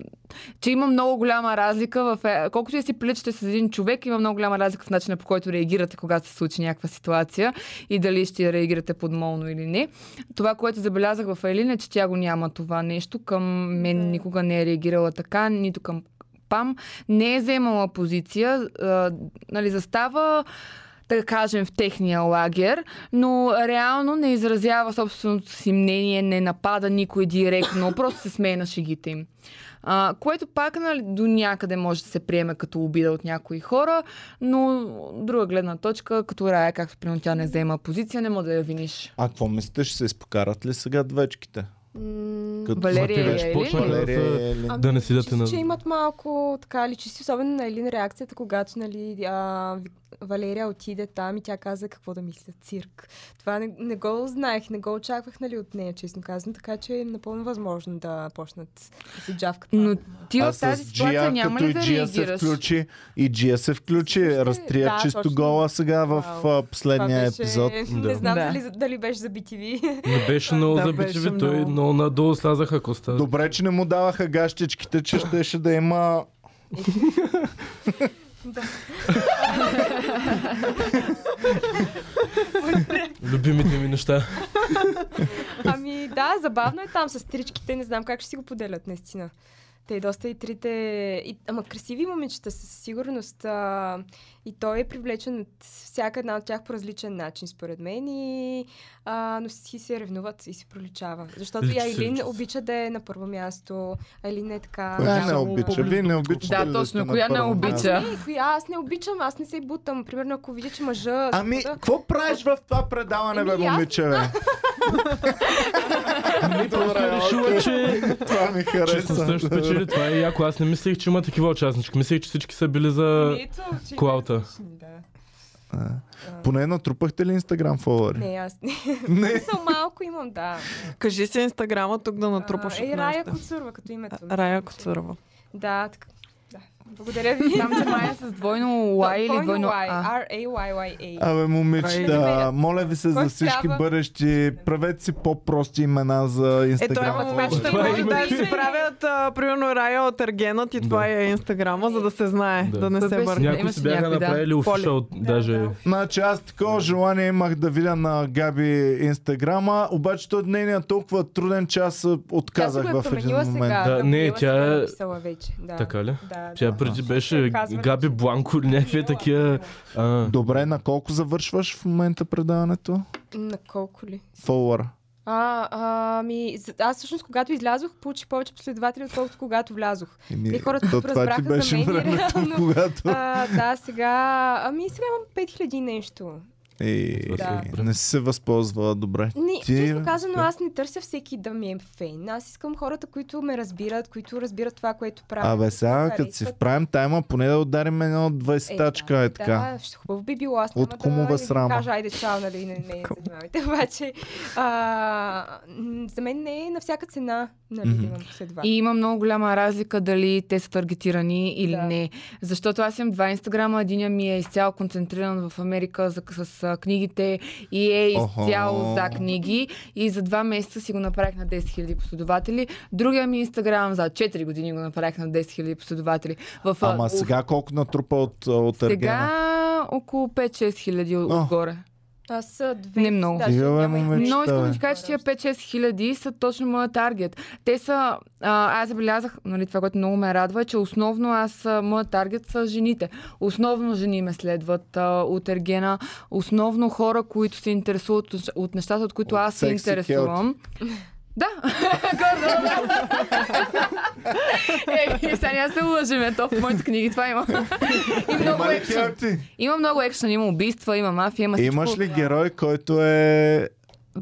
Speaker 3: Че има много голяма разлика в... е, Колкото и да си приличате с един човек, има много голяма разлика в начина по който реагирате, когато се случи някаква ситуация и дали ще реагирате подмолно или не. Това, което забелязах в Елин е, че тя го няма това нещо. Към мен никога не е реагирала така, нито към Пам. Не е заемала позиция, а, нали, застава да кажем, в техния лагер, но реално не изразява собственото си мнение, не напада никой директно, просто се смее на шегите им. А, което пак нали, до някъде може да се приеме като обида от някои хора, но от друга гледна точка, като Рая, както примерно тя не взема позиция, не може да я виниш.
Speaker 1: А какво мислите, ще се изпокарат ли сега двечките? Като
Speaker 3: Валерия
Speaker 1: Ти
Speaker 3: и
Speaker 4: е
Speaker 1: беше
Speaker 3: Елин?
Speaker 1: почнала да се-
Speaker 5: Ами,
Speaker 4: Да не седят
Speaker 5: чисто,
Speaker 4: на-
Speaker 5: че имат малко така личисти, особено на Елин реакцията, когато нали, а, Ви- Валерия отиде там и тя каза какво да мисля, цирк. Това не, не го знаех, не го очаквах нали, от нея, честно казвам, така че е напълно възможно да почнат да си джавкат.
Speaker 3: Но ти
Speaker 1: А
Speaker 3: от тази
Speaker 1: с Джия,
Speaker 3: ситуация няма
Speaker 1: като
Speaker 3: ли
Speaker 1: и
Speaker 3: да
Speaker 1: Джия се
Speaker 3: реагираш?
Speaker 1: включи, и Джия се включи, разтрия
Speaker 5: да,
Speaker 1: чисто
Speaker 5: точно.
Speaker 1: гола сега в
Speaker 5: Вау.
Speaker 1: а, последния
Speaker 5: Това беше-
Speaker 1: епизод.
Speaker 5: Не знам
Speaker 3: Да.
Speaker 5: дали, дали беше за BTV.
Speaker 4: Не беше много
Speaker 2: Да,
Speaker 4: да,
Speaker 2: беше
Speaker 4: забичеви, той
Speaker 2: много.
Speaker 4: много надолу слязаха коста.
Speaker 1: Добре, че не му даваха гащичките, че щеше да има...
Speaker 4: Любимите ми неща.
Speaker 5: Ами да, забавно е там с сестричките, не знам как ще си го поделят наистина. Те доста и трите, и, ама красиви момичета са със сигурност. А, и той е привлечен от всяка една от тях по различен начин, според мен. И, а, но си се ревнуват и си проличава. Защото и
Speaker 4: Личи се,
Speaker 5: Айлин
Speaker 4: личи се.
Speaker 5: обича да е на първо място. Айлин е така...
Speaker 1: Коя не
Speaker 5: голяма.
Speaker 1: обича? Вие не обичате
Speaker 3: Да,
Speaker 1: ли
Speaker 3: точно,
Speaker 1: сте на
Speaker 3: коя не
Speaker 1: първо
Speaker 3: обича?
Speaker 1: място?
Speaker 5: Не, коя Е, аз не обичам, аз не се бутам. Примерно, ако видя, че мъжа... се
Speaker 1: Ами,
Speaker 5: бутам,
Speaker 1: какво правиш в това предаване, бе,
Speaker 5: Еми, аз-
Speaker 1: момиче, бе? Добре,
Speaker 4: Решила,
Speaker 1: окей.
Speaker 4: че
Speaker 1: Това ми
Speaker 4: че съм
Speaker 1: хареса.
Speaker 4: също спечели. Това е яко. Аз не мислех, че има такива участнички. Мислех, че всички са били за...
Speaker 5: Ами, ето, че-
Speaker 4: Клаута.
Speaker 5: Да.
Speaker 1: А, Поне натрупахте ли инстаграм фолуари?
Speaker 5: Не, аз не.
Speaker 1: Не.
Speaker 5: Съм малко имам, да.
Speaker 2: Кажи си инстаграма тук да натрупаш
Speaker 5: А,
Speaker 2: от
Speaker 5: Е, Рая
Speaker 2: нашите.
Speaker 5: Коцурва като името.
Speaker 2: Рая Коцурва.
Speaker 5: Да, така. Да. Благодаря ви.
Speaker 3: Там, че май е с двойно Y или
Speaker 5: Двойно
Speaker 3: двойно
Speaker 5: Y.
Speaker 3: А.
Speaker 5: R-A-Y-Y-A.
Speaker 1: Абе, момичета,
Speaker 5: Ай.
Speaker 1: моля ви се
Speaker 5: Кой
Speaker 1: за всички
Speaker 5: трябва?
Speaker 1: бъдещи, правете си по-прости имена за
Speaker 2: Е, той в
Speaker 1: инстаграм.
Speaker 2: момичета
Speaker 4: Това е
Speaker 2: може да
Speaker 5: името.
Speaker 2: си правят, а, примерно, Рая от Аргенът и това
Speaker 4: Да.
Speaker 2: е инстаграма, за да се знае,
Speaker 4: Да.
Speaker 2: да не
Speaker 3: Той
Speaker 2: се
Speaker 3: беше-
Speaker 2: бърка.
Speaker 4: Някои
Speaker 3: Имаше
Speaker 4: си бяха
Speaker 3: някой, да.
Speaker 4: направили офишал даже. е.
Speaker 1: Значи аз такова желание имах да видя на Габи инстаграма, обаче той нейният е толкова труден, че аз се
Speaker 5: Тя си
Speaker 1: отказах
Speaker 5: го е
Speaker 1: в един
Speaker 5: променила
Speaker 1: момент.
Speaker 5: сега.
Speaker 4: Да, не,
Speaker 5: променила
Speaker 4: тя
Speaker 5: сега
Speaker 4: е-
Speaker 5: е написала вече. Да.
Speaker 4: Така ли?
Speaker 5: Да, да.
Speaker 4: Тя преди беше
Speaker 5: Казвали,
Speaker 4: Габи
Speaker 5: че-
Speaker 4: Бланко или някакви такива... а,
Speaker 1: Добре, на колко завършваш в момента предаването?
Speaker 5: На колко ли?
Speaker 1: Фолуара.
Speaker 5: А, а, ами, за- аз всъщност, когато излязох, получих повече последователи, отколкото когато влязох.
Speaker 1: Еми,
Speaker 5: И хората
Speaker 1: то
Speaker 5: го
Speaker 1: това ти
Speaker 5: разбраха за
Speaker 1: беше
Speaker 5: мен и
Speaker 1: времето,
Speaker 5: реално.
Speaker 1: когато...
Speaker 5: А, да, сега... Ами, сега имам 5000 нещо.
Speaker 1: Е,
Speaker 5: Да.
Speaker 1: не си се възползва добре.
Speaker 5: Не,
Speaker 1: Ти-
Speaker 5: честно казано,
Speaker 1: да.
Speaker 5: аз не търся всеки да ми е фейн. Аз искам хората, които ме разбират, които разбират това, което правя.
Speaker 1: Абе,
Speaker 5: които
Speaker 1: сега,
Speaker 5: харесват.
Speaker 1: като си в прайм тайма, поне да ударим едно от 20-тачка, е така.
Speaker 5: Да, ще хубаво би било. Аз
Speaker 1: От
Speaker 5: няма
Speaker 1: кумова
Speaker 5: да ви
Speaker 1: срама.
Speaker 5: Кажа, айде, чао, нали, не, не, не занимавайте. Обаче, а, м, за мен не е на всяка цена, нали,
Speaker 1: Мгм.
Speaker 5: да имам следва.
Speaker 3: И има много голяма разлика дали те са таргетирани или
Speaker 5: Да.
Speaker 3: да. не. Защото аз имам два инстаграма, единия ми е изцяло концентриран в Америка за, с а, книгите и е
Speaker 1: Охо.
Speaker 3: изцяло за книги. И за два месеца си го направих на 10 000 последователи. Другия ми инстаграм за 4 години го направих на 10 000 последователи. В, а,
Speaker 1: Ама
Speaker 3: у-
Speaker 1: сега колко натрупа от, от Аргена?
Speaker 3: сега около 5-6 хиляди
Speaker 1: О.
Speaker 3: отгоре.
Speaker 5: Аз са две.
Speaker 3: Не много.
Speaker 5: даже
Speaker 1: Иве,
Speaker 5: няма и-
Speaker 1: момиче.
Speaker 3: Но искам да
Speaker 1: бе.
Speaker 3: ти кажа, че тия 5-6 хиляди са точно моят таргет. Те са, а, аз забелязах, нали, това, което много ме радва, е, че основно аз, а, моят таргет са жените. Основно жени ме следват а, от Ергена, основно хора, които се интересуват от, от нещата, от които
Speaker 1: От
Speaker 3: аз се
Speaker 1: секси
Speaker 3: интересувам. Да, гордо. Е, сега няма да се лъжиме, то в моите книги това има. И много
Speaker 1: Има ли
Speaker 3: екшен.
Speaker 1: хелти?
Speaker 3: Има много екшен, има убийства, има мафия, има всичко.
Speaker 1: Имаш ли герой, който е...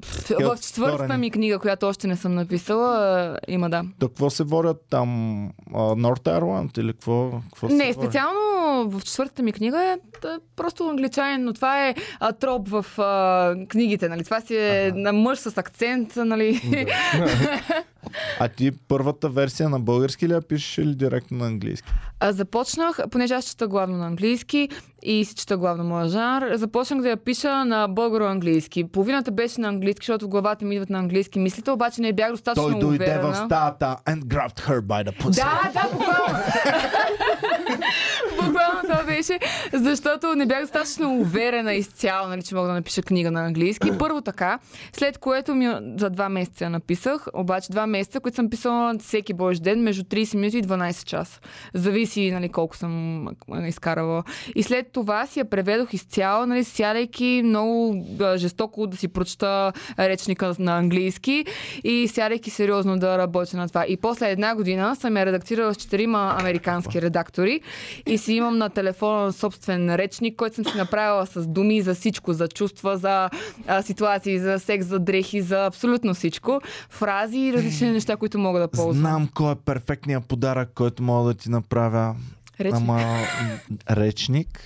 Speaker 3: Пф,
Speaker 1: Такива
Speaker 3: В четвъртата
Speaker 1: сторани.
Speaker 3: ми книга, която още не съм написала, е, има да.
Speaker 1: До какво се водят там? А, Норт Арланд или какво? какво се
Speaker 3: Не,
Speaker 1: водят?
Speaker 3: специално в четвъртата ми книга е а, просто англичанин, но това е а, троп в а, книгите, нали? Това си е на мъж с акцент, нали?
Speaker 1: А ти първата версия на български ли я пишеш или директно на английски?
Speaker 3: А, започнах, понеже аз чета главно на английски и си чета главно моя жанр, започнах да я пиша на българо-английски. Половината беше на английски, защото в главата ми идват на английски мислите, обаче не бях достатъчно
Speaker 1: Той дойде
Speaker 3: уверена.
Speaker 1: в стаята and grabbed her by the pussy.
Speaker 3: Да, да, буквално. буквално това беше, защото не бях достатъчно уверена изцяло, нали, че мога да напиша книга на английски. Първо така, след което ми за два месеца я написах, обаче два месеца, които съм писала всеки божи ден, между 30 минути и 12 часа. Зависи нали, колко съм а, изкарала. И след това си я преведох изцяло, нали, сядайки много а, жестоко да си прочета речника на английски и сядайки сериозно да работя на това. И после една година съм я редактирала с четирима американски редактори и си имам на телефона собствен речник, който съм си направила с думи за всичко, за чувства, за а, ситуации, за секс, за дрехи, за абсолютно всичко. Фрази и различни неща, които мога да ползвам.
Speaker 1: Знам кой е перфектният подарък, който мога да ти направя.
Speaker 3: Речник.
Speaker 1: Ама м, речник.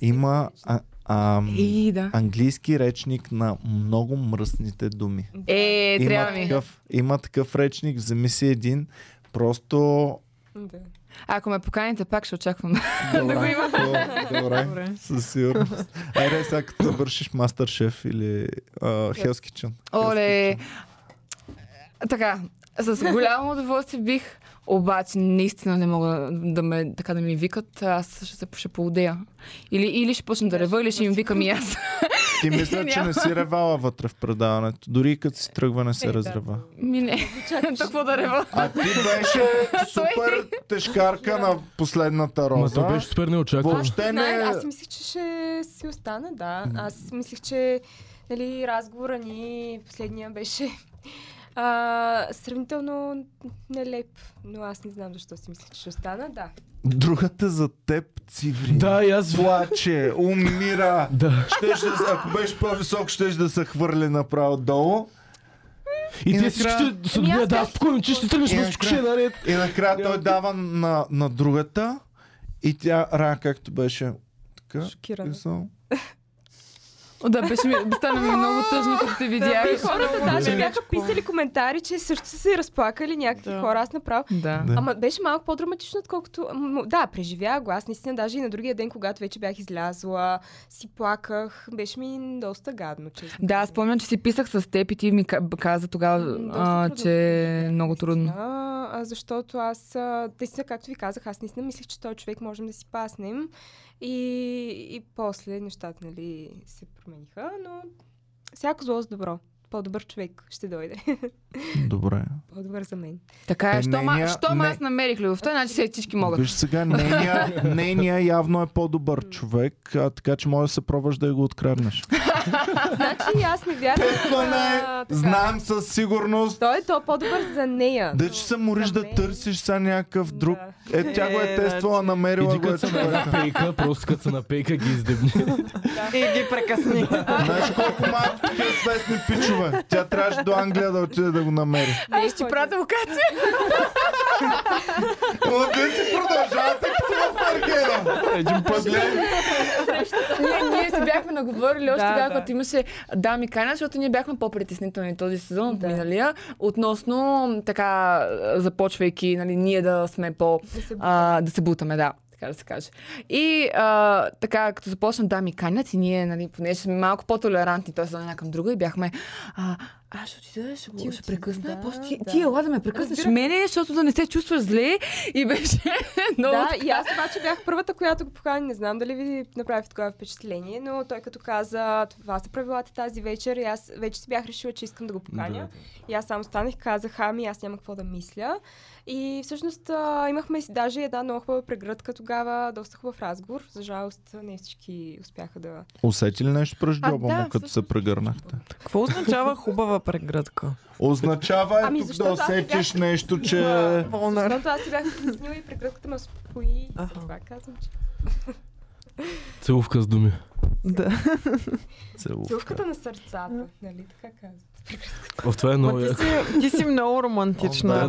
Speaker 1: Има а, а,
Speaker 3: И да.
Speaker 1: английски речник на много мръсните думи.
Speaker 3: Е,
Speaker 1: има,
Speaker 3: трябва ми.
Speaker 1: такъв, има такъв речник, вземи си един. Просто
Speaker 5: Да.
Speaker 3: Ако ме поканите, пак ще очаквам.
Speaker 1: Добре. Добре. Добре. Със сигурност. Айде сега като завършиш мастер шеф или а, Hell's Kitchen.
Speaker 3: Оле. Така, с голямо удоволствие бих, обаче наистина не мога да ме, така да ми викат, аз ще се ще поудея. Или, или ще почна да рева, или ще им викам и аз.
Speaker 1: Ти мисля, че не си ревала вътре в предаването. Дори и като си тръгва не се
Speaker 5: Е, да.
Speaker 1: разрева.
Speaker 3: Ми не, какво да рева.
Speaker 1: А ти беше супер тежкарка на последната
Speaker 4: Ма то
Speaker 1: роза.
Speaker 4: беше супер неочаквано.
Speaker 1: Въобще
Speaker 5: Знаех,
Speaker 1: не...
Speaker 5: аз си мислех, че ще си остана, да. Аз мислех, че нали, разговора ни последния беше а, сравнително нелеп, но аз не знам защо си мислех, че ще остана, да.
Speaker 1: Другата за теб циври.
Speaker 4: Да, и аз...
Speaker 1: Плаче, умира.
Speaker 4: Да.
Speaker 1: Щеш да, ако беше по-висок, щеш да се хвърли направо долу.
Speaker 4: И,
Speaker 1: И
Speaker 4: те
Speaker 1: накрая-
Speaker 4: всички се
Speaker 5: Еми, аз
Speaker 4: добият, да,
Speaker 5: бях-
Speaker 4: спокойно, че ще тръгнеш,
Speaker 1: И
Speaker 4: но всичко ще е
Speaker 1: накрая-
Speaker 4: наред.
Speaker 1: И накрая той дава на, на другата и тя рана както беше така.
Speaker 5: Шокирана.
Speaker 1: и само-
Speaker 3: О, Да, беше ми, стана ми много тъжно, като те видях.
Speaker 5: И хората даже
Speaker 2: Да.
Speaker 5: бяха
Speaker 3: е
Speaker 5: писали коментари, че също са се разплакали някакви
Speaker 2: Да.
Speaker 5: хора. Аз направо
Speaker 3: Да.
Speaker 1: Да.
Speaker 5: Ама беше малко по-драматично, отколкото... м, Да, преживях го. Аз наистина даже и на другия ден, когато вече бях излязла, си плаках. Беше ми доста гадно, честно.
Speaker 3: Да, аз помня, че си писах с теб и ти ми ка- каза тогава,
Speaker 5: М, доста
Speaker 3: а,
Speaker 5: трудно.
Speaker 3: че е много трудно.
Speaker 5: Да, а, защото аз, а, наистина, както ви казах, аз наистина мислех, че този човек можем да си паснем. И, и после нещата, нали, се промениха, но всяко зло е с добро. По-добър човек ще дойде.
Speaker 1: Добре.
Speaker 5: По-добър за мен.
Speaker 3: Така
Speaker 1: Е,
Speaker 3: е, щом, а-
Speaker 1: нейния-
Speaker 3: щом
Speaker 1: не-
Speaker 3: аз намерих любовта, значи се- всички могат.
Speaker 1: Виж сега, нейния, нейния явно е по-добър човек, а, така че може да се пробваш да я го откраднеш.
Speaker 5: Значи аз не вярвам.
Speaker 1: Пъне,
Speaker 5: а, така.
Speaker 1: знам със сигурност.
Speaker 5: Той е то по-добър за нея.
Speaker 1: Да, че се мориш
Speaker 5: За
Speaker 1: да
Speaker 5: мен.
Speaker 1: търсиш са някакъв друг.
Speaker 5: Да.
Speaker 1: Е, тя го е
Speaker 2: Е,
Speaker 1: тествала,
Speaker 2: значи.
Speaker 1: намерила
Speaker 4: Иди
Speaker 1: го е
Speaker 4: като са
Speaker 1: човек.
Speaker 4: на пейка, просто като са на пейка ги издебни.
Speaker 2: И ги прекъсни.
Speaker 1: Знаеш колко малко такива свестни пичове. Тя трябваше до Англия да отиде да го намери.
Speaker 5: Не,
Speaker 3: Ай, Ами, ще ти
Speaker 5: ходи.
Speaker 3: пратя локация.
Speaker 1: Но вие си продължавате като в Аргена.
Speaker 4: Един път.
Speaker 1: Гледай,
Speaker 3: Ние, ние си бяхме наговорили още
Speaker 5: Да,
Speaker 3: тогава,
Speaker 5: да.
Speaker 3: като имаше дами Кайна, защото ние бяхме по-притеснителни този сезон от
Speaker 5: Да.
Speaker 3: миналия, относно м, така, започвайки, нали, ние да сме по...
Speaker 5: Да се
Speaker 3: а, да се бутаме, да. Така да се каже. И а, така, като започна да ми канят и ние, нали, понеже сме малко по-толерантни, т.е. една към друга и бяхме а, аз ще отида, ще го
Speaker 5: Ти
Speaker 3: ще
Speaker 5: отиди,
Speaker 3: прекъсна,
Speaker 5: да,
Speaker 3: после ти,
Speaker 5: да.
Speaker 3: ти ела да ме прекъснеш
Speaker 5: Разбира-
Speaker 3: мене, защото да не се чувстваш зле и беше много
Speaker 5: Да, и аз обаче бях първата, която го покани. Не знам дали ви направи такова впечатление, но той като каза, това са правилата тази вечер и аз вече си бях решила, че искам да го поканя. И аз само станах, казах, ами аз няма какво да мисля. И всъщност а, имахме си даже една много хубава прегръдка тогава, доста хубав разговор. За жалост не всички успяха да...
Speaker 1: Усети ли нещо през
Speaker 3: А,
Speaker 1: джоба
Speaker 3: да,
Speaker 1: му, като се
Speaker 3: всъщност.
Speaker 1: прегърнахте?
Speaker 2: Какво означава хубава прегръдка?
Speaker 1: Означава е
Speaker 5: Ами,
Speaker 1: тук да
Speaker 5: защото аз не
Speaker 1: усетиш
Speaker 5: бях-
Speaker 1: нещо, че...
Speaker 2: Волнар.
Speaker 5: Защото аз си бях притеснила и прегръдката ме успокои.
Speaker 2: Аха.
Speaker 5: За това казвам, че...
Speaker 4: Целувка с думи.
Speaker 2: Да.
Speaker 1: Целувка.
Speaker 5: Целувката на сърцата, нали така казват.
Speaker 4: О, това е много
Speaker 2: Ма ти
Speaker 4: яко.
Speaker 2: си, ти си много
Speaker 1: О,
Speaker 2: романтична,
Speaker 1: да,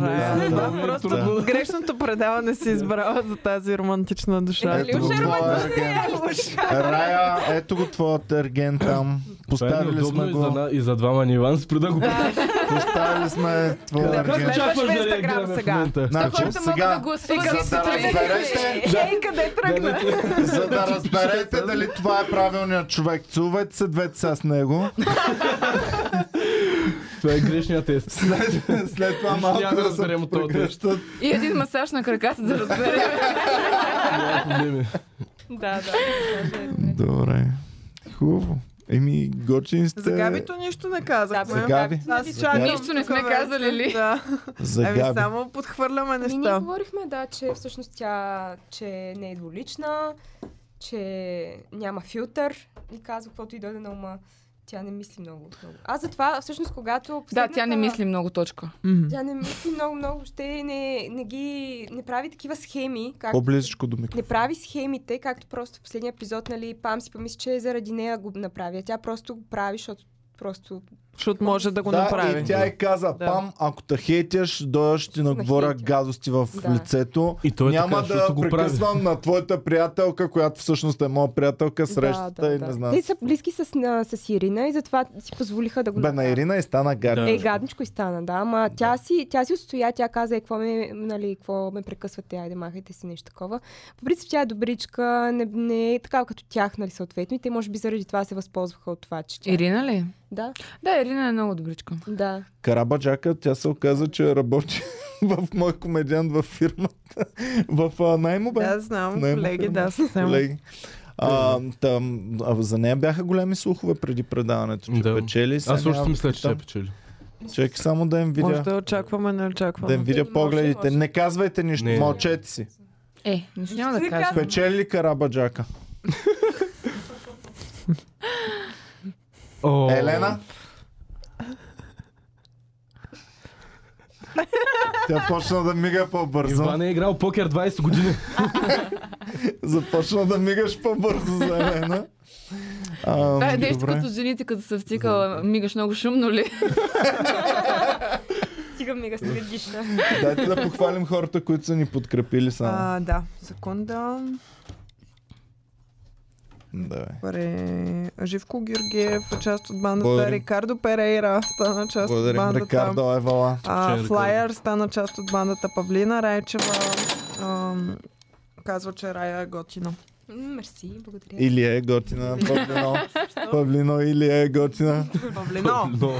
Speaker 1: да,
Speaker 2: Рая. Да,
Speaker 1: да.
Speaker 2: просто
Speaker 1: Да.
Speaker 2: грешното предаване си избрала за тази романтична душа.
Speaker 5: Нали,
Speaker 1: Ето го
Speaker 5: уж е
Speaker 1: твоя
Speaker 5: романтично,
Speaker 1: ерген.
Speaker 5: Уж.
Speaker 1: Рая, ето го твоят ерген там.
Speaker 4: Това е
Speaker 1: Поставили
Speaker 4: неудобно
Speaker 1: сме
Speaker 4: и за,
Speaker 1: го.
Speaker 4: на- и за двама ни Иван, спри да го
Speaker 1: Поставили сме твоя
Speaker 4: Как
Speaker 1: ерген.
Speaker 2: следва.
Speaker 4: очакваш
Speaker 2: Следваш в
Speaker 4: да
Speaker 2: Инстаграм
Speaker 4: реагираме в
Speaker 2: сега.
Speaker 4: момента?
Speaker 1: Значи,
Speaker 3: Хората могат
Speaker 1: сега,
Speaker 3: да гласуват
Speaker 1: за
Speaker 3: за
Speaker 1: да разберете,
Speaker 2: Ей, къде тръгна?
Speaker 1: за да разберете дали това е правилният човек. Целувайте се двете с него.
Speaker 4: Това е грешният тест.
Speaker 1: След, след това малко
Speaker 4: Няма да
Speaker 1: да
Speaker 4: разберем
Speaker 1: се
Speaker 4: от този тест.
Speaker 1: прегръщат.
Speaker 3: И един масаж на краката да разбере.
Speaker 4: Няма проблеми.
Speaker 5: Да, да. може е добре.
Speaker 1: Добре. Хубаво. Еми, готин сте.
Speaker 2: За Габито нищо не казахме.
Speaker 1: За Габи.
Speaker 2: Аз
Speaker 1: За
Speaker 2: чакам.
Speaker 1: Габи.
Speaker 3: Нищо не
Speaker 2: тук
Speaker 3: сме
Speaker 2: вече.
Speaker 3: казали ли?
Speaker 2: Да.
Speaker 1: За
Speaker 2: Ами
Speaker 1: Габи.
Speaker 2: само подхвърляме
Speaker 5: Ами ние
Speaker 2: неща.
Speaker 5: говорихме, да, че всъщност тя че не е дволична, че няма филтър и казва каквото и дойде на ума. Тя не мисли много. много. Аз затова всъщност когато...
Speaker 3: Да, тя не
Speaker 5: последната-
Speaker 3: мисли много точка.
Speaker 2: Мгм.
Speaker 5: Тя не мисли много, много. Ще не, не ги... Не прави такива схеми, както
Speaker 1: По-близичко до
Speaker 5: не
Speaker 1: микрофона.
Speaker 5: прави схемите, както просто в последния епизод, нали, Пам си помисли, че заради нея го направя. Тя просто го прави, защото просто...
Speaker 2: Защото може да го
Speaker 1: да,
Speaker 2: направи.
Speaker 1: и тя е и каза,
Speaker 2: Да.
Speaker 1: пам, ако те хейтяш, дойда ще ти наговоря
Speaker 5: Нахейтя.
Speaker 1: гадости в
Speaker 5: Да.
Speaker 1: лицето.
Speaker 4: И той е
Speaker 1: Няма
Speaker 4: така,
Speaker 1: да
Speaker 4: защото го прави.
Speaker 1: прекъсвам на твоята приятелка, която всъщност е моя приятелка, срещата и не знам.
Speaker 5: Те са близки с, на, с Ирина и затова си позволиха да го
Speaker 1: Бе, на Ирина и стана гадна.
Speaker 5: Е, гадничко и стана, да, ама тя си, тя си устоя, тя каза, е, какво ме, нали, какво ме прекъсвате, айде махайте си нещо такова. По принцип тя е добричка, не, не е такава като тях, нали, съответно, и те може би заради това се възползваха от това, че тя...
Speaker 3: Ирина ли?
Speaker 5: Да,
Speaker 3: Да, Ирина е много добричка.
Speaker 5: да.
Speaker 1: Карабаджака, тя се оказа, че работи в мой комедиант във фирмата. В а, наймо бе.
Speaker 2: Да, знам,
Speaker 1: Не,
Speaker 2: колеги, да, съвсем.
Speaker 1: Колеги. А, там, а, за нея бяха големи слухове преди предаването, че
Speaker 4: Да.
Speaker 1: печели. Сега
Speaker 4: Аз още
Speaker 1: няма-
Speaker 4: мисля, че ще
Speaker 1: там.
Speaker 4: е печели.
Speaker 1: Чакай само да им
Speaker 2: Може
Speaker 1: видя,
Speaker 2: да очакваме, не
Speaker 1: да
Speaker 2: очакваме.
Speaker 1: им видя
Speaker 5: Може,
Speaker 1: погледите.
Speaker 5: може.
Speaker 1: Не казвайте нищо,
Speaker 4: Не.
Speaker 1: мълчете си.
Speaker 3: Е, нищо няма да
Speaker 5: Не
Speaker 3: кажа.
Speaker 1: Печели ли Карабаджака?
Speaker 4: О,
Speaker 1: Елена? Тя почна да мига по-бързо.
Speaker 4: Иван е играл покер 20 години.
Speaker 1: Започна да мигаш по-бързо за Елена. А,
Speaker 3: Това е нещо
Speaker 1: добре.
Speaker 3: като жените, като се втикала, мигаш много шумно ли?
Speaker 5: Стига мига, стига дишна.
Speaker 1: Дайте да похвалим хората, които са ни подкрепили само.
Speaker 2: А, да, секунда.
Speaker 1: Да, бе.
Speaker 2: Добре. Живко Георгиев е част от бандата.
Speaker 1: Благодарим.
Speaker 2: Рикардо Перейра стана част от
Speaker 1: Благодарим,
Speaker 2: бандата.
Speaker 1: Рикардо Евала.
Speaker 2: А,
Speaker 4: Че е
Speaker 2: Флайер стана част от бандата. Павлина Райчева ам, казва, че Рая е готина.
Speaker 5: М, Мерси, благодаря.
Speaker 1: Или е готина, Павлино. Павлино или е готина.
Speaker 2: Павлино!
Speaker 4: Но...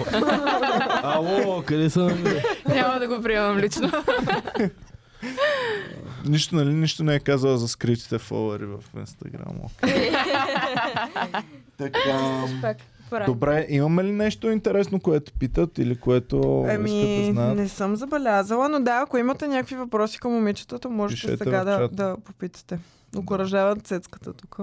Speaker 4: Ало, къде са? намирали?
Speaker 3: Няма да го приемам лично.
Speaker 1: Нищо, нали, нищо не е казала за скритите фолъри в Инстаграм. Окей. така...
Speaker 5: Пак, пора.
Speaker 1: Добре, имаме ли нещо интересно, което питат или което
Speaker 3: Ами,
Speaker 1: искат да
Speaker 2: Еми,
Speaker 1: знаят?
Speaker 2: не съм забелязала, но да, ако имате някакви въпроси към момичетата, можете
Speaker 1: Пишете
Speaker 2: сега
Speaker 1: в
Speaker 2: да,
Speaker 1: чата.
Speaker 2: да попитате. Окоръжават цецката тук.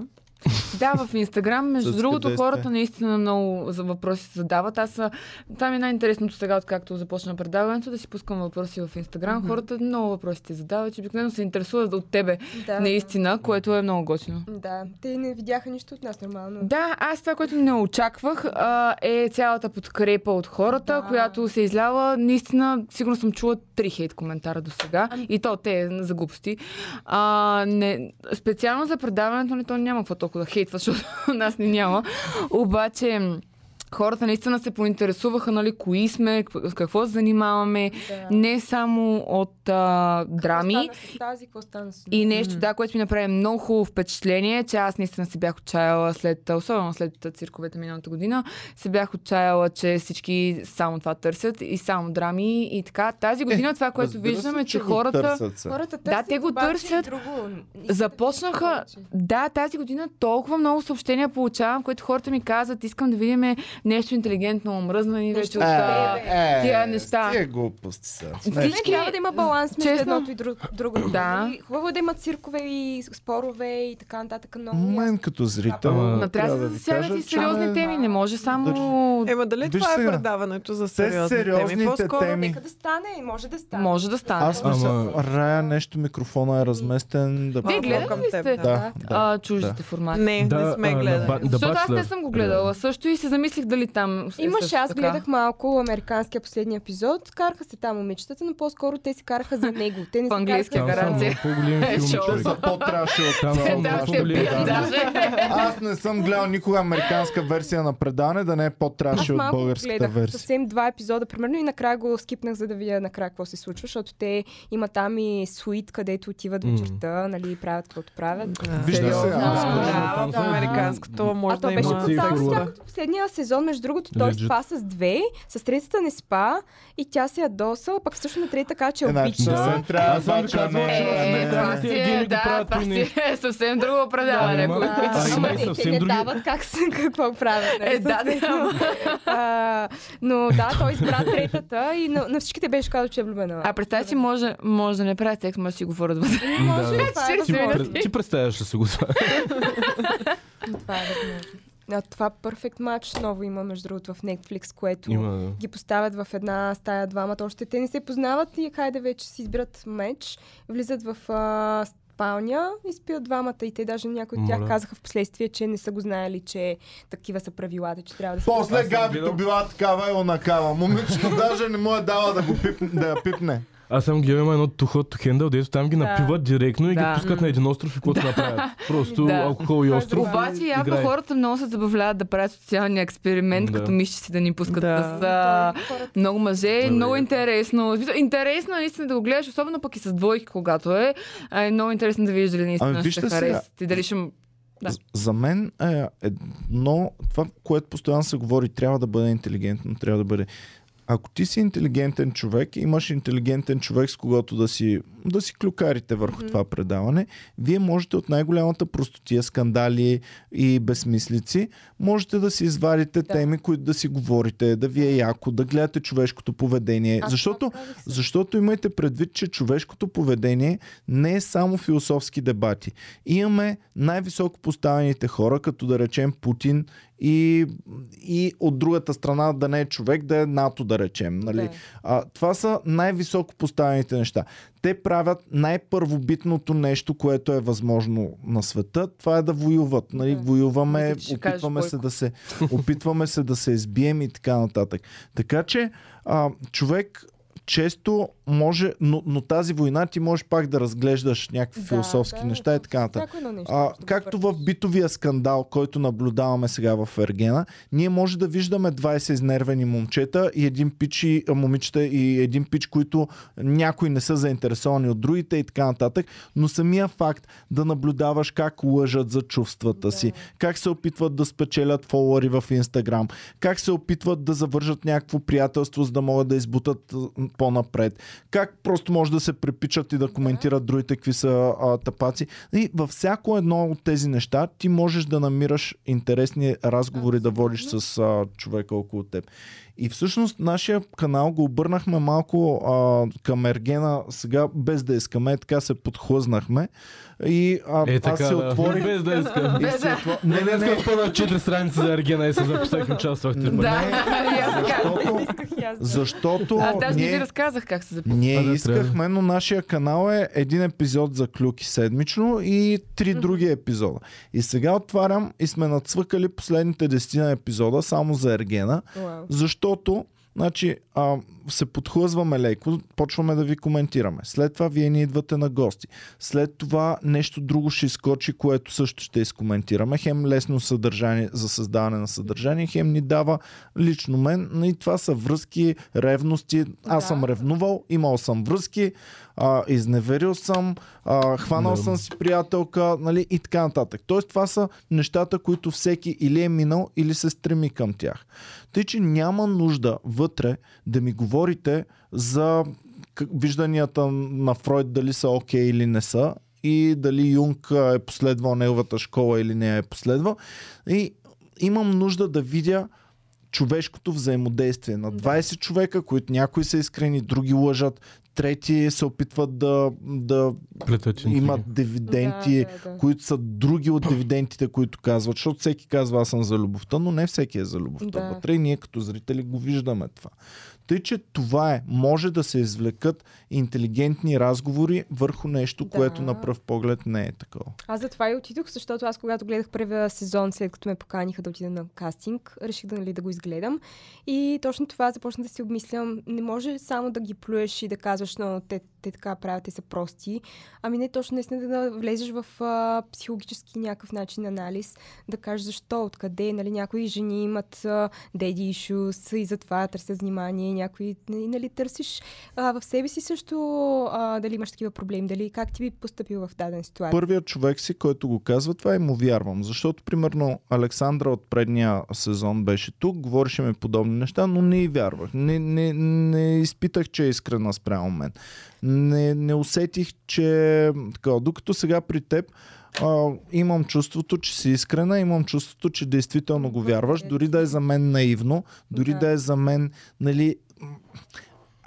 Speaker 3: Да, в Инстаграм, между
Speaker 1: Със
Speaker 3: другото,
Speaker 1: къде сте?
Speaker 3: хората наистина много за въпроси се задават. Аз а, там е най-интересното сега, откакто започна предаването, да си пускам въпроси в Инстаграм.
Speaker 2: Мгм.
Speaker 3: Хората много въпроси те задават, че обикновено се интересуват от тебе,
Speaker 5: Да.
Speaker 3: наистина, което е много готино.
Speaker 5: Да, те не видяха нищо от нас нормално.
Speaker 3: Да, аз това, което не очаквах, а, е цялата подкрепа от хората,
Speaker 5: Да.
Speaker 3: която се е изляла. Наистина, сигурно съм чула три хейт коментара до сега.
Speaker 5: Ами-
Speaker 3: И то те е за глупости. А, не, специално за предаването ни то няма какво толкова да хейтва, защото нас ни няма. Обаче м, хората наистина се поинтересуваха, нали, кои сме, кво- с какво се занимаваме.
Speaker 5: Да.
Speaker 3: Не само от а,
Speaker 5: Какво
Speaker 3: драми.
Speaker 5: стана с тази, какво стана с
Speaker 3: И нещо,
Speaker 2: Мгм.
Speaker 3: да, което ми направи много хубаво впечатление, че аз наистина се бях отчаяла след, особено след цирковете миналата година, се бях отчаяла, че всички само това търсят и само драми и така. Тази година това, което
Speaker 1: Е, Разбира се,
Speaker 3: виждаме, е, че
Speaker 1: го
Speaker 3: хората...
Speaker 1: търсят се.
Speaker 5: Хората
Speaker 3: Да,
Speaker 5: търсят,
Speaker 3: те го
Speaker 5: обаче
Speaker 3: търсят.
Speaker 5: Друго. Искат
Speaker 3: Започнаха-
Speaker 5: да търсят
Speaker 3: Да, тази година толкова много съобщения получавам, които хората ми казват, искам да видим нещо интелигентно, омръзнани вече
Speaker 5: Нещо
Speaker 3: от... а,
Speaker 5: тебе.
Speaker 3: тия неща.
Speaker 1: Е, Тия глупости са.
Speaker 5: повече.
Speaker 3: Всички-
Speaker 5: Трябва да има баланс между
Speaker 3: Честно.
Speaker 5: едното и друг- другото.
Speaker 3: Да.
Speaker 5: И Хубаво е да има циркове и спорове и така нататък. Много
Speaker 1: Мен
Speaker 5: ясно.
Speaker 1: като зрител
Speaker 4: Ама-
Speaker 3: Но трябва да
Speaker 1: ви
Speaker 3: засягат
Speaker 1: кажа,
Speaker 3: и
Speaker 1: че
Speaker 3: сериозни
Speaker 1: ме-
Speaker 3: теми, не може само...
Speaker 2: Ема дали
Speaker 1: Виж
Speaker 2: това е
Speaker 1: сега.
Speaker 2: предаването за
Speaker 1: Те
Speaker 2: сериозни
Speaker 1: сериозните
Speaker 2: теми? По-скоро
Speaker 1: теми.
Speaker 5: Нека да стане, може да стане.
Speaker 3: Може да стане.
Speaker 1: Аз мисля,
Speaker 4: Ама-
Speaker 1: Рая нещо, микрофона е разместен. Да,
Speaker 3: Вие
Speaker 2: Малко
Speaker 3: гледали
Speaker 2: към
Speaker 3: ли
Speaker 2: теб,
Speaker 3: сте
Speaker 2: да.
Speaker 1: да, да.
Speaker 3: а, чуждите формати?
Speaker 2: Не, не
Speaker 4: а,
Speaker 2: сме
Speaker 4: на ба-
Speaker 2: гледали.
Speaker 4: The
Speaker 3: Защото аз не
Speaker 4: Bachelor.
Speaker 3: съм го гледала също и се замислих дали там. е
Speaker 5: Имаше,
Speaker 3: също
Speaker 5: аз
Speaker 3: така.
Speaker 5: гледах малко американския последния епизод. Караха се там момичетата, но по-скоро те се караха за него. Те не се
Speaker 3: По-английски.
Speaker 5: караха.
Speaker 4: Там са
Speaker 3: гаранция.
Speaker 4: много по-големи
Speaker 3: Е,
Speaker 4: филми,
Speaker 3: шоу.
Speaker 1: Те
Speaker 4: човек.
Speaker 1: са по-траши от
Speaker 4: Там
Speaker 1: това.
Speaker 4: са
Speaker 3: Е,
Speaker 4: много
Speaker 3: да, ще
Speaker 4: по-големи
Speaker 3: пият
Speaker 4: филми.
Speaker 3: даже.
Speaker 1: Аз не съм гледал никога американска версия на предаване, да не е
Speaker 5: Аз
Speaker 1: по-траши от
Speaker 5: малко
Speaker 1: българската
Speaker 5: гледах
Speaker 1: версия.
Speaker 5: съвсем два епизода, примерно, и накрая го скипнах, за да видя накрая какво се случва, защото те има там и суит, където отиват
Speaker 4: М.
Speaker 5: вечерта, нали, и правят каквото правят.
Speaker 1: Вижда се,
Speaker 4: Сериозно?
Speaker 1: аз
Speaker 4: Да,
Speaker 2: Да,
Speaker 4: там
Speaker 2: в
Speaker 4: са-
Speaker 2: американското може
Speaker 5: а то
Speaker 2: да
Speaker 5: беше
Speaker 4: има
Speaker 5: по
Speaker 4: цифрова.
Speaker 5: таксия, като последния сезон, между другото, той
Speaker 4: Legit.
Speaker 5: спа с две, с третата не спа и тя се ядоса, пък всъщност на трета така, че
Speaker 1: Е, значи,
Speaker 5: обича.
Speaker 1: не
Speaker 4: Да.
Speaker 1: се трябва,
Speaker 4: Аз съм
Speaker 1: обаче,
Speaker 4: казал,
Speaker 1: не,
Speaker 4: че
Speaker 1: не,
Speaker 4: не
Speaker 3: Е,
Speaker 1: не,
Speaker 3: това
Speaker 1: не.
Speaker 3: си
Speaker 4: Ги
Speaker 3: е,
Speaker 4: не го
Speaker 3: да,
Speaker 4: правят
Speaker 3: това
Speaker 4: и
Speaker 3: си е съвсем друго предаване.
Speaker 4: Да,
Speaker 3: което
Speaker 4: ама-
Speaker 3: е
Speaker 4: а,
Speaker 5: А,
Speaker 4: има и
Speaker 5: те-
Speaker 4: съвсем
Speaker 5: те не
Speaker 4: други-
Speaker 5: дават как се- какво правят. нали,
Speaker 3: Е, да,
Speaker 5: съвсем.
Speaker 3: да, ама-
Speaker 5: А, Но да, той избра третата и на, на всичките беше казал, че е влюбена.
Speaker 3: А представи си, може, може да не правят секс, може да си говорят вътре.
Speaker 4: да.
Speaker 5: може, това е
Speaker 3: Ти-
Speaker 4: Ти,
Speaker 5: възможно.
Speaker 4: пре- ти представяш ли си го това?
Speaker 5: Това е възможно. А това Perfect Match ново има, между другото, в Netflix, което
Speaker 4: Има, да.
Speaker 5: ги поставят в една стая двамата. Още те не се познават и хайде вече си избират меч, влизат в а, спалня и спят двамата. И те даже някои от тях
Speaker 4: Моля.
Speaker 5: казаха в последствие, че не са го знаели, че такива са правилата, че трябва да се...
Speaker 1: После
Speaker 4: Аз съм
Speaker 1: Габито
Speaker 4: гледал.
Speaker 1: била такава и онакава. Момичето даже не му е дала да, го пип, да я пипне.
Speaker 4: Аз съм гледал има едно тухо от Хендъл, дето там ги
Speaker 5: Да.
Speaker 4: напиват директно и ги
Speaker 3: Да.
Speaker 4: пускат на един остров и каквото направят. Просто
Speaker 3: Да.
Speaker 4: алкохол и
Speaker 5: Това е
Speaker 4: остров.
Speaker 5: забавно.
Speaker 3: Обаче явно
Speaker 4: играе.
Speaker 3: хората много се забавляват да правят социалния експеримент,
Speaker 4: Да.
Speaker 3: като мишче си да ни пускат
Speaker 2: Да.
Speaker 3: с... а,
Speaker 5: Той- хората-
Speaker 3: Много мъже,
Speaker 4: Да,
Speaker 3: много
Speaker 4: да.
Speaker 3: интересно. В смисъл, Интересно е наистина да го гледаш, особено пък и с двойки, когато е. А, Е много интересно да видиш дали наистина
Speaker 1: Ами,
Speaker 3: ще
Speaker 1: вижте сега.
Speaker 3: харесат и дали ще... м- Да.
Speaker 1: З- За мен е едно, това, което постоянно се говори, трябва да бъде интелигентно, трябва да бъде. Ако ти си интелигентен човек, имаш интелигентен човек, с когото да си, да си клюкарите върху mm-hmm. това предаване, вие можете от най-голямата простотия, скандали и безсмислици, можете да си извадите да. теми, които да си говорите, да ви е яко, да гледате човешкото поведение.
Speaker 5: Аз
Speaker 1: защото
Speaker 5: това правих също.
Speaker 1: защото имайте предвид, че човешкото поведение не е само философски дебати. Имаме най-високо поставените хора, като да речем Путин и, и от другата страна да не е човек, да е НАТО, да речем. Нали?
Speaker 5: Да.
Speaker 1: А, това са най-високо поставените неща. Те правят най-първобитното нещо, което е възможно на света. Това е да воюват. Нали?
Speaker 5: Да.
Speaker 1: Воюваме,
Speaker 3: Мисля, че ще кажеш,
Speaker 1: опитваме се,
Speaker 3: Бойко.
Speaker 1: да се, опитваме се да се избием и така нататък. Така че а, човек често може, но, но тази война ти можеш пак да разглеждаш някакви
Speaker 5: Да,
Speaker 1: философски
Speaker 5: да,
Speaker 1: неща и така нататък.
Speaker 5: Всяко едно нещо.
Speaker 1: А,
Speaker 5: може да го
Speaker 1: както в
Speaker 5: въртиш.
Speaker 1: битовия скандал, който наблюдаваме сега в Ергена, ние може да виждаме 20 изнервени момчета и един пич и, а, момичета и един пич, които някои не са заинтересовани от другите и така нататък, но самия факт да наблюдаваш как лъжат за чувствата си, как се опитват да спечелят фолуари в Инстаграм, как се опитват да завържат някакво приятелство, за да могат да избутат а, по-напред, как просто може да се препичат и да коментират другите какви са а, тапаци. И във всяко едно от тези неща ти можеш да намираш интересни разговори да водиш с а, човека около теб. И всъщност нашия канал го обърнахме малко а, към Ергена, сега без да искаме, така се подхлъзнахме. И а,
Speaker 4: Е,
Speaker 1: аз
Speaker 4: така,
Speaker 1: се
Speaker 4: да.
Speaker 1: отворих.
Speaker 4: Без да искам.
Speaker 1: и се отво-
Speaker 4: Не, не, не. Първа четири страници за Ергена и се записах и участвах три пъти.
Speaker 3: Да, и аз така.
Speaker 1: Защото,
Speaker 5: Исках и аз да-
Speaker 1: защото
Speaker 3: Аз даже не ви
Speaker 1: ние,
Speaker 3: разказах как се записва.
Speaker 1: ние
Speaker 4: А, да,
Speaker 1: искахме, но нашия канал е един епизод за клюки седмично и три други епизода. И сега отварям и сме нацвъкали последните десетина епизода само за Ергена.
Speaker 5: Уау.
Speaker 1: Защото значи, а, се подхлъзваме леко, почваме да ви коментираме. След това вие ни идвате на гости. След това нещо друго ще изкочи, което също ще изкоментираме. Хем лесно съдържание за създаване на съдържание, хем ни дава лично мен. И това са връзки, ревности. Аз
Speaker 5: Да.
Speaker 1: съм ревнувал, имал съм връзки, а, изневерил съм, а, хванал
Speaker 4: Да.
Speaker 1: съм си приятелка нали, и така нататък. Тоест това са нещата, които всеки или е минал, или се стреми към тях. Тъй, че няма нужда вътре да ми говорите за к- вижданията на Фройд дали са окей okay или не са и дали Юнг а, е последвал неговата школа или не я е последвал. И имам нужда да видя човешкото взаимодействие на 20 човека, които някои са искрени, други лъжат, трети се опитват да, да
Speaker 4: Плетат интриги.
Speaker 1: имат дивиденти,
Speaker 5: Да, да, да.
Speaker 1: които са други от дивидендите, които казват, защото всеки казва аз съм за любовта, но не всеки е за любовта
Speaker 5: Да.
Speaker 1: вътре и ние като зрители го виждаме това. Тъй, че това е, може да се извлекат интелигентни разговори върху нещо,
Speaker 5: Да.
Speaker 1: което на пръв поглед не е такова.
Speaker 5: Аз затова и отидох, защото аз когато гледах първия сезон, след като ме поканиха да отида на кастинг, реших да, нали, да го изгледам. И точно това започна да си обмислям. Не може само да ги плюеш и да казваш, но те, те така правят, те са прости. Ами не, точно наистина да влезеш в а, психологически някакъв начин анализ, да кажеш защо, откъде. Нали, някои жени имат а, daddy issues и затова търсят внимание. Някои, нали, нали, търсиш а, в себе си също а, дали имаш такива проблеми, дали как ти би поступил в дадена ситуация.
Speaker 1: Първият човек си, който го казва, това и му вярвам. Защото, примерно, Александра от предния сезон беше тук, говореше ми подобни неща, но не й вярвах. Не, не, не изпитах, че е искрена спрямо мен. Не, не усетих, че... Така, докато сега при теб а, имам чувството, че си искрена, имам чувството, че действително го вярваш, дори да е за мен наивно, дори да,
Speaker 5: Да.
Speaker 1: да е за мен, нали,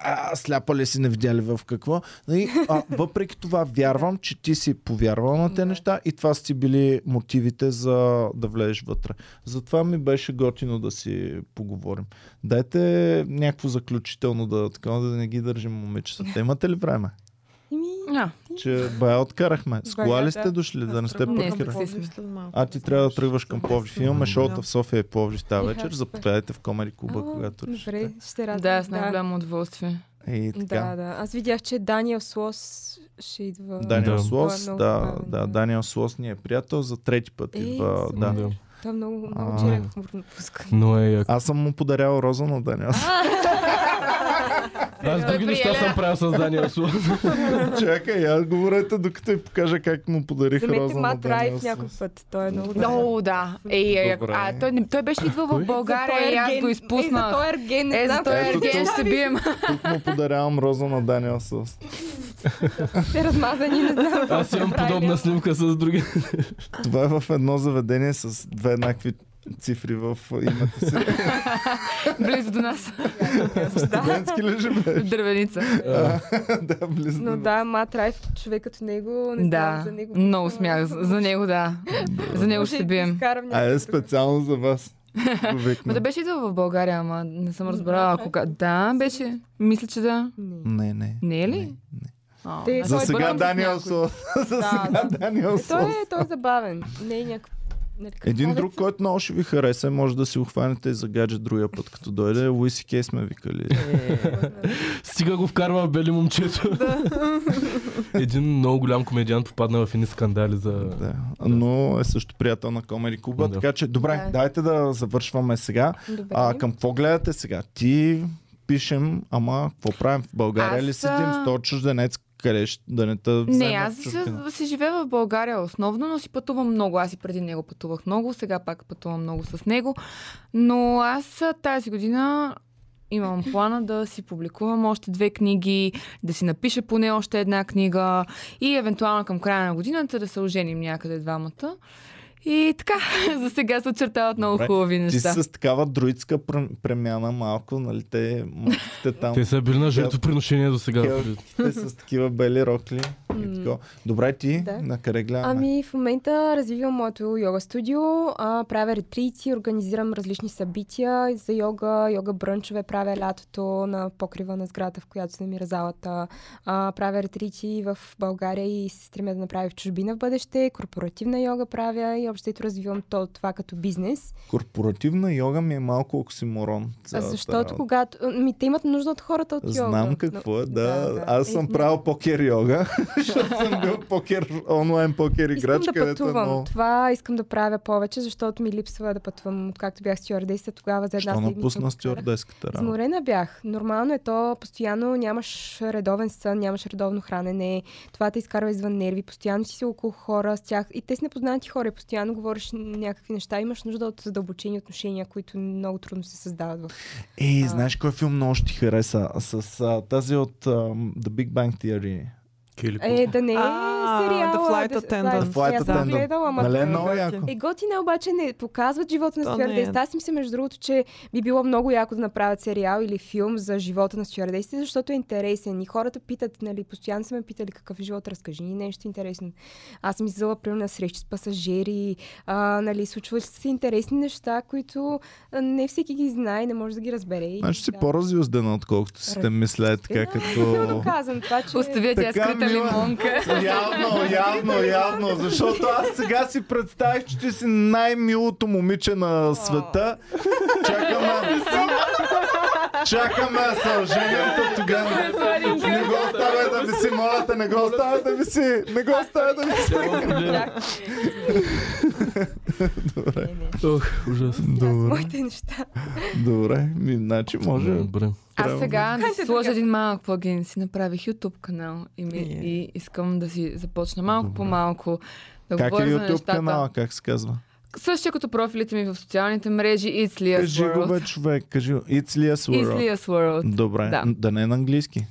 Speaker 1: а, сляпа ли си, не видяли в какво. И, а, въпреки това вярвам, че ти си повярвал на те
Speaker 5: Да.
Speaker 1: неща и това са ти били мотивите за да влезеш вътре. Затова ми беше готино да си поговорим. Дайте някакво заключително да, така, да не ги държим момичетата. Имате ли време?
Speaker 5: Еми,
Speaker 3: Да.
Speaker 1: Че бая откарахме. С кола
Speaker 5: Бая,
Speaker 1: ли
Speaker 5: да.
Speaker 1: сте дошли, да не сте
Speaker 2: Тръгвам
Speaker 3: Не,
Speaker 1: паркирали?
Speaker 2: към
Speaker 3: сме.
Speaker 2: Пловдив след малко.
Speaker 1: А ти трябва да тръгваш към Пловдив. Имаме шоута в София и Пловдив тази
Speaker 5: Иха,
Speaker 1: вечер.
Speaker 5: супер.
Speaker 1: Заповядайте в Комери Куба,
Speaker 5: а,
Speaker 1: когато
Speaker 5: Добре,
Speaker 1: решите.
Speaker 5: ще радвам.
Speaker 3: Да, с най-голямо удоволствие.
Speaker 1: И
Speaker 5: Да,
Speaker 1: така.
Speaker 5: да. Аз видях, че Даниел Слос ще идва.
Speaker 1: Даниел
Speaker 4: Да.
Speaker 1: Слос,
Speaker 5: Той е много
Speaker 1: да,
Speaker 5: забавен,
Speaker 1: да,
Speaker 5: да.
Speaker 1: Даниел Слос ни е приятел, за трети път
Speaker 5: Е,
Speaker 1: идва,
Speaker 5: супер.
Speaker 1: да.
Speaker 4: Да.
Speaker 5: Той е много, много
Speaker 1: А.
Speaker 5: черен хуморно пуска.
Speaker 4: Но е яко.
Speaker 1: Аз съм му подарял роза на Даниел. е,
Speaker 4: Аз други неща съм правил с Даниел Слон.
Speaker 1: Чакай, я говорете, докато ви покажа как му подарих
Speaker 5: Замете
Speaker 1: роза на
Speaker 5: Мат
Speaker 1: Даниел
Speaker 5: Райф
Speaker 1: Слос.
Speaker 5: някой път. Той е много добър.
Speaker 3: Много, да. Ей, ей, ако-
Speaker 1: Добре.
Speaker 3: а, той, не- той беше идвал
Speaker 4: Кой?
Speaker 3: в България и аз го
Speaker 5: Е, за
Speaker 3: изпуснах.
Speaker 5: той ерген, не
Speaker 3: Е,
Speaker 5: знам
Speaker 3: за този
Speaker 1: Ето
Speaker 3: ерген
Speaker 1: тук.
Speaker 3: ще бием.
Speaker 1: Тук му подарявам роза на Даниел Слос.
Speaker 5: Те е размазани, не знам. какво
Speaker 4: Аз
Speaker 5: са
Speaker 4: имам
Speaker 5: правили.
Speaker 4: подобна снимка с други.
Speaker 1: Това е в едно заведение с две еднакви цифри в името си.
Speaker 3: Близо до нас.
Speaker 1: Студентски ли живееш?
Speaker 3: Дървеница.
Speaker 1: да, близо.
Speaker 5: Но да, Мат Райф, човек като него, не знам
Speaker 3: Да.
Speaker 5: за него.
Speaker 3: Много смях. За него, да. За него ще се
Speaker 5: Може и да
Speaker 3: бием.
Speaker 5: изкарам
Speaker 1: А е
Speaker 5: някой друг.
Speaker 1: специално за вас. Го викна.
Speaker 3: Ма да беше идвал в България, ама не съм разбрала
Speaker 5: Да,
Speaker 3: кога. Да, беше. Мисля, че да.
Speaker 5: Не.
Speaker 1: Не, не.
Speaker 3: Не е ли?
Speaker 1: Не,
Speaker 3: А, значи-
Speaker 5: Те-
Speaker 3: аз
Speaker 1: За
Speaker 5: Е, той
Speaker 1: сега
Speaker 3: бъркам с
Speaker 1: Даниел
Speaker 3: някой.
Speaker 1: Слос. За сега Даниел
Speaker 5: Е, Той
Speaker 1: Слос.
Speaker 5: е, той е забавен. Не е някакъв... нали, как
Speaker 1: Един
Speaker 5: казах,
Speaker 1: друг, който много ще ви хареса, може да си охванете за гадже другия път, като дойде. Луиси Кей сме викали.
Speaker 4: Стига го вкарва в бели момчето. Един много голям комедиант попадна в едни скандали за...
Speaker 1: Да. Но е също приятел на Комери Куба.
Speaker 4: Да.
Speaker 1: Така че, добре,
Speaker 5: Да.
Speaker 1: дайте
Speaker 5: дайте
Speaker 1: да завършваме сега.
Speaker 5: Добре.
Speaker 1: А, към какво гледате сега? Ти пишем, ама какво правим в България
Speaker 3: Аз,
Speaker 1: ли седим
Speaker 3: а,
Speaker 1: с този чужденец? Къде ще да не те
Speaker 3: Не,
Speaker 1: вземе
Speaker 3: аз
Speaker 1: в
Speaker 3: си,
Speaker 1: чужбина?
Speaker 3: си живея в България основно, но си пътувам много. Аз и преди него пътувах много, сега пак пътувам много с него. Но аз а, тази година имам плана да си публикувам още две книги, да си напиша поне още една книга и евентуално към края на годината да се оженим някъде двамата. И И така, за сега се очертават много
Speaker 1: Добре.
Speaker 3: хубави
Speaker 1: Ти
Speaker 3: неща.
Speaker 1: си с такава друидска пр- премяна малко, нали? Те, мъжките там,
Speaker 4: Те са били на жертвоприношение до сега.
Speaker 1: те с такива бели рокли. И такова. Добре, ти
Speaker 5: Да.
Speaker 1: на къде гледаме?
Speaker 5: Ами в момента развивам моето йога студио, а, правя ретрити, организирам различни събития за йога, йога брънчове правя лятото на покрива на сграда, в която се намира залата. А, правя ретрити в България и се стремя да направя в чужбина в бъдеще, корпоративна йога правя и общо развивам то, това като бизнес.
Speaker 1: Корпоративна йога ми е малко оксиморон.
Speaker 5: А,
Speaker 1: цялата
Speaker 5: защото
Speaker 1: работа.
Speaker 5: когато... Ми, те имат нужда от хората от йога.
Speaker 1: Знам какво е, да.
Speaker 5: да, да.
Speaker 1: Аз
Speaker 5: Е,
Speaker 1: съм
Speaker 5: да.
Speaker 1: правил покер йога, защото съм бил покер, онлайн покер играч,
Speaker 5: Искам да
Speaker 1: където е
Speaker 5: пътувам.
Speaker 1: много...
Speaker 5: Това искам да правя повече, защото ми липсва да пътувам, откакто бях стюардеса тогава за една
Speaker 1: Що напусна
Speaker 5: обикаля.
Speaker 1: стюардеската работа?
Speaker 5: Изморена бях. Нормално е то, постоянно нямаш редовен сън, нямаш редовно хранене, това те изкарва извън нерви, постоянно си си около хора с тях и те са непознати хора, и постоянно говориш някакви неща, имаш нужда от задълбочени отношения, които много трудно се създават. В...
Speaker 1: Ей,
Speaker 5: А.
Speaker 1: знаеш кой филм много ще ти хареса? С а, тази от а, The Big Bang Theory.
Speaker 5: Е, да не е
Speaker 2: А,
Speaker 5: сериала.
Speaker 2: The Flight
Speaker 5: да-
Speaker 2: Attendant.
Speaker 1: The Flight
Speaker 5: аз съм
Speaker 1: Attendant.
Speaker 5: гледала, ама
Speaker 1: Нали е
Speaker 5: това-
Speaker 1: много
Speaker 2: готин.
Speaker 1: яко?
Speaker 5: Е, готина обаче не показват живота на
Speaker 2: То не е.
Speaker 5: стюардеста. Аз мисля, между другото, че би било много яко да направят сериал или филм за живота на стюардесите, защото е интересен. И хората питат, нали, постоянно са ме питали какъв е живот, разкажи ни нещо интересно. Аз съм излизала, примерно, на срещи с пасажери, а, нали, случват се интересни неща, които а, не всеки ги знае, не може да ги разбере. И
Speaker 1: Значи си
Speaker 5: да.
Speaker 1: по-разюздена, отколкото си те
Speaker 5: Раз-
Speaker 1: мисля, е
Speaker 5: Е,
Speaker 1: така
Speaker 5: да,
Speaker 1: като...
Speaker 5: Доказвам това, че... е
Speaker 3: Оставя тя
Speaker 1: Така,
Speaker 3: скрита
Speaker 1: мила.
Speaker 3: лимонка.
Speaker 1: Явно, явно, явно, защото аз сега си представих, че ти си най-милото момиче на света. Чакаме. Чакаме да се оженим, то тогава. Не го оставя да виси, моля те, не го оставя да виси. Не го оставя да виси.
Speaker 5: Не, не.
Speaker 4: Ох, ужасно.
Speaker 1: Добре,
Speaker 5: Моите неща.
Speaker 1: добре. Ми, значи може.
Speaker 4: Добре.
Speaker 3: Аз сега да
Speaker 5: Хайде,
Speaker 3: си сложа
Speaker 5: друга.
Speaker 3: един малък плагин. Си направих YouTube канал и, ми,
Speaker 2: Е.
Speaker 3: и искам да си започна малко по малко да
Speaker 1: Как е
Speaker 3: говоря за
Speaker 1: YouTube
Speaker 3: нещата.
Speaker 1: канала, как се казва?
Speaker 3: Същия като профилите ми в социалните мрежи It's Lias
Speaker 1: Кажи го
Speaker 3: World.
Speaker 1: бе, човек, кажи го. It's Lia's
Speaker 3: It's
Speaker 1: World.
Speaker 3: Lias World.
Speaker 1: Добре,
Speaker 3: Да.
Speaker 1: да не е на английски.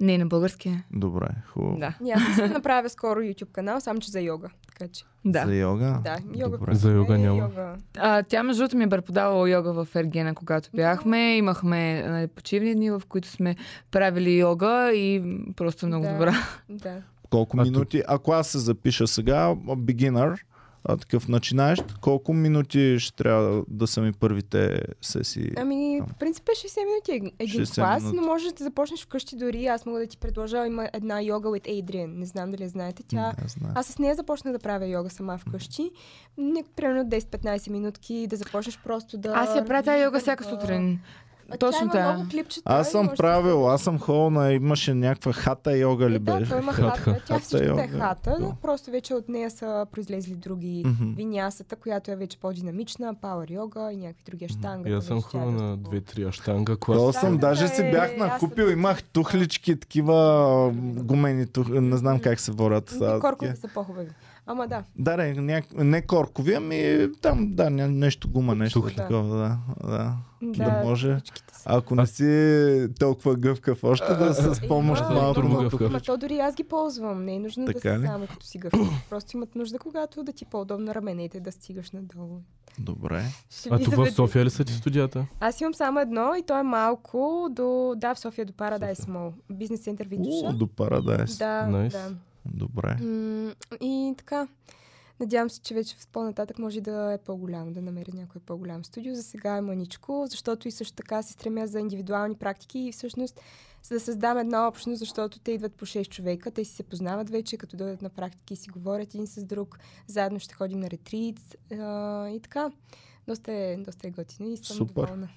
Speaker 3: Не, на български. е.
Speaker 1: Добре, хубаво.
Speaker 3: Да.
Speaker 5: Не, Аз искам да направя скоро YouTube канал, само че за йога. Така че.
Speaker 1: За
Speaker 3: да.
Speaker 1: йога?
Speaker 5: Да, йога.
Speaker 1: Добре.
Speaker 4: За йога
Speaker 5: Е,
Speaker 4: няма.
Speaker 5: йога.
Speaker 3: А, тя между другото ми е преподавала йога в Ергена, когато бяхме. Имахме нали, почивни дни, в които сме правили йога и просто много
Speaker 5: Да.
Speaker 3: добра.
Speaker 5: Да.
Speaker 1: Колко
Speaker 4: А
Speaker 1: минути? Ако аз се запиша сега, beginner, а, такъв начинаещ, колко минути ще трябва да са ми първите сесии?
Speaker 5: Ами,
Speaker 1: Там.
Speaker 5: по принцип е 60 минути ег- един
Speaker 1: 60
Speaker 5: клас,
Speaker 1: минути.
Speaker 5: но може да започнеш вкъщи дори. Аз мога да ти предложа, има една йога от Adrian. Не знам дали я знаете. Тя...
Speaker 1: Не знам.
Speaker 5: Аз с нея започнах да правя йога сама вкъщи. Ня- Примерно 10-15 минутки да започнеш просто да...
Speaker 3: Аз я правя тази йога всяка
Speaker 5: да-
Speaker 3: сутрин.
Speaker 5: А
Speaker 3: Точно
Speaker 5: тя. Има
Speaker 3: тая.
Speaker 5: много клипчета,
Speaker 1: Аз
Speaker 5: и
Speaker 1: съм
Speaker 5: можеш да-
Speaker 1: правил, аз съм ходил на, имаше някаква хата йога
Speaker 5: Е,
Speaker 1: ли
Speaker 5: да,
Speaker 1: беше?
Speaker 5: той има
Speaker 4: Хатха.
Speaker 5: хата. Тя
Speaker 1: Хатха
Speaker 5: всичката е
Speaker 1: йога.
Speaker 5: хата, но
Speaker 1: Да.
Speaker 5: просто вече от нея са произлезли други
Speaker 1: Мгм.
Speaker 5: винясата, която е вече по-динамична, пауър йога и някакви други аштанга. е
Speaker 4: И аз съм хора на две-три аштанга
Speaker 1: Ходил
Speaker 4: клас.
Speaker 1: съм,
Speaker 5: Да,
Speaker 1: даже
Speaker 5: да,
Speaker 1: си
Speaker 5: е,
Speaker 1: бях
Speaker 5: аз съм-
Speaker 1: накупил, имах тухлички, такива а, гумени тухли, не знам как се борят.
Speaker 5: Ами, Коркови са по-хубави. Ама да.
Speaker 1: Да, не, няк... не коркови, ами там, да, ня- нещо гума, нещо
Speaker 5: Тухли.
Speaker 1: такова, да. да. Да,
Speaker 5: Да,
Speaker 1: може.
Speaker 5: Всичките са.
Speaker 1: Ако не си толкова гъвкав още, да с помощ
Speaker 5: да,
Speaker 1: малко
Speaker 4: турбо
Speaker 1: на
Speaker 4: Е, гъвкав.
Speaker 1: тухлички.
Speaker 5: Ма то дори аз ги ползвам. Не е нужно да
Speaker 1: Така
Speaker 5: си
Speaker 1: ли?
Speaker 5: само като си гъвкав. Просто имат нужда, когато да ти е по-удобно раменете да стигаш надолу.
Speaker 1: Добре.
Speaker 5: Ще
Speaker 4: А
Speaker 5: ви
Speaker 4: тук в
Speaker 5: заведе.
Speaker 4: София ли са ти студията?
Speaker 5: Аз имам само едно и то е малко до... Да, в София до Paradise Mall. Бизнес център
Speaker 1: О,
Speaker 5: Витуша.
Speaker 1: до Paradise.
Speaker 5: Да,
Speaker 4: Nice.
Speaker 5: да.
Speaker 1: Добре.
Speaker 5: М, И така. Надявам се, че вече в по-нататък може да е по-голям, да намеря някой по-голям студио. За сега е маничко, защото и също така се стремя за индивидуални практики и всъщност за да създам една общност, защото те идват по 6 човека, те си се познават вече, като дойдат на практики и си говорят един с друг, заедно ще ходим на ретрит а, и така. Доста е, доста е готино и съм
Speaker 1: Супер.
Speaker 5: доволна.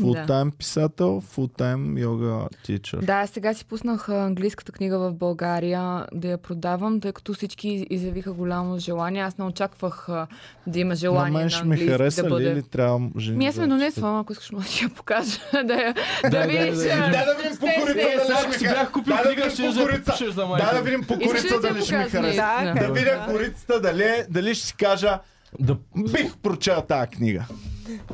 Speaker 1: Фултайм писател, фултайм йога тичър.
Speaker 3: Да, сега си пуснах а, английската книга в България да я продавам, тъй като всички из- изявиха голямо желание. Аз не очаквах а, да има
Speaker 1: На
Speaker 3: желание
Speaker 1: мен
Speaker 3: на
Speaker 1: ще ми
Speaker 3: английски
Speaker 1: хареса
Speaker 3: да
Speaker 1: ли
Speaker 3: бъде.
Speaker 1: или трябва жени
Speaker 3: Ми аз ме
Speaker 1: да
Speaker 3: донесвам, ако искаш може да ти я покажа. да, я,
Speaker 4: да,
Speaker 3: да, видиш.
Speaker 4: да,
Speaker 3: а,
Speaker 1: да видим
Speaker 3: Ще, покорица ще, дали
Speaker 4: Ако Е, си бях купил книга, ще ще пишеш за майка. ми.
Speaker 1: видим
Speaker 3: Искаш ли да ти я покажа? наистина?
Speaker 2: Да.
Speaker 1: видя корицата дали, дали ще си кажа
Speaker 4: Да,
Speaker 1: бих прочел тази книга.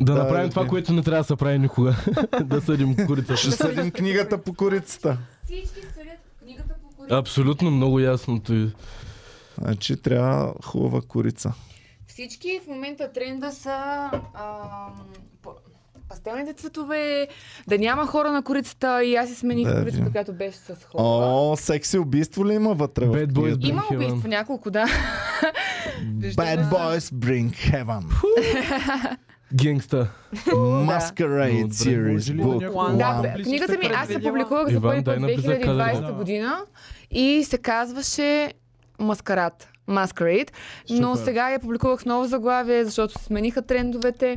Speaker 4: да
Speaker 1: Да,
Speaker 4: направим
Speaker 1: да,
Speaker 4: това,
Speaker 1: да.
Speaker 4: което не трябва да се прави никога. да съдим курицата.
Speaker 1: Ще съдим книгата по корицата.
Speaker 3: Всички съдят книгата по корицата.
Speaker 4: Абсолютно много ясно. Той.
Speaker 1: Значи трябва хубава корица.
Speaker 3: всички в момента тренда са ам, по- пастелните цветове, да няма хора на корицата и аз си смених
Speaker 1: Да,
Speaker 3: корицата,
Speaker 1: видим.
Speaker 3: която беше с хора.
Speaker 1: О, секси убийство ли има вътре? в
Speaker 4: Bad boys
Speaker 1: книгата?
Speaker 4: bring
Speaker 3: Има
Speaker 4: heaven.
Speaker 3: убийство, няколко, да. Виждаме.
Speaker 1: Bad boys bring heaven.
Speaker 4: Генгста.
Speaker 1: Masquerade
Speaker 4: Добре,
Speaker 1: series
Speaker 4: може ли да
Speaker 1: book
Speaker 2: някой-
Speaker 1: one.
Speaker 3: Да,
Speaker 2: Ам.
Speaker 3: бе, книгата ми аз я
Speaker 2: Предвидела.
Speaker 3: публикувах за
Speaker 4: Иван,
Speaker 3: първи път
Speaker 4: дай написа кадър,
Speaker 3: 2020
Speaker 4: да.
Speaker 3: година и се казваше Маскарад. Masquerade. Но
Speaker 6: Супер.
Speaker 3: сега я публикувах с ново заглавие, защото се смениха трендовете.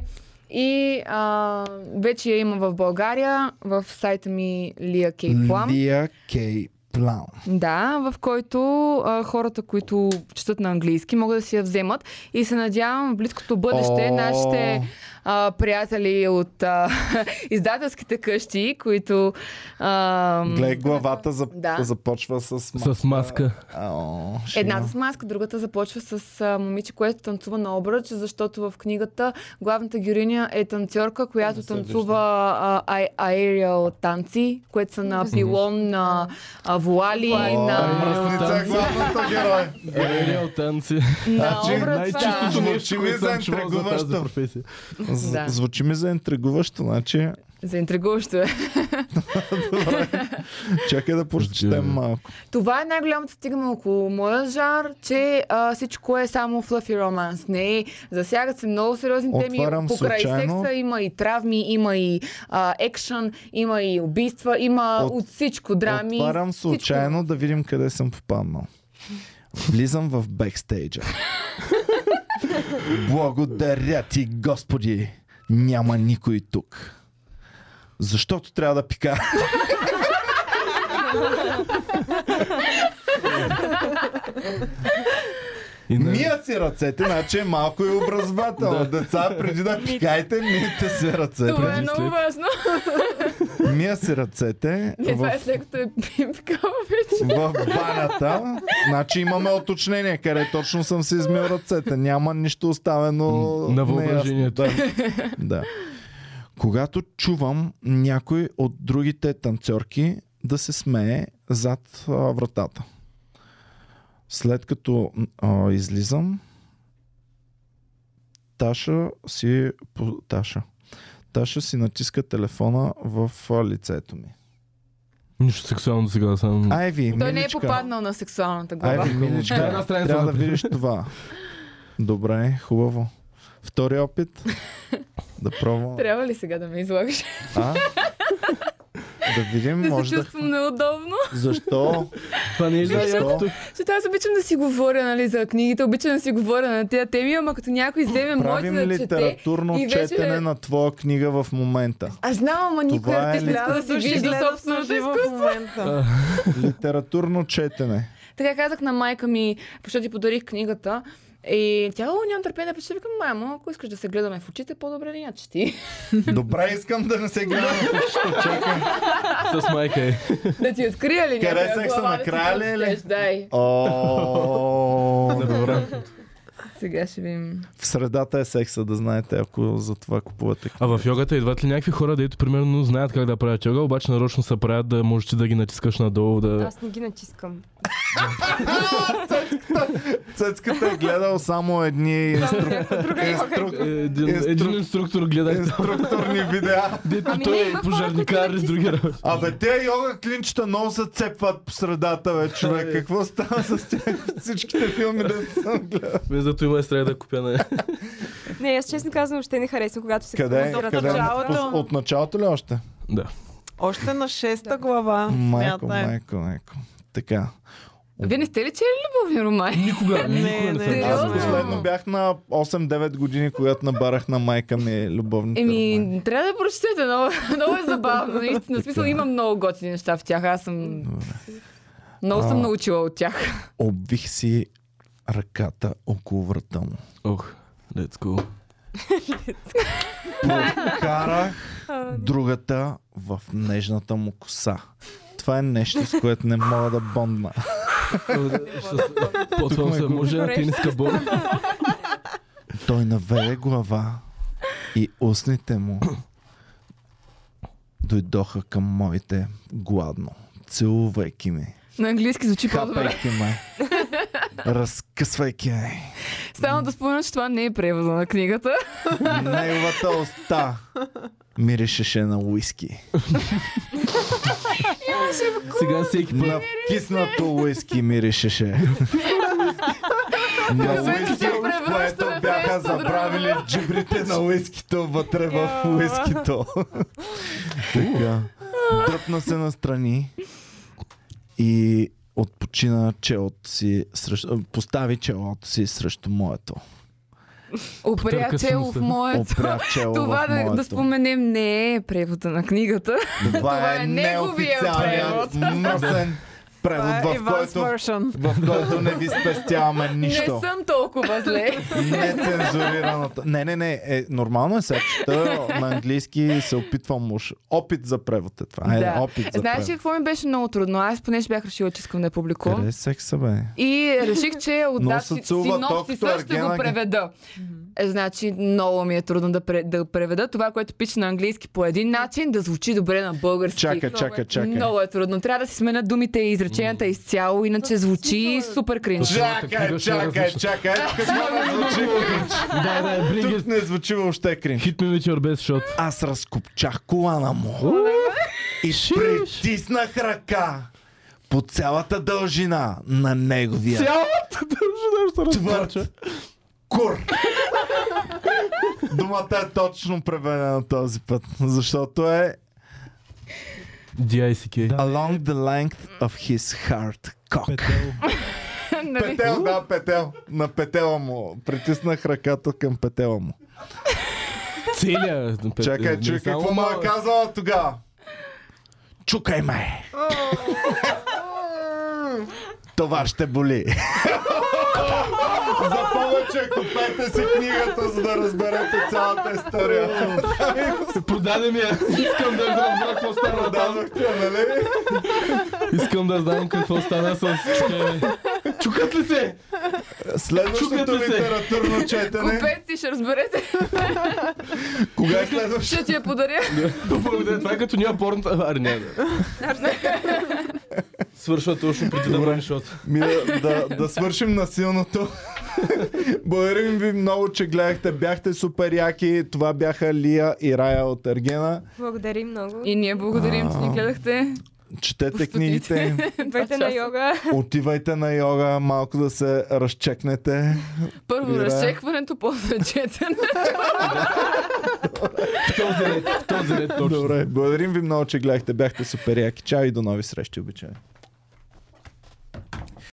Speaker 3: И а, вече я има в България, в сайта ми Lia K. Plum.
Speaker 1: Лия Кей Плам.
Speaker 3: Да, в който а, хората, които четат на английски, могат да си я вземат. И се надявам в близкото бъдеще
Speaker 1: О.
Speaker 3: нашите а, приятели от а, издателските къщи, които... А,
Speaker 1: Гледай главата за,
Speaker 3: Да.
Speaker 1: започва с маска.
Speaker 4: С маска.
Speaker 1: Ао, ще
Speaker 3: Едната
Speaker 1: има.
Speaker 3: с маска, другата започва с а, момиче, което танцува на обръч, защото в книгата главната героиня е танцорка, която танцува а, ай- аериал танци, което са на пилон, на а, вуали,
Speaker 1: О,
Speaker 3: на,
Speaker 1: мръсница е главната герой.
Speaker 4: Реал танци.
Speaker 3: на
Speaker 5: А
Speaker 1: Значи,
Speaker 3: обръча.
Speaker 1: Звучи ми
Speaker 4: което съм чувал за тази
Speaker 1: заинтригуващо.
Speaker 4: професия.
Speaker 1: З-
Speaker 3: Да.
Speaker 1: Звучи ми заинтригуващо, значи.
Speaker 3: Заинтригуващо е.
Speaker 1: Чакай да прочетем
Speaker 4: Разбирам.
Speaker 1: малко.
Speaker 3: Това е най-голямата стигма около моя жар, че а, всичко е само флъфи романс. Не, засягат се много сериозни
Speaker 1: Отварям
Speaker 3: теми. Покрай
Speaker 1: случайно.
Speaker 3: секса има и травми, има и а, екшън, има и убийства, има
Speaker 1: От-
Speaker 3: от, от всичко драми.
Speaker 1: Отварям
Speaker 3: всичко.
Speaker 1: случайно да видим къде съм попаднал. Влизам в бекстейджа. Благодаря ти, Господи! Няма никой тук. Защото трябва да пика.
Speaker 4: И не-
Speaker 1: Мия си ръцете, значи е малко и образователно. Деца, преди да пикайте, мийте си ръцете.
Speaker 3: Това е много
Speaker 4: след.
Speaker 3: важно.
Speaker 1: Мия си ръцете
Speaker 3: Не, това
Speaker 1: в,
Speaker 3: е след като е пипкал вече.
Speaker 1: в банята. Значи имаме уточнение къде точно съм си измил ръцете. Няма нищо оставено
Speaker 4: М, на въображението.
Speaker 1: неясно. Да. да. Когато чувам някой от другите танцорки да се смее зад а, вратата. След като а, излизам, Таша си... по- Таша. Таша си натиска телефона в а, лицето ми.
Speaker 4: Нищо сексуално сега само.
Speaker 1: Айви,
Speaker 3: Той не е
Speaker 1: миличка.
Speaker 3: попаднал на сексуалната глава.
Speaker 1: Айви, миличка,
Speaker 4: Да, една страница
Speaker 1: трябва да
Speaker 4: напред.
Speaker 1: видиш това. Добре, хубаво. Втори опит. Да пробвам.
Speaker 3: Трябва ли сега да ме излагаш?
Speaker 1: А? Да видим,
Speaker 3: Да се
Speaker 1: може да...
Speaker 3: чувствам неудобно.
Speaker 1: Защо?
Speaker 4: Това не е за
Speaker 1: Защо?
Speaker 4: якото.
Speaker 3: Защото аз обичам да си говоря, нали, за книгите, обичам да си говоря на тези теми, ама като някой вземе моите
Speaker 1: Правим
Speaker 3: да чете...
Speaker 1: литературно
Speaker 3: и вече-
Speaker 1: четене на твоя книга в момента.
Speaker 3: Аз знам, ама никой
Speaker 1: Това е
Speaker 3: артист не иска да
Speaker 2: Хиляда
Speaker 3: си
Speaker 2: души
Speaker 3: вижда
Speaker 2: гледат на
Speaker 3: собственото
Speaker 2: живо
Speaker 3: изкуство.
Speaker 2: в момента.
Speaker 1: Литературно четене.
Speaker 3: Така казах на майка ми, защото ти подарих книгата. И тя, о, нямам търпение да прочета. Викам, мамо, ако искаш да се гледаме в очите, по-добре да я чети.
Speaker 1: Добре, искам да не се гледам в очите. Чакай.
Speaker 4: С майка е.
Speaker 3: да ти открия ли
Speaker 1: Къде
Speaker 3: някоя
Speaker 1: секса,
Speaker 3: глава,
Speaker 1: накрая ли е
Speaker 3: Да
Speaker 1: ли?
Speaker 3: си прочетеш, дай.
Speaker 1: О, добре.
Speaker 3: Сега ще видим.
Speaker 1: В средата е секса, да знаете, ако за това купувате.
Speaker 4: А в йогата идват ли някакви хора, дето примерно знаят как да правят йога, обаче нарочно се правят да можеш ти да ги натискаш надолу, да...
Speaker 5: Аз не ги натискам.
Speaker 1: Цецката е гледал само едни инстру...
Speaker 5: е.
Speaker 1: инстру...
Speaker 4: Един,
Speaker 1: Инструк-
Speaker 4: един инструктор гледах,
Speaker 1: инструкторни видеа.
Speaker 4: дето
Speaker 5: Ами не,
Speaker 4: той е
Speaker 5: има
Speaker 4: пожарникар
Speaker 5: хора,
Speaker 4: и
Speaker 5: които
Speaker 4: с други работи.
Speaker 1: Абе, те йога клинчета много се цепват по средата, бе, човек. Какво става с тях в всичките филми, да съм гледал?
Speaker 4: Бе, Зато има и страх да купя на...
Speaker 5: Не, аз честно казвам, въобще не харесвам, когато се
Speaker 1: Къде?
Speaker 5: хвърля
Speaker 1: къде?
Speaker 5: ръце.
Speaker 2: началото.
Speaker 1: От началото ли още?
Speaker 4: Да.
Speaker 2: Още на шеста глава.
Speaker 1: Майко,
Speaker 2: смятай.
Speaker 1: майко, майко. Така.
Speaker 3: Вие не сте ли чели любовни романи?
Speaker 4: Никога,
Speaker 2: Не,
Speaker 4: никога не
Speaker 2: не,
Speaker 4: съм.
Speaker 2: не.
Speaker 1: Аз
Speaker 3: Сериозно?
Speaker 1: последно бях на 8-9 години, когато набарах на майка ми любовните романи.
Speaker 3: Еми, трябва да прочетете, много, много е забавно, наистина. В смисъл, има много готини неща в тях. Аз съм... Много съм
Speaker 1: А.
Speaker 3: научила от тях.
Speaker 1: Обвих си ръката около врата му.
Speaker 4: Ох, let's go.
Speaker 1: Прокарах
Speaker 3: Ами.
Speaker 1: другата в нежната му коса. Това е нещо, с което не мога да бондна.
Speaker 4: Потвам се,
Speaker 1: го-
Speaker 4: може на тениска бол.
Speaker 1: Той навее глава и устните му дойдоха към моите гладно, целувайки ме,
Speaker 3: На английски звучи по-добре.
Speaker 1: хапайки ме, разкъсвайки ме.
Speaker 3: Само да спомена, че това не е превода на книгата.
Speaker 1: Неговата уста миришеше на уиски.
Speaker 4: Сега всеки път.
Speaker 1: На вкиснато уиски миришеше. На
Speaker 3: Освен да
Speaker 1: уиски,
Speaker 3: се превръща
Speaker 1: което
Speaker 3: в
Speaker 1: бяха
Speaker 3: нещо друго.
Speaker 1: забравили джибрите на уискито вътре в
Speaker 5: Йо.
Speaker 1: уискито. Така. Дръпна се настрани и отпочина челото си, срещу, постави челото си срещу моето.
Speaker 3: Опря
Speaker 4: Потърка съм
Speaker 3: чело в
Speaker 4: се.
Speaker 3: моето.
Speaker 1: Опря чело
Speaker 3: Това
Speaker 1: в моето.
Speaker 3: да, да споменем не е превода на книгата.
Speaker 1: Това
Speaker 3: Това
Speaker 1: е
Speaker 3: е неговия
Speaker 1: неофициалният мръсен превод,
Speaker 2: Това е
Speaker 1: в
Speaker 2: Иван's
Speaker 1: който,
Speaker 2: version.
Speaker 1: в който не ви спестяваме нищо.
Speaker 3: Не съм толкова зле.
Speaker 1: Нецензурираната. Не, не, не. Е, нормално е сега. Чета на английски се опитвам уж. Опит за превод е това. Е,
Speaker 3: Да.
Speaker 1: опит за
Speaker 3: Знаеш ли
Speaker 1: превод.
Speaker 3: какво ми беше много трудно? Аз поне ще бях решила, че искам да публикувам.
Speaker 1: Къде е секса, бе?
Speaker 3: И реших, че
Speaker 1: Но
Speaker 3: отдав
Speaker 1: се
Speaker 3: си,
Speaker 1: цува токто,
Speaker 3: синопсиса ще го
Speaker 1: Аргена ги-
Speaker 3: преведа. Е, значи много ми е трудно да, пре, да преведа това, което пише на английски по един начин, да звучи добре на български.
Speaker 1: Чакай,
Speaker 5: е.
Speaker 1: чакай, чакай.
Speaker 3: Много е трудно. Трябва да си сменят думите и изреченията изцяло, иначе звучи
Speaker 5: смисъл е-
Speaker 3: супер кринж.
Speaker 1: Чакай, чакай, чакай. Какво не звучи кринч?
Speaker 4: Да, да, bring
Speaker 1: Тук
Speaker 4: it.
Speaker 1: не звучи въобще кринч.
Speaker 4: Hit me with your best shot.
Speaker 1: Аз разкопчах колана му и притиснах ръка по цялата дължина на неговия
Speaker 4: Цялата държа ще разплача.
Speaker 1: твърд кур. Думата е точно преведена този път, защото е
Speaker 4: DICK.
Speaker 1: Along the length of his hard cock.
Speaker 6: Петел.
Speaker 3: Нали?
Speaker 1: Петел, да, петел. На петела му. Притиснах ръката към петела му.
Speaker 4: Целия. пет-
Speaker 1: Чакай,
Speaker 4: не
Speaker 1: чуй
Speaker 4: само
Speaker 1: какво му е
Speaker 4: малък.
Speaker 1: казала тогава. Чукай ме! Това ще боли. За повече купете си книгата, за да разберете цялата история.
Speaker 4: Продаде ми я. Искам да разбера какво стана там.
Speaker 1: Продадохте, я, нали?
Speaker 4: Искам да знам какво стана с... Чукай, бе. Чукат ли се?
Speaker 1: Следващото
Speaker 4: Чукате се.
Speaker 1: литературно четене.
Speaker 3: Купец си, ще разберете,
Speaker 1: Кога е следващото?
Speaker 3: ще ти я подаря.
Speaker 4: Благодаря, това е като няма порно... А, не, не. Свършва точно преди да бъдеш шот.
Speaker 1: Ми, да, да, да свършим насилното. Благодарим ви много, че гледахте. Бяхте супер яки. Това бяха Лия и Рая от Ергена.
Speaker 5: Благодарим много.
Speaker 3: И ние благодарим, че ни
Speaker 1: Ау.
Speaker 3: гледахте.
Speaker 1: Четете
Speaker 3: Стотици.
Speaker 1: книгите им.
Speaker 5: Бъдете на йога.
Speaker 1: Отивайте на йога, малко да се разчекнете.
Speaker 3: Първо
Speaker 1: Ира.
Speaker 3: разчехването, после четене.
Speaker 4: В този ред, в този ред точно.
Speaker 1: Добре, благодарим ви много, че гледахте. Бяхте супер яки. Чао и до нови срещи, обичай.